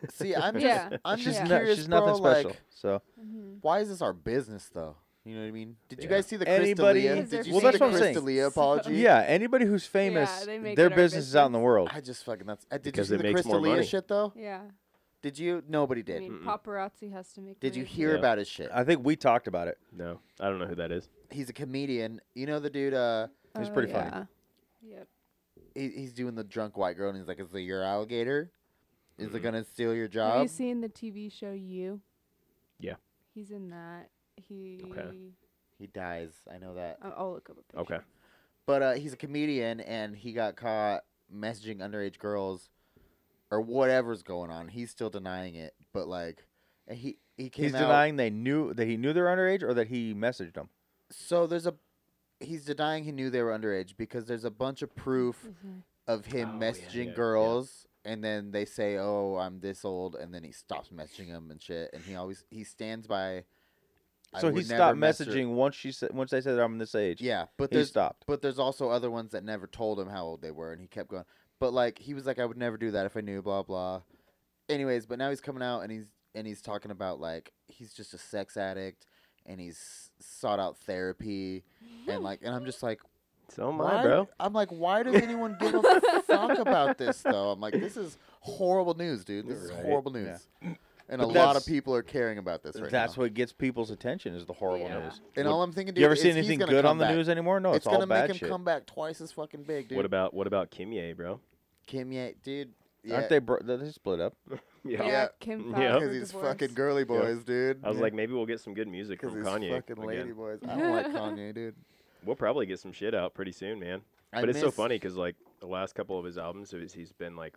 Speaker 4: See, I'm just,
Speaker 3: Yeah.
Speaker 4: I'm
Speaker 5: she's
Speaker 4: just
Speaker 5: no-
Speaker 4: curious,
Speaker 5: she's
Speaker 4: bro.
Speaker 5: nothing special.
Speaker 4: Like,
Speaker 5: so
Speaker 3: Mm-hmm.
Speaker 4: why is this our business, though? You know what I mean? Did you
Speaker 6: Yeah.
Speaker 4: guys see the
Speaker 5: Anybody-
Speaker 4: Crystalia?
Speaker 3: Is there
Speaker 4: Did you
Speaker 5: Well,
Speaker 4: see
Speaker 5: that's
Speaker 4: the
Speaker 5: what I'm saying.
Speaker 4: Crystalia apology?
Speaker 5: yeah, anybody who's famous,
Speaker 3: they make
Speaker 5: their
Speaker 3: it our
Speaker 5: business is out in the
Speaker 3: business.
Speaker 5: world.
Speaker 4: I just fucking that's. Uh, did
Speaker 6: Because
Speaker 4: you
Speaker 6: it
Speaker 4: see the
Speaker 6: makes more money.
Speaker 4: Crystalia shit though?
Speaker 3: Yeah.
Speaker 4: Did you? Nobody
Speaker 3: I
Speaker 4: did.
Speaker 3: mean,
Speaker 6: Mm-mm.
Speaker 3: paparazzi has to make.
Speaker 4: Did you
Speaker 3: money.
Speaker 4: hear
Speaker 6: Yeah.
Speaker 4: about his shit?
Speaker 5: I think we talked about it.
Speaker 6: No, I don't know who that is.
Speaker 4: He's a comedian. You know the dude. Uh,
Speaker 2: Oh,
Speaker 5: He's pretty funny.
Speaker 3: Yep.
Speaker 4: he, he's doing the drunk white girl, and he's like, "Is it your alligator? Is it
Speaker 6: Mm-mm.
Speaker 4: gonna steal your
Speaker 2: Have you
Speaker 4: job?"
Speaker 2: seen the TV show You?
Speaker 6: Yeah.
Speaker 2: He's in that.
Speaker 3: He.
Speaker 4: He dies. I know that.
Speaker 2: uh,
Speaker 3: I'll, I'll look up a picture.
Speaker 6: Okay.
Speaker 4: But uh, he's a comedian, and he got caught messaging underage girls, or whatever's going on. He's still denying it, but like, and he he came
Speaker 5: He's
Speaker 4: out.
Speaker 5: denying they knew that he knew they're underage or that he messaged them.
Speaker 4: So there's a. He's denying he knew they were underage because there's a bunch of proof of him
Speaker 6: Oh, yeah,
Speaker 4: messaging
Speaker 6: yeah, yeah.
Speaker 4: girls and then they say oh i'm this old and then he stops messaging them and shit and he always he stands by "I
Speaker 5: So he
Speaker 4: would
Speaker 5: stopped
Speaker 4: never mess her-"
Speaker 5: messaging once she said once they said I'm this age.
Speaker 4: yeah but
Speaker 5: he
Speaker 4: there's
Speaker 5: stopped.
Speaker 4: but there's also other ones that never told him how old they were and he kept going but like he was like i would never do that if i knew blah blah anyways but now he's coming out and he's and he's talking about like he's just a sex addict and he's sought out therapy and like and i'm just like
Speaker 6: So am
Speaker 4: why,
Speaker 6: I, bro.
Speaker 4: I'm like, why does anyone give a fuck about this though? I'm like, this is horrible news, dude. This is
Speaker 6: Right.
Speaker 4: horrible news. And
Speaker 5: But
Speaker 4: a lot
Speaker 5: that's-
Speaker 4: of people are caring about this right
Speaker 5: That's
Speaker 4: now.
Speaker 5: what gets people's attention is the horrible
Speaker 3: Yeah.
Speaker 5: news.
Speaker 4: and
Speaker 5: What-
Speaker 4: all I'm thinking, dude,
Speaker 5: you ever
Speaker 4: is
Speaker 5: see
Speaker 4: he's
Speaker 5: anything
Speaker 4: gonna
Speaker 5: good
Speaker 4: come
Speaker 5: on the
Speaker 4: back.
Speaker 5: news anymore? No,
Speaker 4: It's,
Speaker 5: it's, all
Speaker 4: gonna
Speaker 5: bad
Speaker 4: make him
Speaker 5: shit.
Speaker 4: come back twice as fucking big, dude.
Speaker 6: What about what about Kimye, bro?
Speaker 4: Kim Ye, dude? Yeah,
Speaker 5: Aren't they? Bro- they they split up.
Speaker 3: Yeah.
Speaker 4: Yeah.
Speaker 3: Kim. filed
Speaker 6: Yeah.
Speaker 3: for
Speaker 4: because he's
Speaker 3: divorce.
Speaker 4: fucking girly boys, dude.
Speaker 6: I was like, maybe we'll get some good music
Speaker 4: because
Speaker 6: from
Speaker 4: he's
Speaker 6: Kanye.
Speaker 4: fucking
Speaker 6: again.
Speaker 4: lady boys. I don't like Kanye, dude.
Speaker 6: We'll probably get some shit out pretty soon, man.
Speaker 4: I
Speaker 6: but it's so
Speaker 4: miss-
Speaker 6: funny because like the last couple of his albums, it was- he's been like,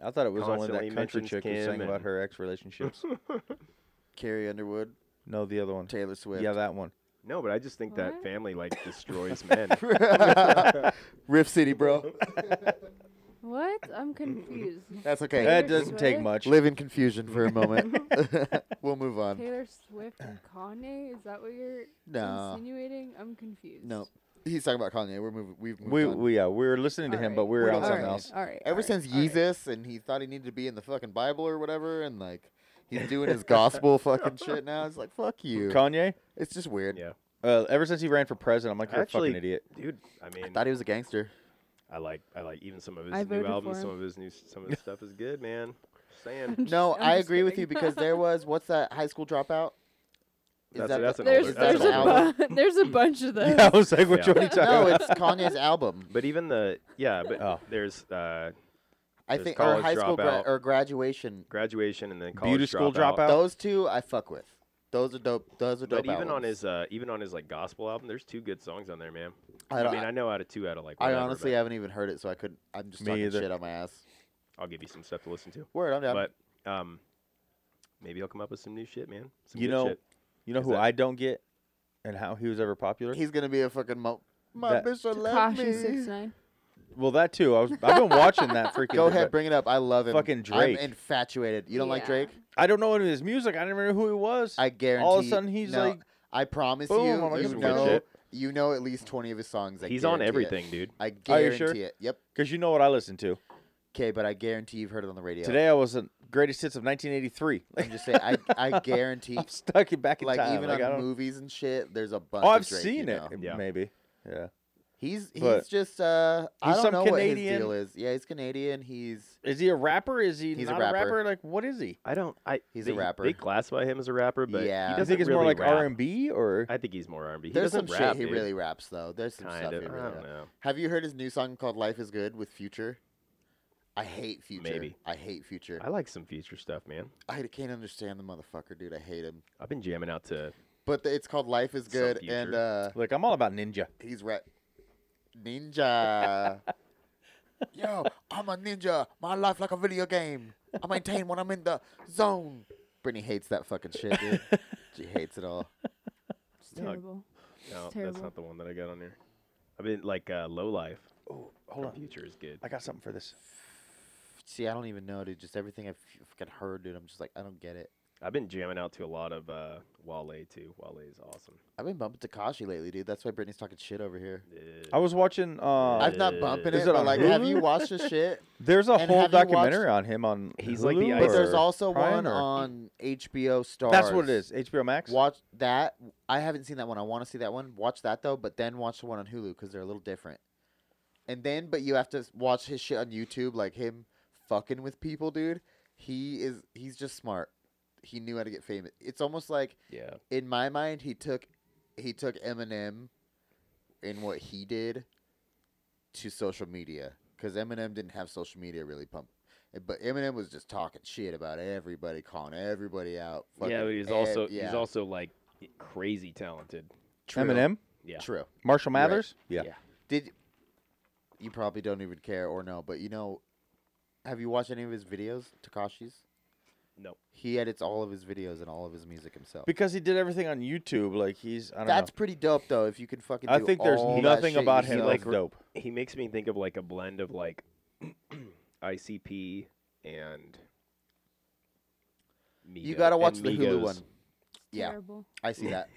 Speaker 5: I thought it was only
Speaker 6: Constantly
Speaker 5: that country
Speaker 6: mentions
Speaker 5: chick who
Speaker 6: Kim
Speaker 5: sang about
Speaker 6: and-
Speaker 5: her ex relationships.
Speaker 4: Carrie Underwood,
Speaker 5: no, the other one.
Speaker 4: Taylor Swift.
Speaker 5: Yeah, that one.
Speaker 6: no, but I just think
Speaker 3: What?
Speaker 6: that family like destroys men.
Speaker 4: Riff City, bro.
Speaker 3: What? I'm confused.
Speaker 4: That's okay.
Speaker 5: That doesn't take
Speaker 3: Swift?
Speaker 5: much.
Speaker 4: Live in confusion for a moment. we'll move on.
Speaker 3: Taylor Swift and Kanye? Is that what you're
Speaker 4: No.
Speaker 3: insinuating? I'm confused.
Speaker 4: No. He's talking about Kanye. We're moving. We've moved
Speaker 5: We,
Speaker 4: on.
Speaker 5: we yeah, we were listening to
Speaker 3: All
Speaker 5: him,
Speaker 3: right.
Speaker 5: but we were
Speaker 4: We
Speaker 5: on
Speaker 4: don't-
Speaker 5: something
Speaker 4: all right.
Speaker 5: else.
Speaker 3: All right.
Speaker 4: Ever
Speaker 3: all
Speaker 4: since
Speaker 3: right, all right.
Speaker 4: Yeezus and he thought he needed to be in the fucking Bible or whatever, and like he's doing his gospel fucking shit now. It's like fuck you.
Speaker 5: Kanye.
Speaker 4: It's just weird.
Speaker 6: yeah,
Speaker 5: Uh, ever since he ran for president, I'm like, you're a
Speaker 6: Actually-
Speaker 5: fucking idiot.
Speaker 6: dude. I
Speaker 4: I
Speaker 6: mean,
Speaker 4: thought he was a gangster.
Speaker 6: I like I like even some of his
Speaker 3: I voted
Speaker 6: new
Speaker 3: for
Speaker 6: albums. Some
Speaker 3: him.
Speaker 6: of his new some of his stuff is good, man. Just saying.
Speaker 4: No,
Speaker 3: I'm
Speaker 4: I
Speaker 3: just
Speaker 4: agree with you
Speaker 3: kidding.
Speaker 4: because there was what's that high school dropout?
Speaker 6: That's-
Speaker 4: that
Speaker 6: that's
Speaker 4: the-
Speaker 6: an older-
Speaker 3: There's,
Speaker 6: that's
Speaker 3: there's,
Speaker 6: an older-
Speaker 3: a bu- there's a bunch of those.
Speaker 5: Yeah, I was like, which
Speaker 6: Yeah.
Speaker 5: one are you talking
Speaker 4: no,
Speaker 5: about?
Speaker 4: it's Kanye's album.
Speaker 6: But even the yeah, but
Speaker 5: Oh.
Speaker 6: there's uh,
Speaker 4: I
Speaker 6: There's
Speaker 4: think or
Speaker 6: College
Speaker 4: high school gra-
Speaker 6: Dropout.
Speaker 4: or graduation.
Speaker 6: graduation and then college
Speaker 5: Beauty school dropout?
Speaker 4: Those two I fuck with. Those are dope. Those are dope.
Speaker 6: But even on
Speaker 4: albums.
Speaker 6: his uh, even on his like gospel album, there's two good songs on there, man.
Speaker 4: I,
Speaker 6: I,
Speaker 4: don't-
Speaker 6: mean, I know out of two out of like.
Speaker 4: I
Speaker 6: Whatever,
Speaker 4: honestly
Speaker 6: but
Speaker 4: haven't even heard it, so I couldn't. I'm just
Speaker 5: Me
Speaker 4: talking
Speaker 5: either.
Speaker 4: shit on my ass.
Speaker 6: I'll give you some stuff to listen to.
Speaker 4: Word, I'm down.
Speaker 6: But um, maybe I'll come up with some new shit, man. Some
Speaker 5: You
Speaker 6: good
Speaker 5: know-
Speaker 6: shit.
Speaker 5: You know
Speaker 6: Is
Speaker 5: who
Speaker 6: that-
Speaker 5: I don't get, and how he was ever popular.
Speaker 4: He's gonna be a fucking mo. My
Speaker 5: That-
Speaker 4: bitch will let
Speaker 3: Takashi six
Speaker 4: me.
Speaker 3: nine.
Speaker 5: Well, that too. I was. I've been watching that freaking.
Speaker 4: Go
Speaker 5: thing,
Speaker 4: ahead,
Speaker 5: but
Speaker 4: bring it up. I love him.
Speaker 5: Fucking Drake.
Speaker 4: I'm infatuated. You don't like
Speaker 3: Yeah.
Speaker 4: Drake?
Speaker 5: I don't know any of his music. I didn't remember who he was.
Speaker 4: I guarantee.
Speaker 5: All of a sudden, he's
Speaker 4: no,
Speaker 5: like,
Speaker 4: I promise
Speaker 5: boom, I'm
Speaker 4: you,
Speaker 5: like,
Speaker 4: you
Speaker 6: I'm
Speaker 4: know,
Speaker 6: legit.
Speaker 4: you know at least twenty of his songs. I
Speaker 6: He's on
Speaker 4: guarantee it.
Speaker 6: everything, dude.
Speaker 4: I
Speaker 5: Are you
Speaker 4: guarantee
Speaker 5: sure?
Speaker 4: it. Yep.
Speaker 5: because you know what I listen to.
Speaker 4: Okay, but I guarantee you've heard it on the radio.
Speaker 5: Today I was the greatest hits of 1983.
Speaker 4: I'm just saying. I I guarantee.
Speaker 5: I'm stuck in back in
Speaker 4: Like
Speaker 5: time.
Speaker 4: even
Speaker 5: like, I
Speaker 4: on
Speaker 5: don't-
Speaker 4: movies and shit, there's a bunch.
Speaker 5: oh,
Speaker 4: of
Speaker 5: I've
Speaker 4: Drake,
Speaker 5: seen
Speaker 4: you
Speaker 5: it.
Speaker 4: know.
Speaker 6: Yeah.
Speaker 5: Maybe. Yeah.
Speaker 4: He's he's
Speaker 5: But-
Speaker 4: just uh, I
Speaker 5: He's
Speaker 4: don't
Speaker 5: some
Speaker 4: know what his
Speaker 5: Canadian-
Speaker 4: deal is. Yeah, he's Canadian. He's
Speaker 5: Is he a rapper? Is he
Speaker 4: He's a
Speaker 5: not
Speaker 4: rapper.
Speaker 5: Like, what is he?
Speaker 6: I don't. I
Speaker 4: He's a
Speaker 6: they,
Speaker 4: rapper.
Speaker 6: They classify him as a rapper, but
Speaker 4: Yeah.
Speaker 6: he
Speaker 5: I
Speaker 6: doesn't
Speaker 5: think it's
Speaker 6: really
Speaker 5: more like
Speaker 6: rap.
Speaker 5: R and B or
Speaker 6: I think he's more R&B. He
Speaker 4: There's some
Speaker 6: doesn't rap,
Speaker 4: shit he
Speaker 6: dude.
Speaker 4: really raps though. There's some
Speaker 6: kind
Speaker 4: stuff
Speaker 6: of.
Speaker 4: he
Speaker 6: I
Speaker 4: really
Speaker 6: don't
Speaker 4: raps.
Speaker 6: know.
Speaker 4: Have you heard his new song called "Life Is Good" with Future? I hate Future.
Speaker 6: Maybe.
Speaker 4: I hate Future.
Speaker 6: I like some future stuff, man.
Speaker 4: I, can't understand the motherfucker, dude. I hate him.
Speaker 6: I've been jamming out to
Speaker 4: But the, it's called "Life Is
Speaker 6: Some
Speaker 4: Good,"
Speaker 6: Future.
Speaker 4: and uh,
Speaker 5: like I'm all about ninja.
Speaker 4: he's rap. Ninja. Yo, I'm a ninja. My life like a video game. I maintain when I'm in the zone. Brittany hates that fucking shit, dude. she hates it all.
Speaker 3: It's
Speaker 6: No,
Speaker 3: terrible.
Speaker 6: No, that's
Speaker 3: terrible.
Speaker 6: not the one that I got on there. I've been like uh, low life.
Speaker 5: Oh,
Speaker 6: Hold
Speaker 5: hold on.
Speaker 6: Future is good.
Speaker 5: I got something for this.
Speaker 4: See, I don't even know, dude. Just everything I've fucking heard, dude. I'm just like, I don't get it.
Speaker 6: I've been jamming out to a lot of uh, Wale too. Wale is awesome.
Speaker 4: I've been bumping Takashi lately, dude. That's why Brittany's talking shit over here.
Speaker 5: I was watching. Uh,
Speaker 4: I'm not bumping
Speaker 5: Is
Speaker 4: it,
Speaker 5: it
Speaker 4: but
Speaker 5: on
Speaker 4: like, have
Speaker 5: Hulu?
Speaker 4: you watched the shit?
Speaker 5: there's a
Speaker 4: And
Speaker 5: whole
Speaker 4: have you watched-
Speaker 5: documentary on him on.
Speaker 6: He's like the
Speaker 5: Hulu
Speaker 6: ice-
Speaker 4: But there's
Speaker 5: or
Speaker 4: also
Speaker 5: Prime
Speaker 4: one
Speaker 5: or-
Speaker 4: on HBO Star.
Speaker 5: That's what it is. HBO Max.
Speaker 4: Watch that. I haven't seen that one. I want to see that one. Watch that though, but then watch the one on Hulu because they're a little different. And then, but you have to watch his shit on YouTube, like him fucking with people, dude. He is. He's just smart. He knew how to get famous. It's almost like
Speaker 6: Yeah.
Speaker 4: in my mind, he took he took Eminem in what he did to social media because Eminem didn't have social media really pump, but Eminem was just talking shit about everybody, calling everybody out.
Speaker 6: yeah,
Speaker 4: fucking
Speaker 6: but he's
Speaker 4: ev-
Speaker 6: also
Speaker 4: yeah.
Speaker 6: he's also like crazy talented.
Speaker 4: True.
Speaker 5: Eminem.
Speaker 6: Yeah.
Speaker 4: True.
Speaker 5: Marshall
Speaker 4: You're right.
Speaker 5: Mathers.
Speaker 6: Yeah.
Speaker 4: Did you probably don't even care or know, but you know, have you watched any of his videos, Takashi's?
Speaker 6: No.
Speaker 4: He edits all of his videos and all of his music himself.
Speaker 5: Because he did everything on YouTube. Like he's. I don't
Speaker 4: That's
Speaker 5: know.
Speaker 4: pretty dope, though. If you could fucking.
Speaker 5: I
Speaker 4: do
Speaker 5: think there's
Speaker 4: all that
Speaker 5: nothing
Speaker 4: shit
Speaker 5: about him
Speaker 4: yourself.
Speaker 5: that's
Speaker 6: like, re-
Speaker 5: dope.
Speaker 6: He makes me think of like a blend of like ICP and
Speaker 4: You
Speaker 6: Migo-
Speaker 4: gotta
Speaker 6: and
Speaker 4: watch the Hulu
Speaker 6: Migos.
Speaker 4: one. Yeah,
Speaker 2: Terrible.
Speaker 4: I see that.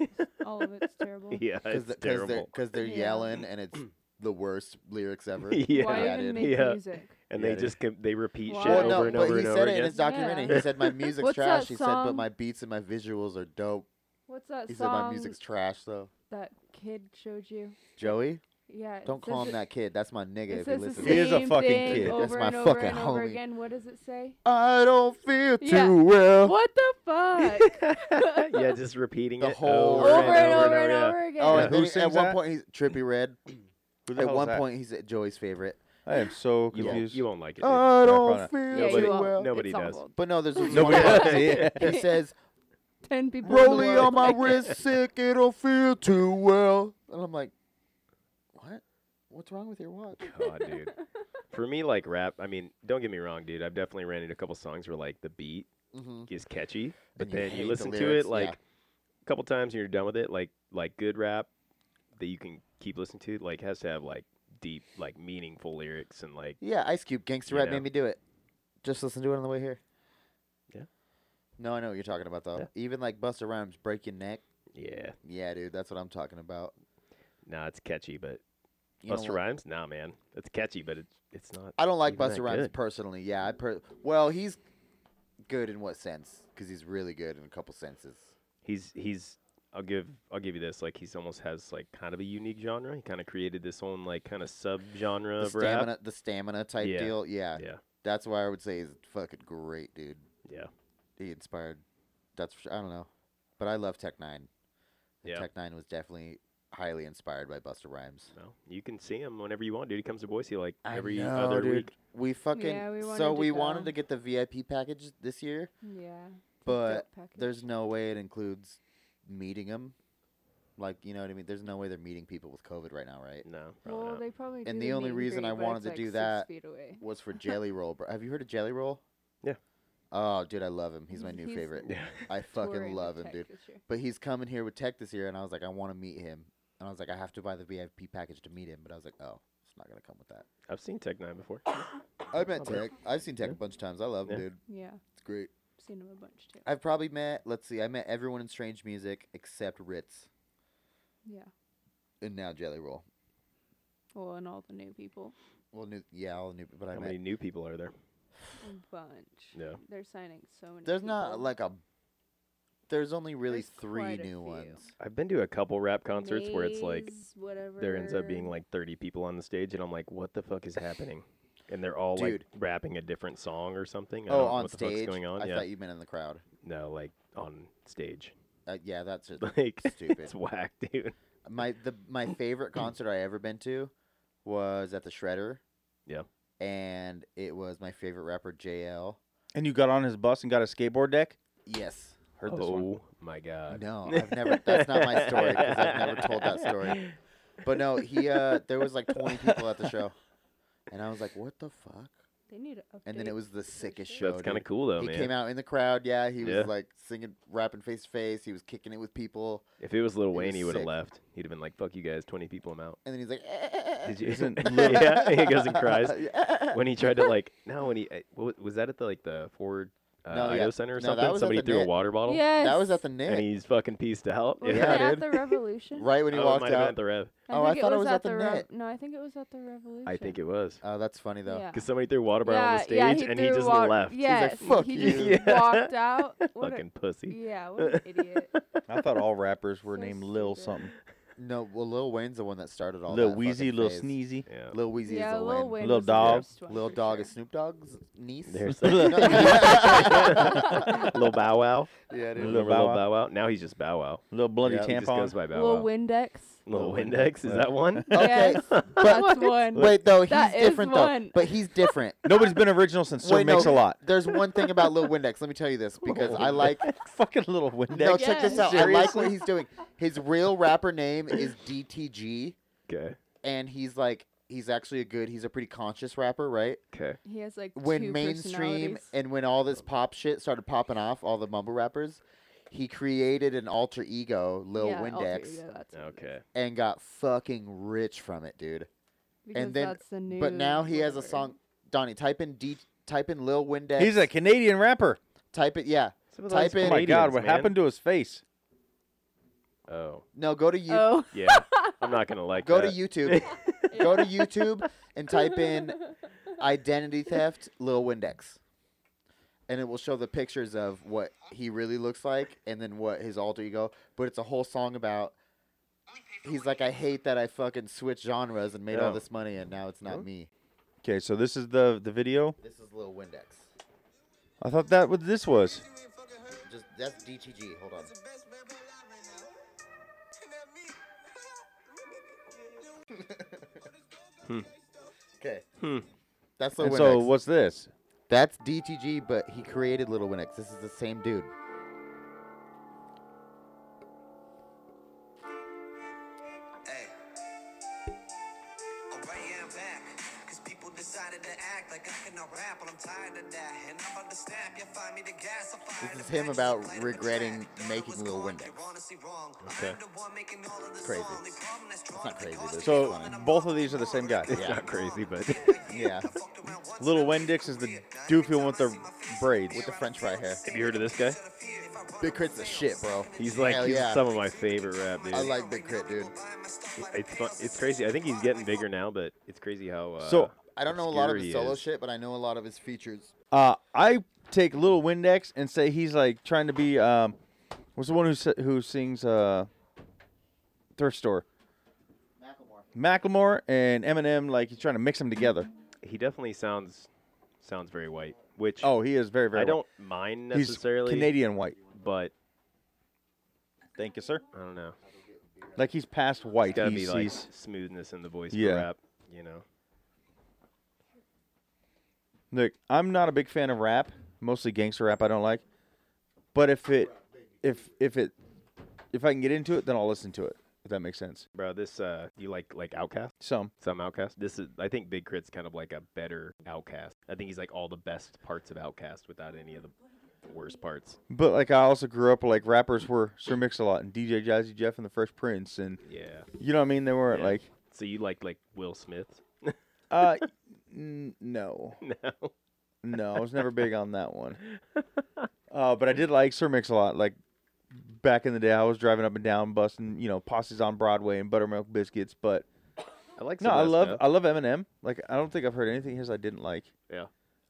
Speaker 2: All of it's terrible.
Speaker 6: Yeah,
Speaker 4: because
Speaker 6: it's
Speaker 4: they're
Speaker 6: terrible.
Speaker 4: because they're
Speaker 2: Yeah.
Speaker 4: yelling and it's the worst lyrics ever.
Speaker 6: yeah,
Speaker 2: Why
Speaker 4: Yeah,
Speaker 2: even
Speaker 4: dude.
Speaker 2: make
Speaker 6: Yeah.
Speaker 2: music?
Speaker 6: and
Speaker 5: Yeah,
Speaker 6: they
Speaker 5: dude.
Speaker 6: just com- they repeat
Speaker 2: Well,
Speaker 6: shit
Speaker 2: Well,
Speaker 6: over
Speaker 2: no,
Speaker 6: and
Speaker 4: but
Speaker 6: over
Speaker 4: he
Speaker 6: and
Speaker 4: said
Speaker 6: over
Speaker 4: it
Speaker 6: again.
Speaker 4: in his documentary. He
Speaker 2: Yeah.
Speaker 4: said my music's
Speaker 2: What's that
Speaker 4: trash. He said, but
Speaker 2: song?
Speaker 4: my beats and my visuals are dope.
Speaker 2: What's that
Speaker 4: He said my
Speaker 2: song
Speaker 4: music's trash though.
Speaker 2: that kid showed you?
Speaker 4: Joey,
Speaker 2: Yeah. it
Speaker 4: don't call
Speaker 2: says
Speaker 4: him
Speaker 2: it-
Speaker 4: that kid. That's my nigga.
Speaker 2: It
Speaker 4: If you
Speaker 2: says the
Speaker 4: listen,
Speaker 2: same
Speaker 5: He is a fucking
Speaker 2: thing
Speaker 5: kid. That's
Speaker 2: Over
Speaker 4: my
Speaker 2: and over
Speaker 4: fucking
Speaker 2: and over
Speaker 4: homie.
Speaker 2: Again, what does it say?
Speaker 4: I don't feel too
Speaker 2: Yeah.
Speaker 4: well.
Speaker 2: What the fuck?
Speaker 6: yeah, just repeating
Speaker 4: The
Speaker 6: it
Speaker 4: whole-
Speaker 6: over,
Speaker 2: over and over
Speaker 6: and
Speaker 2: and
Speaker 6: yeah.
Speaker 2: over again.
Speaker 4: Oh,
Speaker 5: Yeah.
Speaker 4: and
Speaker 5: Who
Speaker 4: then he- at
Speaker 5: sings
Speaker 4: one
Speaker 5: that?
Speaker 4: point he's Trippy Red.
Speaker 5: Who the
Speaker 4: At
Speaker 5: hell's
Speaker 4: one
Speaker 5: that?
Speaker 4: point he's at Joey's favorite.
Speaker 5: I am so
Speaker 6: You won't,
Speaker 5: confused.
Speaker 6: you won't like it. dude.
Speaker 4: I
Speaker 5: probably
Speaker 4: don't
Speaker 5: not.
Speaker 4: feel
Speaker 2: Yeah,
Speaker 6: Nobody-
Speaker 4: too
Speaker 2: you all-
Speaker 4: well.
Speaker 6: nobody
Speaker 2: it's
Speaker 6: does.
Speaker 2: awful.
Speaker 4: But no, there's one
Speaker 5: Nobody
Speaker 4: part-
Speaker 5: does.
Speaker 4: He says,
Speaker 2: Ten people. in the
Speaker 4: Rolly
Speaker 2: world.
Speaker 4: on my wrist, sick, it'll feel too well. And I'm like, what? What's wrong with your watch?
Speaker 6: God, dude. For me, like rap, I mean, don't get me wrong, dude. I've definitely ran into a couple songs where like the beat
Speaker 4: Mm-hmm.
Speaker 6: is catchy, but
Speaker 4: And you
Speaker 6: then
Speaker 4: hate
Speaker 6: you,
Speaker 4: the
Speaker 6: listen to
Speaker 4: lyrics,
Speaker 6: it
Speaker 4: yeah.
Speaker 6: like a couple times and you're done with it. Like like good rap that you can keep listening to, like has to have like deep, like meaningful lyrics and like
Speaker 4: Yeah, Ice Cube, Gangster
Speaker 6: You
Speaker 4: Rap
Speaker 6: know?
Speaker 4: made me do it. Just listen to it on the way here.
Speaker 6: Yeah.
Speaker 4: No, I know what you're talking about though.
Speaker 6: Yeah.
Speaker 4: Even like Busta Rhymes, Break Your Neck.
Speaker 6: yeah,
Speaker 4: Yeah, dude, that's what I'm talking about.
Speaker 6: nah, it's catchy, but
Speaker 4: You know
Speaker 6: Buster
Speaker 4: what?
Speaker 6: Rhymes, nah, man, it's catchy, but it's it's not.
Speaker 4: I don't like
Speaker 6: Even that
Speaker 4: Buster Rhymes
Speaker 6: good.
Speaker 4: personally. Yeah, I per- well, he's good in what sense? Because he's really good in a couple senses.
Speaker 6: he's he's I'll give I'll give you this like he's almost has like kind of a unique genre. He kind of created this own like kind of sub genre
Speaker 4: The
Speaker 6: of rap.
Speaker 4: stamina, the stamina type
Speaker 6: Yeah.
Speaker 4: deal. Yeah,
Speaker 6: Yeah,
Speaker 4: that's why I would say he's fucking great, dude.
Speaker 6: yeah,
Speaker 4: He inspired. That's for sure. I don't know, but I love Tech Nine. And
Speaker 6: yeah.
Speaker 4: Tech Nine was definitely highly inspired by Buster Rhymes.
Speaker 6: No, you can see him whenever you want, dude. He comes to Boise like
Speaker 4: I
Speaker 6: every
Speaker 4: know,
Speaker 6: other
Speaker 4: dude.
Speaker 6: week.
Speaker 4: We fucking
Speaker 2: Yeah, we
Speaker 4: so
Speaker 2: wanted to
Speaker 4: we wanted
Speaker 2: go.
Speaker 4: to get the VIP package this year,
Speaker 2: Yeah. it's a
Speaker 4: but
Speaker 2: dope package.
Speaker 4: there's no way it includes meeting them. Like you know what I mean? There's no way they're meeting people with COVID right now, right?
Speaker 6: No, probably
Speaker 2: Well,
Speaker 6: not.
Speaker 2: they probably.
Speaker 4: And
Speaker 2: do
Speaker 4: the only
Speaker 2: meet
Speaker 4: reason
Speaker 2: greet,
Speaker 4: I
Speaker 2: but
Speaker 4: wanted
Speaker 2: it's
Speaker 4: to
Speaker 2: like
Speaker 4: do
Speaker 2: six
Speaker 4: that
Speaker 2: feet away.
Speaker 4: Was for Jelly Roll, bro. Have you heard of Jelly Roll?
Speaker 6: Yeah.
Speaker 4: Oh, dude, I love him. He's my new
Speaker 2: He's-
Speaker 4: favorite.
Speaker 6: Yeah.
Speaker 4: I
Speaker 2: Touring
Speaker 4: fucking
Speaker 2: with
Speaker 4: love him,
Speaker 2: Tech
Speaker 4: dude.
Speaker 2: this year.
Speaker 4: But he's coming here with Tech this year, and I was like, I want to meet him. And I was like, I have to buy the VIP package to meet him. But I was like, oh, it's not gonna come with that.
Speaker 6: I've seen Tech Nine before.
Speaker 4: I met
Speaker 6: Okay.
Speaker 4: Tech. I've seen Tech a bunch of times. I love him,
Speaker 6: Yeah.
Speaker 4: dude.
Speaker 2: Yeah,
Speaker 4: It's great.
Speaker 2: seen him a bunch too.
Speaker 4: I've probably met. Let's see. I met everyone in Strange Music except Ritz
Speaker 2: Yeah.
Speaker 4: and now Jelly Roll.
Speaker 2: Well, and all the new people,
Speaker 4: Well, new, yeah, all new. But I
Speaker 6: How
Speaker 4: met.
Speaker 6: many new people are there?
Speaker 2: a bunch.
Speaker 6: Yeah,
Speaker 2: They're signing so many.
Speaker 4: There's not
Speaker 2: people.
Speaker 4: like a. There's only really
Speaker 2: There's
Speaker 4: three
Speaker 2: quite a
Speaker 4: new
Speaker 2: few.
Speaker 4: ones.
Speaker 6: I've been to a couple rap concerts where it's like
Speaker 2: Maze, whatever.
Speaker 6: there ends up being like 30 people on the stage, and I'm like, what the fuck is happening? And they're all
Speaker 4: Dude.
Speaker 6: like rapping a different song or something. I
Speaker 4: Oh,
Speaker 6: don't know
Speaker 4: on
Speaker 6: what the
Speaker 4: stage.
Speaker 6: fuck's going on?
Speaker 4: I
Speaker 6: yeah,
Speaker 4: thought you meant in the crowd.
Speaker 6: no, like on stage.
Speaker 4: Uh, yeah, that's it.
Speaker 6: Like
Speaker 4: Stupid.
Speaker 6: it's whack, dude.
Speaker 4: my the my favorite concert I ever been to was at the Shredder.
Speaker 6: Yeah.
Speaker 4: And it was my favorite rapper JL.
Speaker 5: and you got on his bus and got a skateboard deck.
Speaker 4: Yes.
Speaker 5: Heard this
Speaker 6: oh
Speaker 5: one.
Speaker 6: my god.
Speaker 4: No, I've never. That's not my story because I've never told that story. But no, he uh, there was like 20 people at the show, and I was like, "What the fuck?"
Speaker 2: They need to update.
Speaker 4: And then it was the sickest
Speaker 2: shit.
Speaker 4: show.
Speaker 6: That's kind of
Speaker 4: dude.
Speaker 6: cool though,
Speaker 4: He
Speaker 6: man.
Speaker 4: came out in the crowd. Yeah, he was
Speaker 6: Yeah.
Speaker 4: like singing, rapping face to face. He was kicking it with people,
Speaker 6: If it was Lil
Speaker 4: was
Speaker 6: Wayne, he would have
Speaker 4: sick.
Speaker 6: left. He'd have been like, "Fuck you guys, twenty people, I'm out."
Speaker 4: and then he's like, "Eh."
Speaker 6: Did you?
Speaker 5: Isn't Lil-
Speaker 6: yeah, he goes and cries
Speaker 4: Yeah.
Speaker 6: eh, when he tried to like. No, when he uh, wa- was that at the like the Ford uh,
Speaker 4: No,
Speaker 6: Idaho
Speaker 4: yeah.
Speaker 6: Center or
Speaker 4: No, that
Speaker 6: something.
Speaker 4: was at
Speaker 6: Somebody
Speaker 4: the
Speaker 6: threw a
Speaker 4: net.
Speaker 6: water bottle,
Speaker 2: Yes.
Speaker 4: That was at the Nick.
Speaker 6: and he's fucking pieced out.
Speaker 2: Was
Speaker 4: Yeah,
Speaker 2: it
Speaker 6: dude.
Speaker 2: at the Revolution?
Speaker 4: right when he
Speaker 6: oh, it
Speaker 4: walked
Speaker 6: might have been
Speaker 4: out.
Speaker 6: at the Rev.
Speaker 4: Oh, I
Speaker 2: think
Speaker 4: thought it was at the
Speaker 2: Rev-
Speaker 4: Net.
Speaker 2: No, I think it was at the Revolution.
Speaker 6: I think it was
Speaker 4: Oh, that's funny though.
Speaker 2: Yeah.
Speaker 6: because somebody threw a water bottle on the stage,
Speaker 2: yeah, he
Speaker 6: and he
Speaker 2: threw
Speaker 6: just
Speaker 2: water-
Speaker 6: left.
Speaker 2: Yes,
Speaker 4: "Fuck
Speaker 2: he
Speaker 4: you."
Speaker 2: just
Speaker 6: Yeah.
Speaker 2: walked out. What a,
Speaker 6: Fucking pussy.
Speaker 2: yeah, what an idiot.
Speaker 5: I thought all rappers were
Speaker 2: So
Speaker 5: named Lil
Speaker 2: stupid.
Speaker 5: something.
Speaker 4: No, well, Lil Wayne's the one that started all
Speaker 5: Lil
Speaker 4: that.
Speaker 5: Wheezy,
Speaker 4: fucking
Speaker 5: Lil
Speaker 4: phase.
Speaker 5: Sneezy.
Speaker 6: Yeah.
Speaker 4: Lil Wheezy
Speaker 2: yeah,
Speaker 4: is the
Speaker 2: Lil
Speaker 4: Wayne.
Speaker 2: Wayne
Speaker 5: Lil
Speaker 2: was the
Speaker 5: Dog.
Speaker 2: first one
Speaker 4: Lil
Speaker 2: for
Speaker 4: Dog
Speaker 2: sure.
Speaker 4: is Snoop Dogg's niece.
Speaker 6: There's
Speaker 4: yeah,
Speaker 6: Little Bow Wow.
Speaker 4: dude.
Speaker 5: Lil
Speaker 6: Remember
Speaker 5: Bow
Speaker 6: Lil
Speaker 5: Wow?
Speaker 6: Bow Wow? Now he's just Bow Wow.
Speaker 5: Lil Bloody
Speaker 6: He just goes
Speaker 5: Tampon.
Speaker 6: by Bow
Speaker 2: Lil
Speaker 6: Wow.
Speaker 2: Windex.
Speaker 6: Little
Speaker 5: Lil
Speaker 6: Windex, is that one?
Speaker 4: Okay,
Speaker 2: Yes,
Speaker 4: but
Speaker 2: that's one.
Speaker 4: wait though, he's
Speaker 2: That is
Speaker 4: different though.
Speaker 2: one.
Speaker 4: But he's different.
Speaker 5: Nobody's been original since Sir
Speaker 4: Wait, no.
Speaker 5: Mix a Lot.
Speaker 4: There's one thing about Lil Windex. Let me tell you this because I like.
Speaker 5: Fucking Lil Windex.
Speaker 4: No, check this
Speaker 2: Yes.
Speaker 4: out. I like what he's doing. His real rapper name is DTG,
Speaker 6: Okay.
Speaker 4: and he's like, he's actually a good. He's a pretty conscious rapper, right?
Speaker 6: Okay.
Speaker 2: He has like
Speaker 4: when
Speaker 2: two
Speaker 4: mainstream
Speaker 2: personalities.
Speaker 4: and when all this pop shit started popping off, all the mumble rappers, he created an alter ego, Lil
Speaker 2: yeah, alter
Speaker 4: Windex,
Speaker 2: ego, that's what it is.
Speaker 6: Okay.
Speaker 4: and got fucking rich from it, dude.
Speaker 2: Because
Speaker 4: then-
Speaker 2: that's the new
Speaker 4: but now he has a
Speaker 2: whatever.
Speaker 4: song. Donnie, type in D, type in Lil Windex.
Speaker 5: He's a Canadian rapper.
Speaker 4: type it. Yeah, Type
Speaker 5: Oh
Speaker 4: in-
Speaker 5: my God, what
Speaker 6: man.
Speaker 5: happened to his face?
Speaker 6: Oh.
Speaker 4: no, go to you,
Speaker 2: Oh,
Speaker 6: Yeah. I'm not going to like
Speaker 4: go
Speaker 6: that.
Speaker 4: to YouTube, go to YouTube, and type in identity theft Lil Windex. And it will show the pictures of what he really looks like and then what his alter ego. But it's a whole song about he's like, I hate that I fucking switched genres and made
Speaker 6: Oh.
Speaker 4: all this money and now it's not me.
Speaker 5: Okay, so this is the the video.
Speaker 4: This is Lil Windex.
Speaker 5: I thought that what this was.
Speaker 4: Just that's DTG. Hold on. Hmm. Okay.
Speaker 6: Hmm.
Speaker 4: That's Lil
Speaker 5: And
Speaker 4: Windex.
Speaker 5: so what's this?
Speaker 4: That's DTG, but he created Little Winx. This is the same dude.
Speaker 7: Hey. Alright, yeah, I'm back. Cause people decided to act like I cannot rap, but I'm tired of that. And I'm about to snap, you find me the gas, I'll fire
Speaker 4: This
Speaker 7: the
Speaker 4: is him
Speaker 7: match,
Speaker 4: about
Speaker 7: light up the
Speaker 4: regretting
Speaker 7: track. Thought I
Speaker 4: making
Speaker 7: was
Speaker 4: Lil
Speaker 7: gone,
Speaker 4: Windex.
Speaker 7: you're honestly wrong.
Speaker 6: Okay.
Speaker 7: I'm the one making all of this
Speaker 4: Crazy.
Speaker 7: song. The problem that's drawn
Speaker 4: not
Speaker 7: to
Speaker 4: crazy,
Speaker 7: cause
Speaker 4: but
Speaker 7: to
Speaker 4: it's
Speaker 5: So
Speaker 7: come, and I'm
Speaker 5: both
Speaker 7: all
Speaker 5: of these are the same guy.
Speaker 6: It's not crazy, but
Speaker 4: Yeah.
Speaker 7: I fucked around once and
Speaker 5: Little
Speaker 7: I was
Speaker 5: Windex is the
Speaker 7: weird. Now every
Speaker 5: doofy one
Speaker 7: time
Speaker 5: with
Speaker 7: I
Speaker 5: the
Speaker 7: see my face,
Speaker 5: braids.
Speaker 4: With the french fry hair.
Speaker 6: have you heard of this guy?
Speaker 4: Big Crit's the shit, bro.
Speaker 6: He's like
Speaker 4: Hell
Speaker 6: he's
Speaker 4: yeah.
Speaker 6: some of my favorite rap dude.
Speaker 4: I like Big Crit, dude.
Speaker 6: it's fun, it's crazy. I think he's getting bigger now, but it's crazy how uh,
Speaker 5: So
Speaker 4: I don't know a lot
Speaker 6: obscure
Speaker 4: of his
Speaker 6: he
Speaker 4: solo
Speaker 6: is.
Speaker 4: shit, but I know a lot of his features.
Speaker 5: Uh, I take Little Windex and say he's like trying to be um, what's the one who s- who sings uh, Thrift Store? Macklemore and Eminem, like he's trying to mix them together.
Speaker 6: he definitely sounds sounds very white, which
Speaker 5: Oh, he is very very.
Speaker 6: I
Speaker 5: white.
Speaker 6: don't mind
Speaker 5: He's
Speaker 6: necessarily,
Speaker 5: Canadian white.
Speaker 6: but
Speaker 5: Thank you, sir.
Speaker 6: I don't know.
Speaker 5: Like he's past white.
Speaker 6: It's gotta
Speaker 5: he's,
Speaker 6: be like
Speaker 5: he's-
Speaker 6: smoothness in the voice
Speaker 5: Yeah.
Speaker 6: for rap, you know.
Speaker 5: Look, I'm not a big fan of rap, mostly gangster rap. I don't like. But if it, if if it, if I can get into it, then I'll listen to it. If that makes sense.
Speaker 6: Bro, this uh you like like Outcast?
Speaker 5: Some.
Speaker 6: Some Outcast. This is I think Big Crit's kind of like a better Outcast. I think he's like all the best parts of Outcast without any of the worst parts.
Speaker 5: But like I also grew up like rappers were Sir Mix-a-Lot and DJ Jazzy Jeff and the Fresh Prince and
Speaker 6: Yeah.
Speaker 5: you know what I mean. They weren't
Speaker 6: Yeah.
Speaker 5: like
Speaker 6: So you like like Will Smith?
Speaker 5: uh n- no
Speaker 6: no.
Speaker 5: no I was never big on that one. Uh, but I did like Sir Mix-a-Lot like back in the day. I was driving up and down, busting you know posses on Broadway and buttermilk biscuits. But
Speaker 6: I like
Speaker 5: No,
Speaker 6: some
Speaker 5: I
Speaker 6: of that
Speaker 5: love uh,
Speaker 6: stuff.
Speaker 5: I love Eminem. Like I don't think I've heard anything of his I didn't like.
Speaker 6: Yeah.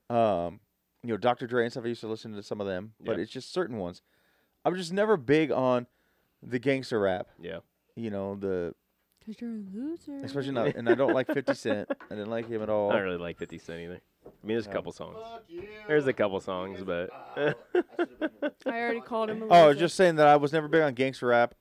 Speaker 5: Um, you know, Dr. Dre and stuff. I used to listen to some of them, but
Speaker 6: Yeah.
Speaker 5: it's just certain ones. I'm just never big on the gangster rap.
Speaker 6: Yeah.
Speaker 5: You know the
Speaker 2: because you're a loser.
Speaker 5: especially not, and I don't like 50 Cent. I didn't like him at all.
Speaker 6: I don't really like 50 Cent either. I mean, there's a
Speaker 5: No.
Speaker 6: couple songs. There's a couple songs, but
Speaker 2: I already called him a loser.
Speaker 5: Oh, I was just saying that I was never big on gangster rap.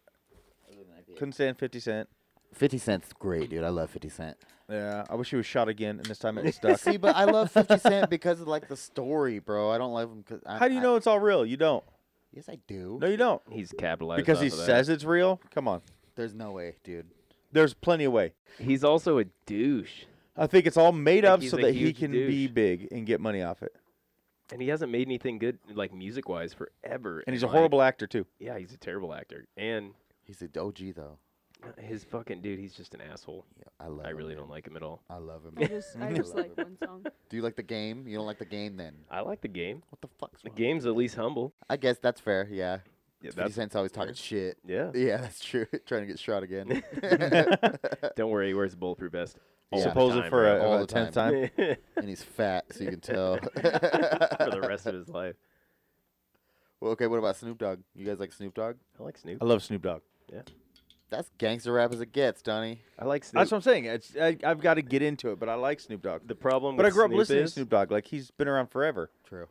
Speaker 5: Couldn't stand 50 Cent.
Speaker 4: 50 Cent's great, dude. I love 50 Cent.
Speaker 5: Yeah, I wish he was shot again, and this time it stuck.
Speaker 4: See, but I love 50 Cent because of like the story, bro. I don't love him because
Speaker 5: How do you know it's all real? You don't.
Speaker 4: Yes, I do.
Speaker 5: No, you don't.
Speaker 6: he's capitalized
Speaker 5: Because he
Speaker 6: off of that.
Speaker 5: says it's real. Come on.
Speaker 4: There's no way, dude.
Speaker 5: There's plenty of way.
Speaker 6: he's also a douche.
Speaker 5: I think it's all made
Speaker 6: Like,
Speaker 5: up
Speaker 6: he's
Speaker 5: so
Speaker 6: a
Speaker 5: that he
Speaker 6: huge
Speaker 5: can
Speaker 6: douche.
Speaker 5: be big and get money off it.
Speaker 6: and he hasn't made anything good like music wise forever.
Speaker 5: And he's a
Speaker 6: like,
Speaker 5: horrible actor too.
Speaker 6: Yeah, he's a terrible actor, and
Speaker 4: He's a OG though.
Speaker 6: His fucking dude, he's just an asshole.
Speaker 4: Yeah, I love.
Speaker 6: I
Speaker 4: him,
Speaker 6: really don't
Speaker 4: man.
Speaker 6: like him at all.
Speaker 4: I love him.
Speaker 3: I just, I
Speaker 4: I
Speaker 3: just
Speaker 4: love
Speaker 3: like
Speaker 4: it.
Speaker 3: one song.
Speaker 4: Do you like the game? You don't like the game then?
Speaker 6: I like the game.
Speaker 4: What the fuck's
Speaker 6: The
Speaker 4: wrong?
Speaker 6: game's at least humble.
Speaker 4: I guess that's fair. Yeah.
Speaker 6: Yeah,
Speaker 4: Fifty Cent's always talking shit.
Speaker 6: yeah.
Speaker 4: Yeah, that's true. Trying to get shot again.
Speaker 6: Don't worry, he wears a bulletproof vest. all the
Speaker 5: Supposedly
Speaker 6: time,
Speaker 5: for
Speaker 6: right?
Speaker 5: a,
Speaker 4: All
Speaker 5: a
Speaker 4: the
Speaker 5: tenth
Speaker 4: time.
Speaker 5: time.
Speaker 4: and he's fat, so you can tell.
Speaker 6: for the rest of his life.
Speaker 4: well, okay, what about Snoop Dogg? You guys like Snoop Dogg?
Speaker 6: I like Snoop.
Speaker 5: I love Snoop Dogg.
Speaker 4: That's gangster rap as it gets, Donnie.
Speaker 6: I like Snoop.
Speaker 5: That's what I'm saying. It's I, I've got to get into it, but I like Snoop Dogg.
Speaker 6: the problem.
Speaker 5: But I
Speaker 6: with
Speaker 5: grew up
Speaker 6: Snoop
Speaker 5: listening
Speaker 6: is-
Speaker 5: to Snoop Dogg. Like he's been around forever.
Speaker 4: True.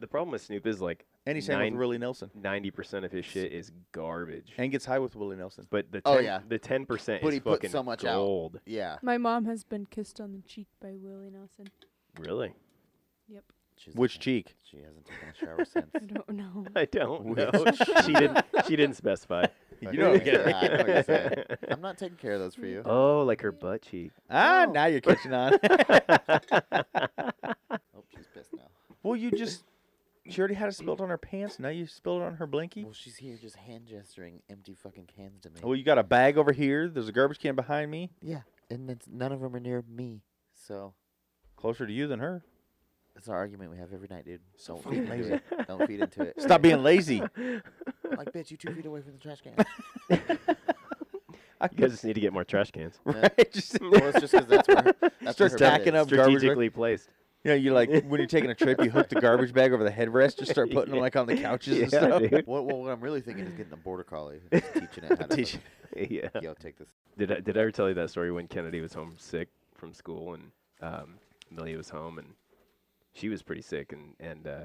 Speaker 6: The problem with Snoop is like
Speaker 5: And he sang with
Speaker 6: Nine-
Speaker 5: Willie Nelson.
Speaker 6: ninety percent of his shit is garbage.
Speaker 5: And gets high with Willie Nelson.
Speaker 6: But the 10,
Speaker 4: Oh, yeah.
Speaker 6: the ten percent
Speaker 4: But
Speaker 6: is
Speaker 4: he put
Speaker 6: fucking
Speaker 4: so much out.
Speaker 6: gold.
Speaker 4: Yeah.
Speaker 2: My mom has been kissed on the cheek by Willie Nelson.
Speaker 6: Really?
Speaker 4: She's
Speaker 5: Which
Speaker 4: okay.
Speaker 5: cheek?
Speaker 4: She hasn't taken a shower since.
Speaker 2: I don't know.
Speaker 6: I don't
Speaker 4: Which
Speaker 6: know. she didn't. She didn't specify.
Speaker 5: You know what I'm
Speaker 4: Yeah, I know what you're
Speaker 5: getting
Speaker 4: saying. I'm not taking care of those for you.
Speaker 6: Oh, like her butt cheek.
Speaker 5: Ah, now you're catching on.
Speaker 4: Oh, she's pissed now.
Speaker 5: well, you just she already had it spilled on her pants. Now you spilled it on her blinky.
Speaker 4: Well, she's here just hand gesturing empty fucking cans to me.
Speaker 5: Well, you got a bag over here. There's a garbage can behind me,
Speaker 4: yeah, and it's, none of them are near me, so
Speaker 5: closer to you than her.
Speaker 4: it's an argument we have every night, dude.
Speaker 5: So
Speaker 4: Don't feed
Speaker 5: fucking
Speaker 4: into it. Don't feed into it.
Speaker 5: Stop being lazy.
Speaker 4: Like, bitch, you two feet away from the trash can.
Speaker 5: I
Speaker 6: You guys just need to get more trash cans.
Speaker 5: right? Just
Speaker 4: well, it's just 'cause that's where her- that's where
Speaker 5: Starts
Speaker 4: her bed
Speaker 5: stacking
Speaker 4: is.
Speaker 5: up garbage.
Speaker 6: Strategically placed.
Speaker 5: You know, you like when you're taking a trip, you hook the garbage bag over the headrest, just start putting them
Speaker 6: Yeah.
Speaker 5: like on the couches
Speaker 6: yeah,
Speaker 5: and stuff.
Speaker 6: dude.
Speaker 4: What, well, what I'm really thinking is getting a border collie, and just teaching it how to.
Speaker 5: Teach-
Speaker 6: Yeah.
Speaker 4: fuck- Yo, take this.
Speaker 6: Did I, did I ever tell you that story when Kennedy was home sick from school and um, Amelia was home and she was pretty sick and and uh,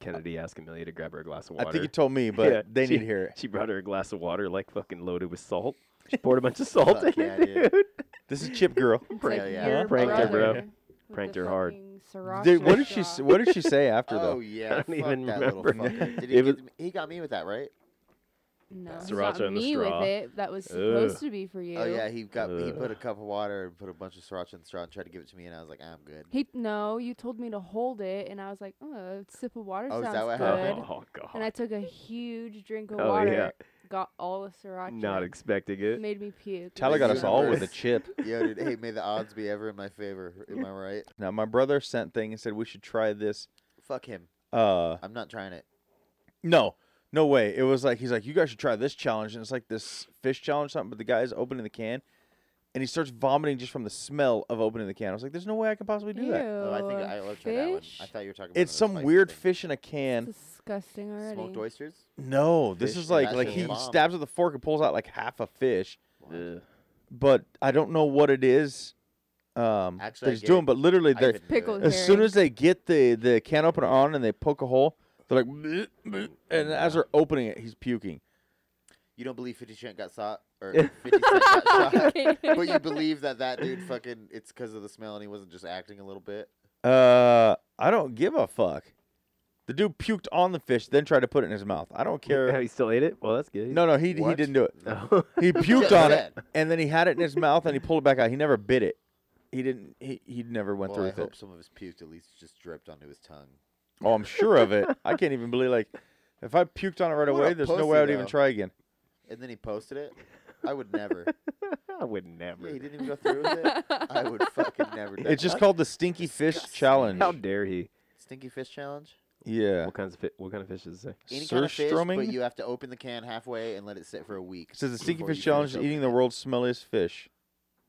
Speaker 6: Kennedy asked Amelia to grab her a glass of water.
Speaker 5: I think you told me, but
Speaker 6: Yeah,
Speaker 5: they
Speaker 6: she-
Speaker 5: need to hear it.
Speaker 6: She brought her a glass of water like fucking loaded with salt. She poured a bunch of salt
Speaker 4: Fuck
Speaker 6: in
Speaker 4: yeah,
Speaker 6: it,
Speaker 4: dude.
Speaker 6: dude.
Speaker 5: This is Chip Girl.
Speaker 3: It's
Speaker 4: Prank-
Speaker 3: like
Speaker 4: yeah.
Speaker 3: your
Speaker 6: Pranked her, bro.
Speaker 3: brother with the
Speaker 6: Pranked her hard.
Speaker 3: fucking Sriracha
Speaker 5: Dude, what did she?
Speaker 3: sauce.
Speaker 5: s- What did she say after
Speaker 4: Oh
Speaker 5: though?
Speaker 4: yeah,
Speaker 6: don't
Speaker 4: fuck
Speaker 6: even
Speaker 4: that little
Speaker 6: remember.
Speaker 4: fucker. Did
Speaker 6: It
Speaker 4: he,
Speaker 6: was-
Speaker 4: get, he got me with that, right?
Speaker 3: No,
Speaker 6: Sriracha
Speaker 3: he got
Speaker 6: in the
Speaker 3: me
Speaker 6: straw.
Speaker 3: with it. That was
Speaker 6: Ugh.
Speaker 3: supposed to be for you.
Speaker 4: Oh yeah, he got he put a cup of water and put a bunch of sriracha in the straw and tried to give it to me, and I was like, I'm good.
Speaker 3: He no, you told me to hold it, and I was like, oh, a sip of water
Speaker 4: Oh, is that
Speaker 3: sounds
Speaker 4: what
Speaker 3: good.
Speaker 4: happened?
Speaker 6: Oh,
Speaker 3: And I
Speaker 6: god.
Speaker 3: took a huge drink of
Speaker 6: Oh,
Speaker 3: water.
Speaker 6: yeah.
Speaker 3: Got all the sriracha.
Speaker 6: Not expecting it.
Speaker 3: made me puke.
Speaker 5: Tyler got us all with a
Speaker 4: Universe.
Speaker 5: chip.
Speaker 4: Yo, dude, hey, may the odds be ever in my favor. Am I right?
Speaker 5: Now my brother sent thing and said we should try this.
Speaker 4: Fuck him.
Speaker 5: Uh,
Speaker 4: I'm not trying it.
Speaker 5: no, no way. It was like he's like you guys should try this challenge, and it's like this fish challenge something. But the guy's opening the can, and he starts vomiting just from the smell of opening the can. I was like, there's no way I can possibly do that.
Speaker 4: Oh, I think
Speaker 3: Ew,
Speaker 4: I love try that one. I
Speaker 3: fish?
Speaker 4: thought you were talking about
Speaker 5: It's some
Speaker 4: another spicy
Speaker 5: weird
Speaker 4: thing.
Speaker 5: fish in a can.
Speaker 3: disgusting already.
Speaker 4: Smoked oysters.
Speaker 5: No, this
Speaker 4: Fish
Speaker 5: is like
Speaker 4: smash
Speaker 5: like
Speaker 4: and
Speaker 5: he
Speaker 4: bomb.
Speaker 5: stabs with a fork and pulls out like half a fish,
Speaker 6: Ugh.
Speaker 5: but I don't know what it is. Um,
Speaker 4: Actually, I
Speaker 5: that he's
Speaker 4: get
Speaker 5: doing,
Speaker 4: it.
Speaker 5: but literally
Speaker 4: I
Speaker 5: they're
Speaker 4: couldn't do it.
Speaker 3: Pickled.
Speaker 5: as soon
Speaker 3: Very.
Speaker 5: as they get the the can opener on and they poke a hole, they're like, "Bleh,
Speaker 4: Oh,
Speaker 5: bleh," and as they're opening it, he's puking.
Speaker 4: You don't believe 50 Cent got shot, or 50 Cent got shot, but you believe that that dude fucking it's because of the smell and he wasn't just acting a little bit.
Speaker 5: Uh, I don't give a fuck. The dude puked on the fish, then tried to put it in his mouth. I don't
Speaker 6: How
Speaker 5: care.
Speaker 6: he still ate it? Well, that's good.
Speaker 5: No, no, he he
Speaker 4: What?
Speaker 5: didn't do it.
Speaker 6: No.
Speaker 5: He puked
Speaker 4: Just
Speaker 5: on it,
Speaker 4: said.
Speaker 5: and then he had it in his mouth, and he pulled it back out. He never bit it. He didn't. He he never went
Speaker 4: Well,
Speaker 5: through
Speaker 4: I
Speaker 5: with it.
Speaker 4: hope some of his puke at least just dripped onto his tongue.
Speaker 5: Oh, I'm sure of it. I can't even believe like if I puked on it right
Speaker 4: What
Speaker 5: away,
Speaker 4: a
Speaker 5: there's no
Speaker 4: pussy,
Speaker 5: way I would even
Speaker 4: though.
Speaker 5: try again.
Speaker 4: And then he posted it. I would never.
Speaker 6: I would never.
Speaker 4: yeah, he didn't even go through with it. I would fucking never. do
Speaker 5: It's just
Speaker 4: that.
Speaker 5: called the Stinky Fish Challenge.
Speaker 6: How dare he?
Speaker 4: stinky fish challenge.
Speaker 5: Yeah.
Speaker 6: What kinds of fi- what kind of fish does it say?
Speaker 4: Any kind of fish,
Speaker 5: Surströmming?
Speaker 4: but you have to open the can halfway and let it sit for a week.
Speaker 5: It says the Stinky
Speaker 4: before
Speaker 5: Fish
Speaker 4: you
Speaker 5: Challenge is
Speaker 4: finish
Speaker 5: eating the
Speaker 4: opening it.
Speaker 5: world's smelliest fish.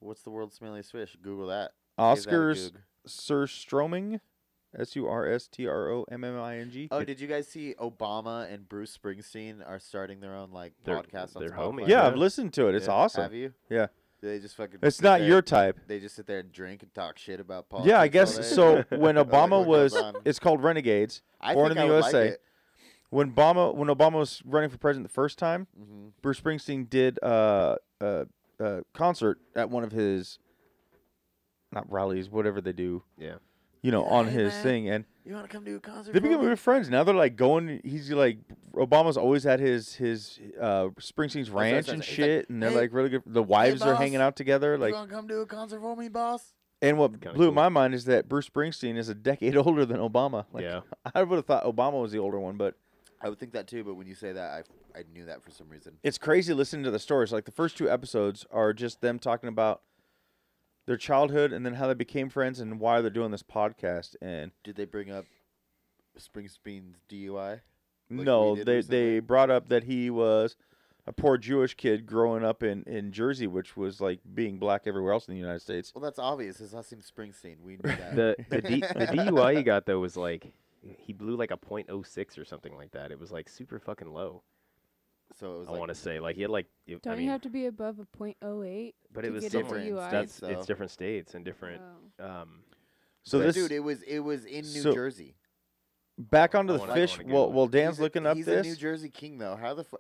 Speaker 4: What's the world's smelliest fish? Google that. Give that a
Speaker 5: Oscars
Speaker 4: Goog.
Speaker 5: Surstroming. S U R S T R O M M I N G.
Speaker 4: Oh, did you guys see Obama and Bruce Springsteen are starting their own like
Speaker 6: They're-
Speaker 4: podcast on
Speaker 6: they're
Speaker 4: Spotify?
Speaker 6: homies.
Speaker 5: Yeah,
Speaker 6: yeah.
Speaker 5: I've listened to it. It's
Speaker 4: Yeah, Have
Speaker 5: awesome.
Speaker 4: you?
Speaker 5: Yeah.
Speaker 4: They just fucking.
Speaker 5: It's
Speaker 4: sit
Speaker 5: not
Speaker 4: there-
Speaker 5: your type.
Speaker 4: They just sit there and drink and talk shit about politics.
Speaker 5: Yeah, I
Speaker 4: all day.
Speaker 5: guess so. When
Speaker 4: like,
Speaker 5: Obama
Speaker 4: what
Speaker 5: was,
Speaker 4: goes on?
Speaker 5: it's called Renegades.
Speaker 4: I
Speaker 5: Born
Speaker 4: think
Speaker 5: in the
Speaker 4: I would like
Speaker 5: USA.
Speaker 4: it.
Speaker 5: When Obama, when Obama was running for president the first time,
Speaker 4: Mhm.
Speaker 5: Bruce Springsteen did a uh, uh, uh, concert at one of his, not rallies, whatever they do,
Speaker 6: Yeah.
Speaker 5: you know, on
Speaker 4: Hey,
Speaker 5: his
Speaker 4: man.
Speaker 5: thing, and
Speaker 4: You want to come to a concert?
Speaker 5: they
Speaker 4: for
Speaker 5: became
Speaker 4: me?
Speaker 5: good friends. Now they're like going. He's like Obama's always had his his uh, Springsteen's
Speaker 4: what I
Speaker 5: ranch
Speaker 4: said.
Speaker 5: and
Speaker 4: He's like,
Speaker 5: shit, and they're
Speaker 4: "Hey,
Speaker 5: like really good. The wives are
Speaker 4: boss,
Speaker 5: hanging out together, like.
Speaker 4: you want to come to a concert for me, boss?
Speaker 5: And what
Speaker 6: Kinda
Speaker 5: blew
Speaker 6: cool.
Speaker 5: my mind is that Bruce Springsteen is a decade older than Obama. Like,
Speaker 6: yeah.
Speaker 5: I would have thought Obama was the older one, but
Speaker 4: I would think that too, but when you say that, I I knew that for some reason.
Speaker 5: it's crazy listening to the stories. Like the first two episodes are just them talking about their childhood and then how they became friends and why they're doing this podcast. And
Speaker 4: Did they bring up Springsteen's DUI? Like we
Speaker 5: no,
Speaker 4: did
Speaker 5: they
Speaker 4: recently?
Speaker 5: they brought up that he was a poor Jewish kid growing up in in Jersey, which was like being black everywhere else in the United States.
Speaker 4: Well, that's obvious. His last name's Springsteen. We knew that.
Speaker 6: The the, D, the DUI he got though was like he blew like a .06 or something like that. It was like super fucking low.
Speaker 4: so it was
Speaker 6: I
Speaker 4: like,
Speaker 6: want to say like he had like it-
Speaker 2: Don't
Speaker 6: I mean,
Speaker 2: you have to be above a point oh eight?
Speaker 6: but it
Speaker 2: to
Speaker 6: was
Speaker 2: get a
Speaker 6: different.
Speaker 2: DUI?
Speaker 6: That's
Speaker 4: States,
Speaker 6: it's
Speaker 4: though.
Speaker 6: different states and different.
Speaker 4: Oh.
Speaker 2: Uh.
Speaker 6: Um,
Speaker 5: So
Speaker 4: But
Speaker 5: this
Speaker 4: dude, it was it was in New
Speaker 5: so-
Speaker 4: Jersey.
Speaker 5: back onto
Speaker 6: I
Speaker 4: Oh,
Speaker 5: the
Speaker 6: wanna- I
Speaker 5: fish.
Speaker 6: wanna Google
Speaker 5: Well,
Speaker 6: it.
Speaker 5: well, Dan's
Speaker 4: He's a-
Speaker 5: looking up
Speaker 4: he's
Speaker 5: this.
Speaker 4: a New Jersey king though. How the fu-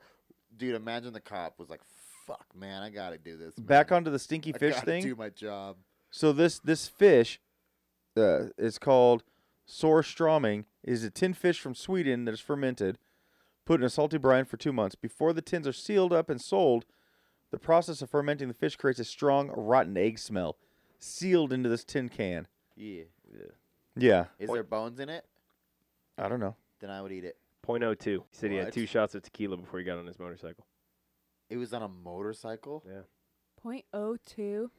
Speaker 4: dude? Imagine the cop was like, "Fuck, man, I gotta do this."
Speaker 5: back
Speaker 4: man.
Speaker 5: onto the stinky
Speaker 4: I
Speaker 5: fish
Speaker 4: gotta
Speaker 5: thing.
Speaker 4: Do my job.
Speaker 5: So this this fish, uh, is called Sorstroming. Is a tin fish from Sweden that is fermented, put in a salty brine for two months. Before the tins are sealed up and sold, the process of fermenting the fish creates a strong rotten egg smell, sealed into this tin can.
Speaker 4: Yeah.
Speaker 5: Yeah,
Speaker 4: Is there bones in it?
Speaker 5: I don't know.
Speaker 4: Then I would eat it.
Speaker 6: .02. He said he had
Speaker 4: What?
Speaker 6: oh two shots of tequila before he got on his motorcycle.
Speaker 4: It was on a motorcycle.
Speaker 6: Yeah.
Speaker 2: Point oh two.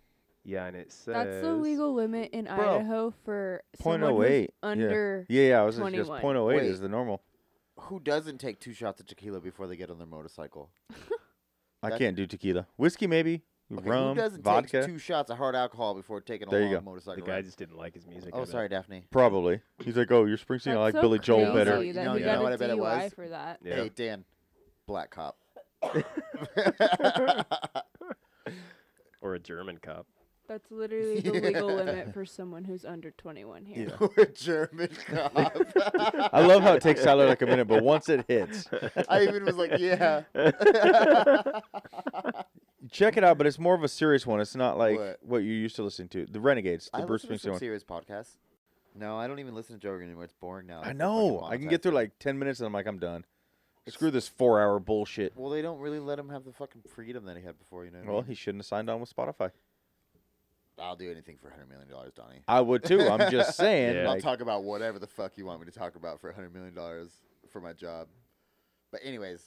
Speaker 6: Yeah, and it says
Speaker 2: That's the legal limit in
Speaker 5: Bro.
Speaker 2: Idaho for
Speaker 5: Point
Speaker 2: someone
Speaker 5: oh
Speaker 2: who's
Speaker 5: eight.
Speaker 2: under.
Speaker 5: Yeah, yeah. yeah I was just just
Speaker 2: 21.
Speaker 5: point oh eight
Speaker 4: Wait.
Speaker 5: is the normal.
Speaker 4: Who doesn't take two shots of tequila before they get on their motorcycle?
Speaker 5: I
Speaker 4: That-
Speaker 5: can't do tequila. Whiskey maybe.
Speaker 4: Okay,
Speaker 5: rum,
Speaker 4: who doesn't
Speaker 5: vodka,
Speaker 4: take two shots of hard alcohol before taking
Speaker 5: There
Speaker 4: a
Speaker 5: you
Speaker 4: long
Speaker 5: go.
Speaker 6: the
Speaker 4: motorcycle?
Speaker 6: guy
Speaker 4: ride?
Speaker 6: just didn't like his music. I
Speaker 4: oh,
Speaker 6: bet.
Speaker 4: sorry, Daphne.
Speaker 5: probably. He's like, oh, you're Springsteen. I
Speaker 2: That's
Speaker 5: like
Speaker 2: so
Speaker 5: Billy Joel
Speaker 2: crazy
Speaker 5: better.
Speaker 2: That
Speaker 4: No,
Speaker 2: he
Speaker 4: you
Speaker 2: got
Speaker 4: know
Speaker 2: a
Speaker 4: what I bet it
Speaker 2: DUI
Speaker 4: was?
Speaker 2: for that.
Speaker 6: Yeah.
Speaker 4: Hey, Dan, black cop.
Speaker 6: Or a German cop.
Speaker 2: That's literally the legal limit for someone who's under 21 here.
Speaker 4: We're German cop.
Speaker 5: I love how it takes Tyler like a minute, but once it hits,
Speaker 4: I even was like, yeah.
Speaker 5: check it out. But it's more of a serious one. It's not like what,
Speaker 4: What?
Speaker 5: you're used to listening to. The Renegades, the
Speaker 4: I
Speaker 5: Bruce
Speaker 4: listen to
Speaker 5: Springsteen
Speaker 4: some
Speaker 5: one.
Speaker 4: serious podcasts. No, I don't even listen to Joe Rogan anymore. It's boring now.
Speaker 5: I
Speaker 4: It's
Speaker 5: know.
Speaker 4: fucking
Speaker 5: I can get through
Speaker 4: monetized.
Speaker 5: like ten minutes, and I'm like, I'm done. Screw this four-hour bullshit.
Speaker 4: Well, they don't really let him have the fucking freedom that he had before. You know. what I
Speaker 5: Well,
Speaker 4: mean?
Speaker 5: he shouldn't have signed on with Spotify.
Speaker 4: I'll do anything for hundred million dollars, Donnie.
Speaker 5: I would too. I'm just saying.
Speaker 6: Yeah.
Speaker 4: I'll
Speaker 5: like,
Speaker 4: talk about whatever the fuck you want me to talk about for hundred million dollars for my job. But anyways,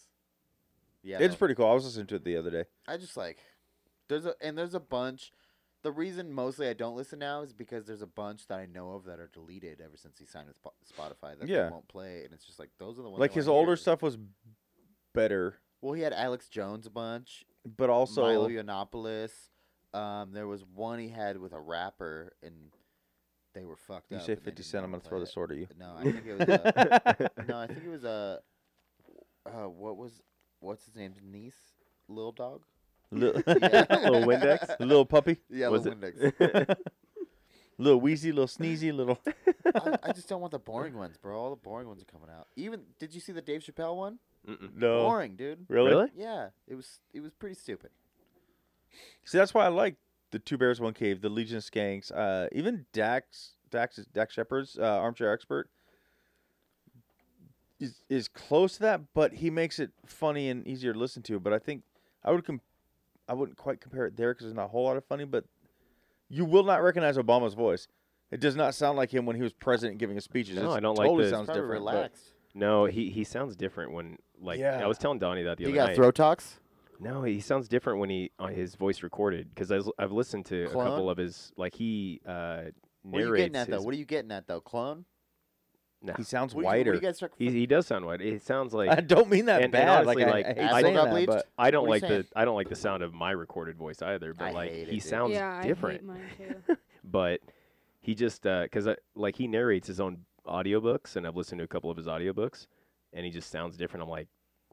Speaker 4: yeah,
Speaker 5: it's
Speaker 4: no,
Speaker 5: pretty cool. I was listening to it the other day.
Speaker 4: I just like there's a and there's a bunch. The reason mostly I don't listen now is because there's a bunch that I know of that are deleted ever since he signed with Spo- Spotify that they
Speaker 5: Yeah.
Speaker 4: won't play, and it's just like those are the ones. I
Speaker 5: Like his
Speaker 4: wanna
Speaker 5: older
Speaker 4: hear.
Speaker 5: stuff was better,
Speaker 4: Well, he had Alex Jones a bunch,
Speaker 5: but also
Speaker 4: Milo Yiannopoulos. Um, there was one he had with a rapper, and they were fucked
Speaker 5: you
Speaker 4: up.
Speaker 5: say
Speaker 4: and they
Speaker 5: Fifty
Speaker 4: didn't
Speaker 5: Cent. I'm gonna
Speaker 4: wanna play
Speaker 5: throw the
Speaker 4: it.
Speaker 5: sword at you.
Speaker 4: No, I think it was. Uh, no, I think it was a. Uh, uh, what was what's his name's niece? Lil Dog.
Speaker 5: Little
Speaker 6: Little Windex.
Speaker 5: little puppy,
Speaker 4: Yeah,
Speaker 6: Was
Speaker 4: Lil
Speaker 6: it-
Speaker 4: Windex.
Speaker 5: little wheezy, little sneezy, little.
Speaker 4: I, I just don't want the boring ones, bro. All the boring ones are coming out. Even did you see the Dave Chappelle one?
Speaker 6: Mm-mm.
Speaker 5: No,
Speaker 4: Boring, dude.
Speaker 5: Oh. really?
Speaker 4: Yeah, it was it was pretty stupid.
Speaker 5: See, that's why I like the Two Bears One Cave, the Legion of Skanks, uh, even Dax, Dax, Dax Shepard's uh, Armchair Expert is is close to that, but he makes it funny and easier to listen to. But I think I would com- I wouldn't quite compare it there because there's not a whole lot of funny. But you will not recognize Obama's voice. It does not sound like him when he was president giving his speeches.
Speaker 6: No,
Speaker 5: It's
Speaker 6: I don't like
Speaker 5: totally
Speaker 6: this.
Speaker 5: sounds
Speaker 4: Probably
Speaker 5: different. but-
Speaker 4: relaxed.
Speaker 6: No, he he sounds different when like
Speaker 5: Yeah.
Speaker 6: I was telling Donnie that the
Speaker 4: You
Speaker 6: other
Speaker 4: got
Speaker 6: night.
Speaker 4: throw talks?
Speaker 6: No, he sounds different when he on his voice recorded because I've, I've listened to a couple
Speaker 4: Clone?
Speaker 6: of his like he uh,
Speaker 4: What are you getting
Speaker 6: narrates.
Speaker 4: at though?
Speaker 6: his-
Speaker 4: What are you getting at though? Clone?
Speaker 6: no.
Speaker 5: He sounds
Speaker 4: What do you-
Speaker 5: whiter.
Speaker 4: What do you guys talk-
Speaker 6: he he does sound white. It sounds
Speaker 5: I
Speaker 6: like
Speaker 5: don't mean that
Speaker 6: And- and
Speaker 5: bad.
Speaker 6: honestly,
Speaker 5: like,
Speaker 6: like,
Speaker 5: I, I hate
Speaker 4: asshole
Speaker 5: saying
Speaker 4: got
Speaker 5: that,
Speaker 4: bleached?
Speaker 5: but
Speaker 6: I don't
Speaker 4: what are you
Speaker 6: like the
Speaker 4: saying?
Speaker 6: I don't like the sound of my recorded voice either. But
Speaker 4: I
Speaker 6: like
Speaker 4: hate it,
Speaker 6: he
Speaker 4: dude.
Speaker 6: sounds
Speaker 2: yeah,
Speaker 6: different.
Speaker 2: I hate mine too.
Speaker 6: but he just because I like he narrates his own audiobooks and I've listened to a couple of his audiobooks and he just sounds different. I'm like,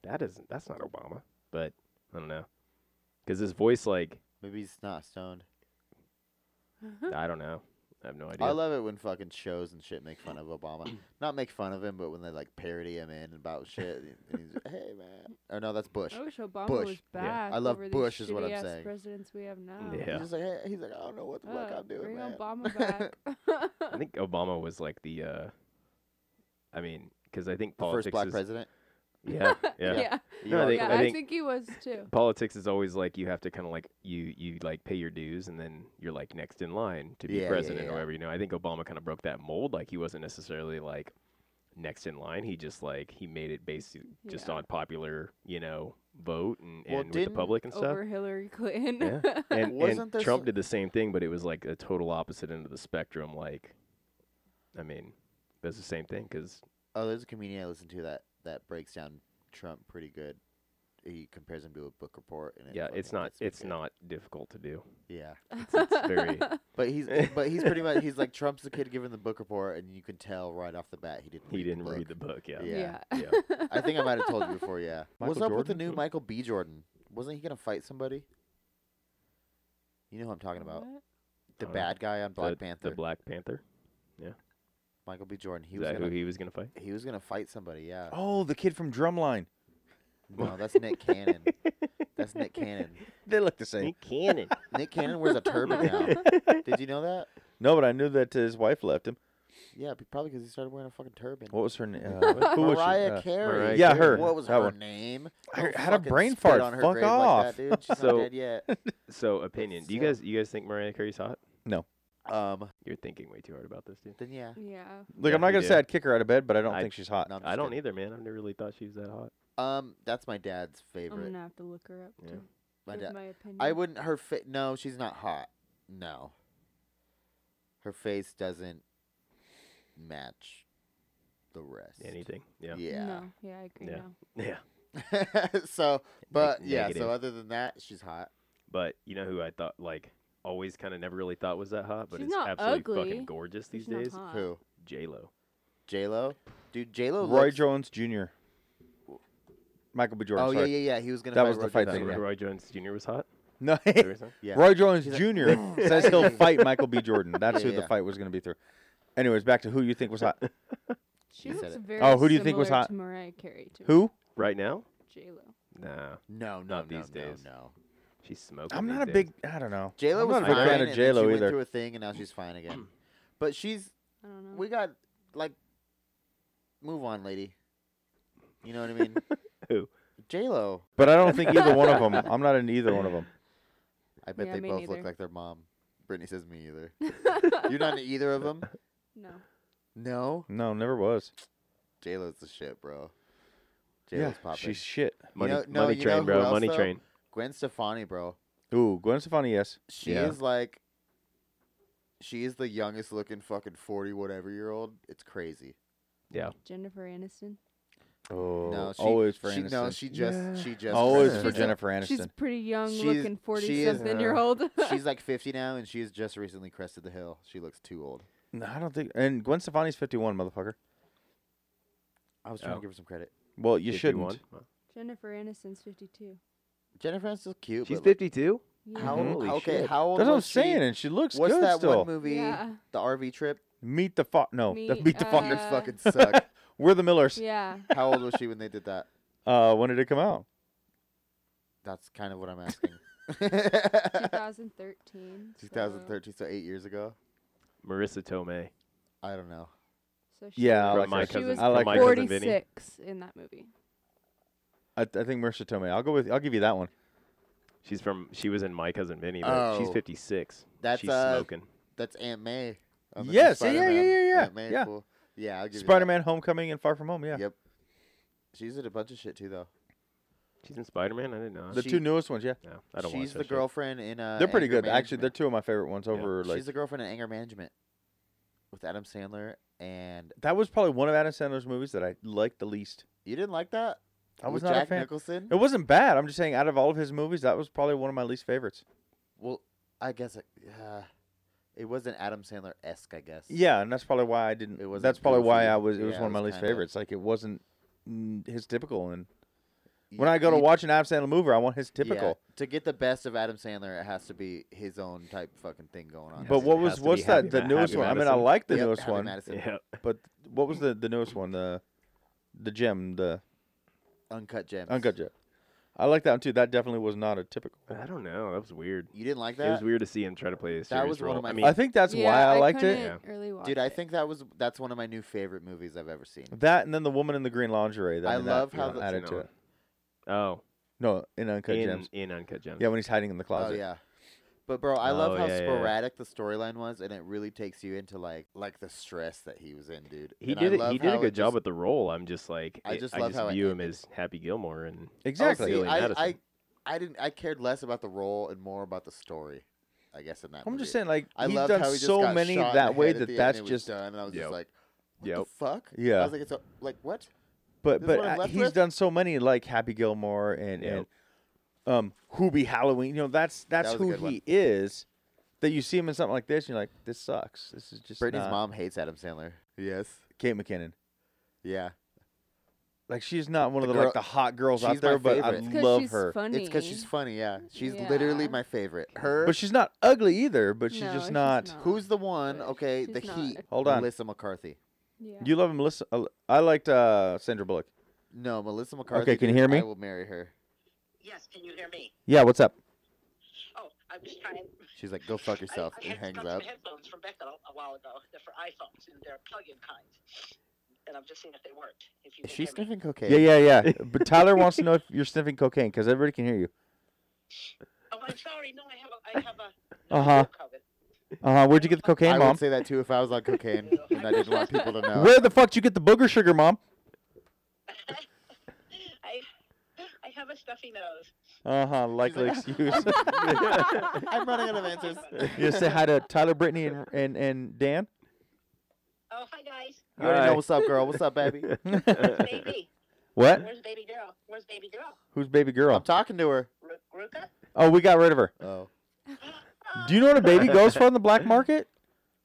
Speaker 6: that isn't that's not Obama, but I don't know because his voice like
Speaker 4: Maybe he's not stoned.
Speaker 6: I don't know. I have no idea.
Speaker 4: I love it when fucking shows and shit make fun of Obama. Not make fun of him, but when they like parody him in about shit. And he's hey man, or no, that's Bush.
Speaker 2: I wish Obama
Speaker 4: Bush.
Speaker 2: was
Speaker 6: Yeah.
Speaker 2: back.
Speaker 4: I love
Speaker 2: over these
Speaker 4: Bush is what I'm
Speaker 2: shitty-ass
Speaker 4: saying.
Speaker 2: presidents we have now.
Speaker 6: yeah,
Speaker 4: He's just like hey, he's like I don't know what the fuck
Speaker 2: Ugh,
Speaker 4: I'm
Speaker 2: Oh, bring
Speaker 4: doing, man.
Speaker 2: Obama back.
Speaker 6: I think Obama was like the uh, I mean because I think
Speaker 4: The first
Speaker 6: politics
Speaker 4: black
Speaker 6: is
Speaker 4: president.
Speaker 6: yeah yeah.
Speaker 2: yeah, yeah,
Speaker 6: No, I think,
Speaker 2: I,
Speaker 6: I
Speaker 2: think,
Speaker 6: think
Speaker 2: he was too.
Speaker 6: politics is always like you have to kind of like you you like pay your dues and then you're like next in line to be
Speaker 4: Yeah, yeah,
Speaker 6: president or
Speaker 4: yeah.
Speaker 6: whatever you know i think obama kind of broke that mold like he wasn't necessarily like next in line. He just like he made it based just
Speaker 3: Yeah.
Speaker 6: on popular, you know, vote and,
Speaker 4: Well,
Speaker 6: and with the
Speaker 4: didn't-
Speaker 6: public and stuff.
Speaker 3: over Hillary Clinton.
Speaker 6: Yeah. And,
Speaker 4: Wasn't
Speaker 6: and
Speaker 4: there
Speaker 6: Trump
Speaker 4: some-
Speaker 6: did the same thing, but it was like a total opposite end of the spectrum. Like, I mean, that's the same thing because
Speaker 4: Oh, there's a comedian I listen to that that breaks down Trump pretty good. He compares him to a book report, and it
Speaker 6: yeah,
Speaker 4: fucking
Speaker 6: it's not
Speaker 4: gets me
Speaker 6: it's
Speaker 4: good.
Speaker 6: not difficult to do.
Speaker 4: Yeah,
Speaker 6: It's, it's very
Speaker 4: but he's but he's pretty much he's like Trump's the kid given the book report, and you can tell right off the bat he didn't.
Speaker 6: he
Speaker 4: read
Speaker 6: didn't
Speaker 4: the book.
Speaker 6: read the book. Yeah,
Speaker 4: Yeah.
Speaker 6: yeah.
Speaker 4: I think I might have told you before. Yeah. What's
Speaker 5: Michael
Speaker 4: up with the
Speaker 5: Jordan?
Speaker 4: new Michael B. Jordan? Wasn't he gonna fight somebody? You know who I'm talking about.
Speaker 3: What?
Speaker 4: The
Speaker 6: Uh,
Speaker 4: bad guy on Black
Speaker 6: the,
Speaker 4: Panther,
Speaker 6: The Black Panther.
Speaker 4: Michael B. Jordan. He
Speaker 6: Is
Speaker 4: was
Speaker 6: that
Speaker 4: gonna
Speaker 6: who he was gonna fight?
Speaker 4: he was gonna fight somebody. Yeah.
Speaker 5: Oh, the kid from Drumline.
Speaker 4: No, that's Nick Cannon. That's Nick Cannon.
Speaker 5: They look the same.
Speaker 6: Cannon.
Speaker 4: Nick Cannon wears a turban now. Did you know that?
Speaker 5: No, but I knew that his wife left him.
Speaker 4: Yeah, be- probably because he started wearing a fucking turban.
Speaker 5: What was her name? Uh, who was she?
Speaker 4: Mariah
Speaker 5: Uh,
Speaker 4: Carey.
Speaker 6: Mariah
Speaker 5: Yeah, Carey. her.
Speaker 4: What was
Speaker 5: That
Speaker 4: her
Speaker 5: one.
Speaker 4: name?
Speaker 5: I
Speaker 4: Don't
Speaker 5: had a
Speaker 4: fucking
Speaker 5: brain
Speaker 4: spit
Speaker 5: fart.
Speaker 4: On her
Speaker 5: Fuck
Speaker 4: grave
Speaker 5: off.
Speaker 4: Like that, dude. She's
Speaker 6: So-
Speaker 4: not dead yet.
Speaker 6: so opinion. Do you
Speaker 4: still-
Speaker 6: guys you guys think Mariah Carey's hot?
Speaker 4: Um.
Speaker 6: You're thinking way too hard about this, dude.
Speaker 4: Then yeah.
Speaker 3: Yeah.
Speaker 5: Look,
Speaker 6: Yeah,
Speaker 5: I'm not
Speaker 6: you
Speaker 5: gonna
Speaker 6: do.
Speaker 5: say I'd kick her out of bed, but I don't
Speaker 6: I-
Speaker 5: think she's hot.
Speaker 4: No, I'm
Speaker 6: I
Speaker 4: just
Speaker 6: don't
Speaker 4: kidding.
Speaker 6: either, man. I've never really thought she was that hot.
Speaker 4: Um. That's my dad's
Speaker 2: I'm
Speaker 4: favorite.
Speaker 2: gonna have to look her up
Speaker 6: Yeah.
Speaker 2: to
Speaker 4: My
Speaker 2: give
Speaker 4: dad.
Speaker 2: my opinion.
Speaker 4: I wouldn't. Her fa No, she's not hot. No. Her face doesn't match the rest.
Speaker 6: Anything. Yeah.
Speaker 4: Yeah.
Speaker 2: No, yeah, I agree.
Speaker 6: Yeah.
Speaker 2: now.
Speaker 6: Yeah.
Speaker 4: so, but yeah.
Speaker 6: negative.
Speaker 4: So other than that, she's hot.
Speaker 6: But you know who I thought like always kind of never really thought was that hot, but
Speaker 3: She's
Speaker 6: it's
Speaker 3: not
Speaker 6: absolutely
Speaker 3: ugly.
Speaker 6: fucking gorgeous these
Speaker 3: She's not
Speaker 6: days.
Speaker 3: hot.
Speaker 4: Who?
Speaker 6: J Lo.
Speaker 4: J Lo. Dude, J Lo.
Speaker 5: Roy
Speaker 4: looks...
Speaker 5: Jones Jr. Michael B. Jordan.
Speaker 4: Oh yeah,
Speaker 5: sorry.
Speaker 4: yeah, yeah. He was gonna.
Speaker 5: That
Speaker 4: fight
Speaker 5: was the
Speaker 4: Roy
Speaker 5: fight
Speaker 4: Jones.
Speaker 5: thing, yeah.
Speaker 6: Roy Jones Jr. was hot.
Speaker 5: No,
Speaker 6: Is that what you're saying?
Speaker 4: Yeah.
Speaker 5: Roy Jones
Speaker 4: She's
Speaker 5: Jr. says he'll fight Michael B. Jordan. That's
Speaker 4: Yeah,
Speaker 5: who
Speaker 4: yeah.
Speaker 5: the fight was going to be through. Anyways, back to who you think was hot.
Speaker 2: She
Speaker 4: You said
Speaker 2: looks
Speaker 4: it.
Speaker 2: very
Speaker 5: Oh, who do you think was
Speaker 2: similar
Speaker 5: hot?
Speaker 2: To Mariah Carey to
Speaker 5: Who?
Speaker 6: Right now?
Speaker 2: J Lo.
Speaker 6: Nah.
Speaker 4: No, no,
Speaker 6: Not
Speaker 4: no,
Speaker 6: these
Speaker 4: no,
Speaker 6: days.
Speaker 4: No.
Speaker 6: She's smoking.
Speaker 5: I'm
Speaker 6: these
Speaker 5: not a
Speaker 6: days.
Speaker 5: big. I don't know.
Speaker 4: J Lo
Speaker 5: I'm
Speaker 4: was
Speaker 5: not a big
Speaker 4: fine,
Speaker 5: fan
Speaker 4: and
Speaker 5: of
Speaker 4: then
Speaker 5: J Lo
Speaker 4: she Went
Speaker 5: either.
Speaker 4: through a thing, and now she's fine
Speaker 6: Hmm.
Speaker 4: again. But she's.
Speaker 2: I don't know.
Speaker 4: We got like. Move on, lady. You know what I mean?
Speaker 6: Who?
Speaker 4: J Lo.
Speaker 5: But I don't think either one of them. I'm not into either one of them.
Speaker 4: I bet
Speaker 3: Yeah,
Speaker 4: they
Speaker 3: me
Speaker 4: both
Speaker 3: neither.
Speaker 4: look like their mom. Brittany says me either. You're not into either of them?
Speaker 2: No.
Speaker 4: No.
Speaker 5: No, never was.
Speaker 4: J Lo's the shit, bro. J
Speaker 5: Yeah,
Speaker 4: Lo's popping.
Speaker 5: she's shit.
Speaker 6: money,
Speaker 4: know- no,
Speaker 6: money
Speaker 4: you know
Speaker 6: train,
Speaker 4: who
Speaker 6: bro.
Speaker 4: else,
Speaker 6: money
Speaker 4: though?
Speaker 6: train.
Speaker 4: Gwen Stefani, bro.
Speaker 5: Ooh, Gwen Stefani. Yes.
Speaker 4: She
Speaker 6: Yeah.
Speaker 4: is like. She is the youngest looking fucking forty whatever year old. It's crazy.
Speaker 2: Jennifer Aniston.
Speaker 5: Oh,
Speaker 4: no, she,
Speaker 5: always for
Speaker 4: she,
Speaker 5: Aniston.
Speaker 4: No, she just
Speaker 6: Yeah.
Speaker 4: she just
Speaker 5: always
Speaker 4: she's
Speaker 5: for
Speaker 4: a-
Speaker 5: Jennifer Aniston.
Speaker 2: She's pretty young
Speaker 4: She's-
Speaker 2: looking,
Speaker 4: she
Speaker 2: 40
Speaker 4: is- uh,
Speaker 2: something year old.
Speaker 4: She's like fifty now, and she has just recently crested the hill. She looks too old.
Speaker 5: no, I don't think. And Gwen Stefani's 51, motherfucker.
Speaker 4: I was trying
Speaker 6: Oh.
Speaker 4: to give her some credit.
Speaker 5: Well, you
Speaker 6: 51.
Speaker 5: shouldn't.
Speaker 6: Wow.
Speaker 2: Jennifer Aniston's 52.
Speaker 4: Jennifer Aniston's cute.
Speaker 6: She's
Speaker 4: but like,
Speaker 6: 52?
Speaker 2: Yeah.
Speaker 4: How
Speaker 5: Mhm.
Speaker 6: Holy
Speaker 4: okay?
Speaker 6: shit.
Speaker 4: How old?
Speaker 5: That's what I'm
Speaker 4: was she?
Speaker 5: saying, and she looks
Speaker 4: What's
Speaker 5: good
Speaker 4: that
Speaker 5: still.
Speaker 4: one movie?
Speaker 2: Yeah.
Speaker 4: The RV trip.
Speaker 5: Meet the fuck. No, the
Speaker 2: Meet,
Speaker 5: meet the
Speaker 4: Fuckers
Speaker 5: fuckers.
Speaker 2: Uh,
Speaker 4: fucking suck.
Speaker 5: We're the Millers.
Speaker 2: Yeah.
Speaker 4: How old was she when they did that?
Speaker 5: Uh, when did it come out?
Speaker 4: That's kind of what I'm asking.
Speaker 2: 2013. so-
Speaker 4: 2013, so eight years ago.
Speaker 6: Marissa Tomei.
Speaker 4: I don't know.
Speaker 2: So she
Speaker 5: Yeah, I
Speaker 2: was,
Speaker 5: like
Speaker 6: From my
Speaker 5: her.
Speaker 2: she
Speaker 6: cousin.
Speaker 2: was
Speaker 5: I like
Speaker 6: from my cousin Vinny.
Speaker 2: 46 in that movie.
Speaker 5: I, I think Marissa Tomei. I'll go with. I'll give you that one.
Speaker 6: She's from. She was in My Cousin Vinny, but she's
Speaker 4: Oh.
Speaker 6: 56.
Speaker 4: That's,
Speaker 6: she's
Speaker 4: uh,
Speaker 6: smoking.
Speaker 4: That's Aunt May. on the new
Speaker 5: Yes, yeah, yeah,
Speaker 4: Spider-Man.
Speaker 5: yeah, yeah, yeah,
Speaker 4: Aunt May,
Speaker 5: yeah.
Speaker 4: cool. Yeah, I'll give you that.
Speaker 5: Spider-Man: Homecoming and Far From Home. Yeah,
Speaker 4: Yep. She's in a bunch of shit too, though.
Speaker 6: She's in Spider Man. I didn't know.
Speaker 5: the
Speaker 4: She-
Speaker 5: two newest ones. Yeah,
Speaker 6: no, I don't watch
Speaker 4: She's
Speaker 6: that
Speaker 4: the
Speaker 6: shit.
Speaker 4: girlfriend in. Uh,
Speaker 5: they're pretty
Speaker 4: Anger
Speaker 5: good. Actually, they're
Speaker 4: Management.
Speaker 5: two of my favorite ones. Over like
Speaker 4: She's the girlfriend in Anger Management with Adam Sandler, and
Speaker 5: that was probably one of Adam Sandler's movies that I liked the least.
Speaker 4: you didn't like that.
Speaker 5: I was
Speaker 4: with
Speaker 5: not
Speaker 4: Jack
Speaker 5: a fan.
Speaker 4: Nicholson.
Speaker 5: It wasn't bad. I'm just saying, out of all of his movies, that was probably one of my least favorites.
Speaker 4: Well, I guess it, uh, it wasn't Adam Sandler esque. I guess.
Speaker 5: Yeah, and that's probably why I didn't.
Speaker 4: It wasn't
Speaker 5: that's probably why
Speaker 4: goofy.
Speaker 5: I was. It was
Speaker 4: Yeah,
Speaker 5: one
Speaker 4: it
Speaker 5: of my
Speaker 4: was
Speaker 5: least
Speaker 4: kinda-
Speaker 5: favorites. Like it wasn't mm, his typical. And
Speaker 4: Y-
Speaker 5: when I go to
Speaker 4: you-
Speaker 5: watch an Adam Sandler movie, I want his
Speaker 4: yeah,
Speaker 5: typical.
Speaker 4: to get the best of Adam Sandler, it has to be his own type fucking thing going on.
Speaker 5: But
Speaker 6: Yes,
Speaker 5: what
Speaker 6: it has
Speaker 5: was
Speaker 6: to be
Speaker 5: what's
Speaker 6: Happy
Speaker 5: that? The
Speaker 6: Ma-
Speaker 5: newest
Speaker 6: Happy
Speaker 5: one. I mean, I
Speaker 6: Madison.
Speaker 5: like the
Speaker 4: Yep,
Speaker 5: newest
Speaker 4: Happy
Speaker 5: one.
Speaker 4: Madison.
Speaker 6: Yeah.
Speaker 5: But what was the the newest one? The the gym, the
Speaker 4: Uncut Gems.
Speaker 5: uncut gym. I like that one too. That definitely was not a typical.
Speaker 6: I don't know. That was weird.
Speaker 4: You didn't like
Speaker 6: It was
Speaker 4: that,
Speaker 6: weird to see him try to play a serious
Speaker 4: That was one
Speaker 6: role.
Speaker 4: of my
Speaker 6: I mean,
Speaker 5: I think that's
Speaker 2: yeah,
Speaker 5: why I, liked it.
Speaker 2: couldn't Really watch
Speaker 4: dude. I
Speaker 2: it.
Speaker 4: think that was that's one of my new favorite movies I've ever seen.
Speaker 5: That and then the woman in the green lingerie. That,
Speaker 4: I
Speaker 5: mean,
Speaker 4: love
Speaker 5: that,
Speaker 4: how
Speaker 5: you know,
Speaker 4: the-
Speaker 5: added to
Speaker 6: No.
Speaker 5: it.
Speaker 6: oh,
Speaker 5: No, in uncut
Speaker 6: in
Speaker 5: gems.
Speaker 6: in uncut gems.
Speaker 5: Yeah, when he's hiding in the
Speaker 4: Oh
Speaker 5: closet.
Speaker 4: yeah, But bro, I love
Speaker 6: Oh,
Speaker 4: how
Speaker 6: yeah, yeah, yeah.
Speaker 4: sporadic the storyline was, and it really takes you into like like the stress that he was in, dude.
Speaker 6: He
Speaker 4: And I
Speaker 6: did. it-
Speaker 4: love
Speaker 6: He did a
Speaker 4: how it
Speaker 6: good job
Speaker 4: just-
Speaker 6: with the role. I'm just like,
Speaker 4: I
Speaker 6: it-
Speaker 4: just
Speaker 6: I
Speaker 4: love
Speaker 6: just
Speaker 4: how it
Speaker 6: view him
Speaker 4: ended.
Speaker 6: as Happy Gilmore, and
Speaker 4: Oh,
Speaker 5: Exactly.
Speaker 4: see,
Speaker 6: Billy
Speaker 4: I,
Speaker 6: Madison.
Speaker 4: I, I didn't. I cared less about the role and more about the story. I guess in that.
Speaker 5: I'm just
Speaker 4: movie.
Speaker 5: saying, like
Speaker 4: I
Speaker 5: he's
Speaker 4: loved
Speaker 5: done
Speaker 4: how he just
Speaker 5: so
Speaker 4: got
Speaker 5: many
Speaker 4: shot in
Speaker 5: that
Speaker 4: the
Speaker 5: way
Speaker 4: head at
Speaker 5: that
Speaker 4: the end
Speaker 5: that's
Speaker 4: and it was
Speaker 5: just.
Speaker 4: done, and I was
Speaker 6: Yep.
Speaker 4: just like, what
Speaker 6: Yep.
Speaker 4: the fuck? I
Speaker 5: Yeah.
Speaker 4: was like, it's a, like what?
Speaker 5: But
Speaker 4: This is
Speaker 5: but
Speaker 4: what I'm
Speaker 5: uh,
Speaker 4: left
Speaker 5: he's
Speaker 4: with?
Speaker 5: done so many like Happy Gilmore and
Speaker 6: Yep.
Speaker 5: and um Hoobie Halloween. You know that's that's
Speaker 4: was a
Speaker 5: who
Speaker 4: good
Speaker 5: he
Speaker 4: one.
Speaker 5: is. That you see him in something like this, and you're like, this sucks. This is just
Speaker 4: Brittany's
Speaker 5: not-
Speaker 4: mom hates Adam Sandler. Yes.
Speaker 5: Kate McKinnon.
Speaker 4: Yeah.
Speaker 5: Like she's not one of
Speaker 4: The
Speaker 5: the
Speaker 4: girl-
Speaker 5: like the hot girls out
Speaker 4: she's my
Speaker 5: there, but I
Speaker 4: favorite. It's
Speaker 3: 'cause
Speaker 5: love
Speaker 3: she's
Speaker 5: her.
Speaker 3: funny.
Speaker 4: It's because she's funny. Yeah. She's literally
Speaker 3: Yeah.
Speaker 4: my favorite. Her.
Speaker 5: But she's not ugly either. But she's
Speaker 3: No,
Speaker 5: just
Speaker 3: she's
Speaker 5: not.
Speaker 3: not.
Speaker 4: who's the one?
Speaker 3: She's
Speaker 4: Okay, the
Speaker 3: not.
Speaker 4: Heat.
Speaker 5: Hold on.
Speaker 4: Melissa McCarthy.
Speaker 2: Yeah.
Speaker 5: You love Melissa. uh, I liked uh, Sandra Bullock.
Speaker 4: No, Melissa McCarthy.
Speaker 5: can you
Speaker 4: dude,
Speaker 5: hear me?
Speaker 4: I will marry her.
Speaker 8: Yes, can you hear me?
Speaker 5: Yeah, what's up?
Speaker 8: Oh, I'm just trying.
Speaker 4: She's like, go fuck yourself,
Speaker 8: I, I
Speaker 4: and
Speaker 8: had
Speaker 4: hangs
Speaker 8: got
Speaker 4: up.
Speaker 8: some headphones from Becca a while ago. They're for iPhones, and they're plug-in kinds. And I'm just seeing if they worked. If you
Speaker 4: Is
Speaker 8: can
Speaker 4: she
Speaker 8: hear me.
Speaker 4: sniffing cocaine?
Speaker 5: Yeah, yeah, yeah. But Tyler wants to know if you're sniffing cocaine because everybody can hear you.
Speaker 8: Oh, I'm sorry. No, I have a. I have a.
Speaker 5: Uh-huh. Uh huh. Where'd you get the cocaine,
Speaker 4: I
Speaker 5: mom?
Speaker 4: would say that too if I was on cocaine and I didn't want people to know.
Speaker 5: Where the fuck did you get the booger sugar, mom?
Speaker 8: I. I have a stuffy nose.
Speaker 5: Uh huh. Likely excuse.
Speaker 4: I'm running out of answers.
Speaker 5: you say hi to Tyler, Brittany, and and, and Dan.
Speaker 8: Oh, hi guys.
Speaker 4: You already know
Speaker 5: Alright.
Speaker 4: what's up, girl. What's up, baby?
Speaker 8: Where's baby?
Speaker 5: What?
Speaker 8: Where's baby girl? Where's baby girl?
Speaker 5: Who's baby girl?
Speaker 4: I'm talking to her.
Speaker 8: Ru- Ruka? Ah,
Speaker 5: Oh, we got rid of her.
Speaker 4: Oh.
Speaker 5: Do you know what a baby goes for on the black market?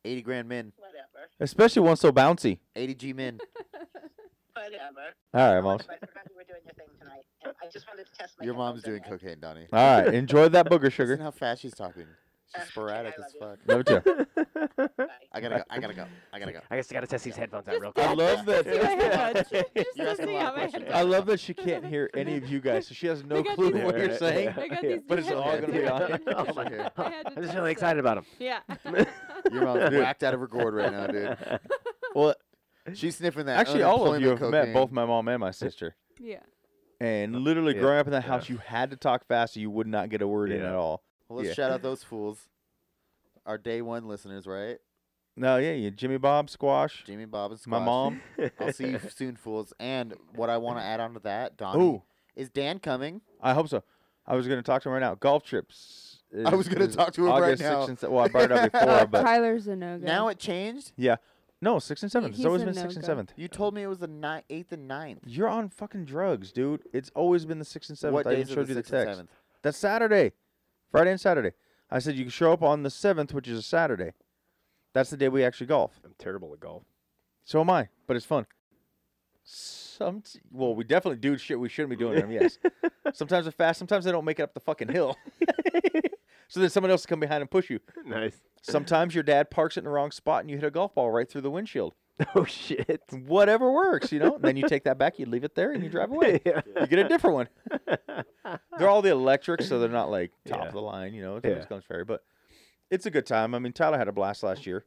Speaker 4: 80 grand men.
Speaker 8: Whatever.
Speaker 5: Especially one so bouncy.
Speaker 4: 80 G men.
Speaker 8: Whatever.
Speaker 5: All right, moms.
Speaker 8: I forgot you were doing your thing tonight. And I just wanted to test my.
Speaker 4: Your mom's
Speaker 8: headphones
Speaker 4: doing
Speaker 8: anyway.
Speaker 4: cocaine, Donnie.
Speaker 5: All right. Enjoy that booger
Speaker 4: Listen
Speaker 5: sugar.
Speaker 4: how fast she's talking. She's
Speaker 8: Okay,
Speaker 4: sporadic
Speaker 8: I
Speaker 4: as
Speaker 8: love
Speaker 4: fuck.
Speaker 5: Love it too.
Speaker 8: Bye.
Speaker 4: I gotta go. I gotta go. I gotta go.
Speaker 6: I guess I gotta test these headphones out real
Speaker 5: I love
Speaker 3: See my
Speaker 5: that.
Speaker 3: headphones. Just
Speaker 4: You're
Speaker 3: to
Speaker 4: asking a
Speaker 3: see
Speaker 4: lot
Speaker 3: how
Speaker 4: of
Speaker 3: my
Speaker 4: questions.
Speaker 3: headphones-
Speaker 5: I love that she can't hear any of you guys, so she has no
Speaker 3: They got
Speaker 5: clue
Speaker 3: these-
Speaker 5: what you're
Speaker 6: Yeah.
Speaker 5: saying.
Speaker 3: I got
Speaker 6: Yeah.
Speaker 3: these
Speaker 5: But
Speaker 3: new
Speaker 5: it's all gonna be Oh
Speaker 3: headphones.
Speaker 4: on. Over here.
Speaker 3: I had to
Speaker 6: I'm just
Speaker 3: test
Speaker 6: really
Speaker 3: it.
Speaker 6: excited about him.
Speaker 3: Yeah.
Speaker 4: Your mom's whacked out of her gourd right now, dude.
Speaker 5: Well,
Speaker 4: She's sniffing that.
Speaker 5: actually, all of you have
Speaker 4: unemployment
Speaker 5: met both
Speaker 4: cocaine.
Speaker 5: my mom and my sister.
Speaker 3: yeah.
Speaker 4: Uh,
Speaker 5: And literally
Speaker 6: yeah,
Speaker 5: growing up in that
Speaker 6: yeah.
Speaker 5: house, you had to talk fast, so you would not get a word in
Speaker 6: Yeah.
Speaker 5: at all.
Speaker 4: Well, let's
Speaker 5: Yeah.
Speaker 4: shout out those fools. Our day one listeners, right?
Speaker 5: No, yeah, you Jimmy Bob Squash,
Speaker 4: Jimmy Bob and Squash.
Speaker 5: my mom.
Speaker 4: um, I'll see you soon, fools. And what I want to add on to that, Donnie,
Speaker 5: Ooh,
Speaker 4: is Dan coming?
Speaker 5: I hope so. I was gonna talk to him right now. Golf trips.
Speaker 4: I
Speaker 5: is-
Speaker 4: was gonna
Speaker 5: is
Speaker 4: talk to him right
Speaker 5: August
Speaker 4: now.
Speaker 5: 6th and se- well, I brought it up before, but
Speaker 2: Tyler's a no go.
Speaker 4: Now it changed.
Speaker 5: no, six and seventh. It's
Speaker 2: he's
Speaker 5: always
Speaker 2: a
Speaker 5: been six and
Speaker 2: no-go.
Speaker 5: seventh.
Speaker 4: You told me it was the ni- eighth and ninth.
Speaker 5: You're on fucking drugs, dude. It's always been the sixth and seventh.
Speaker 4: what
Speaker 5: I
Speaker 4: days
Speaker 5: even
Speaker 4: are
Speaker 5: showed
Speaker 4: the
Speaker 5: you the
Speaker 4: sixth and
Speaker 5: text.
Speaker 4: seventh?
Speaker 5: That's Saturday, Friday and Saturday. I said you can show up on the seventh, which is a Saturday. That's the day we actually golf.
Speaker 6: I'm terrible at golf.
Speaker 5: So am I, but it's fun. Some well, we definitely do shit we shouldn't be doing. Them, yes. sometimes they're fast. Sometimes they don't make it up the fucking hill. so then someone else will come behind and push you.
Speaker 6: Nice.
Speaker 5: Sometimes your dad parks it in the wrong spot and you hit a golf ball right through the windshield.
Speaker 6: Oh shit.
Speaker 5: Whatever works, you know. And then you take that back, you leave it there, and you drive away.
Speaker 6: Yeah.
Speaker 5: You get a different one. They're all the electric, so they're not like top
Speaker 6: Yeah.
Speaker 5: of the line, you know. It
Speaker 6: Yeah.
Speaker 5: always comes fair, but it's a good time. I mean, Tyler had a blast last year.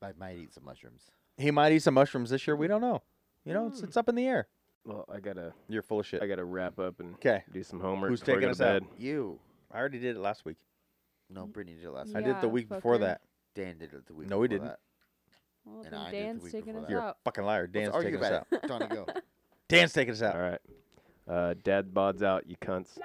Speaker 4: I might eat some mushrooms.
Speaker 5: He might eat some mushrooms this year. We don't know. You know, it's, it's up in the air.
Speaker 6: Well, I gotta,
Speaker 5: You're full of shit.
Speaker 6: I gotta wrap up and
Speaker 5: Okay.
Speaker 6: do some homework.
Speaker 5: Who's
Speaker 6: before I
Speaker 5: taking
Speaker 6: go
Speaker 5: us
Speaker 6: to
Speaker 5: out?
Speaker 6: bed.
Speaker 4: You?
Speaker 5: I already did it last week.
Speaker 4: No, Brittany did it last
Speaker 5: I
Speaker 4: week.
Speaker 5: did it the
Speaker 2: Yeah,
Speaker 5: week before
Speaker 2: fucker.
Speaker 5: that.
Speaker 4: Dan did it the week.
Speaker 5: No, he
Speaker 4: before
Speaker 5: didn't.
Speaker 4: that.
Speaker 2: Well,
Speaker 4: And
Speaker 2: then
Speaker 4: I did the
Speaker 2: Dan's
Speaker 4: week
Speaker 2: taking
Speaker 4: before
Speaker 2: us
Speaker 4: that.
Speaker 5: You're
Speaker 2: out.
Speaker 5: a fucking liar. Dan's
Speaker 4: Let's argue
Speaker 5: taking us out.
Speaker 4: about it. Donnie, go.
Speaker 5: Dan's taking us out.
Speaker 6: All right. Uh, dad bods out, you cunts.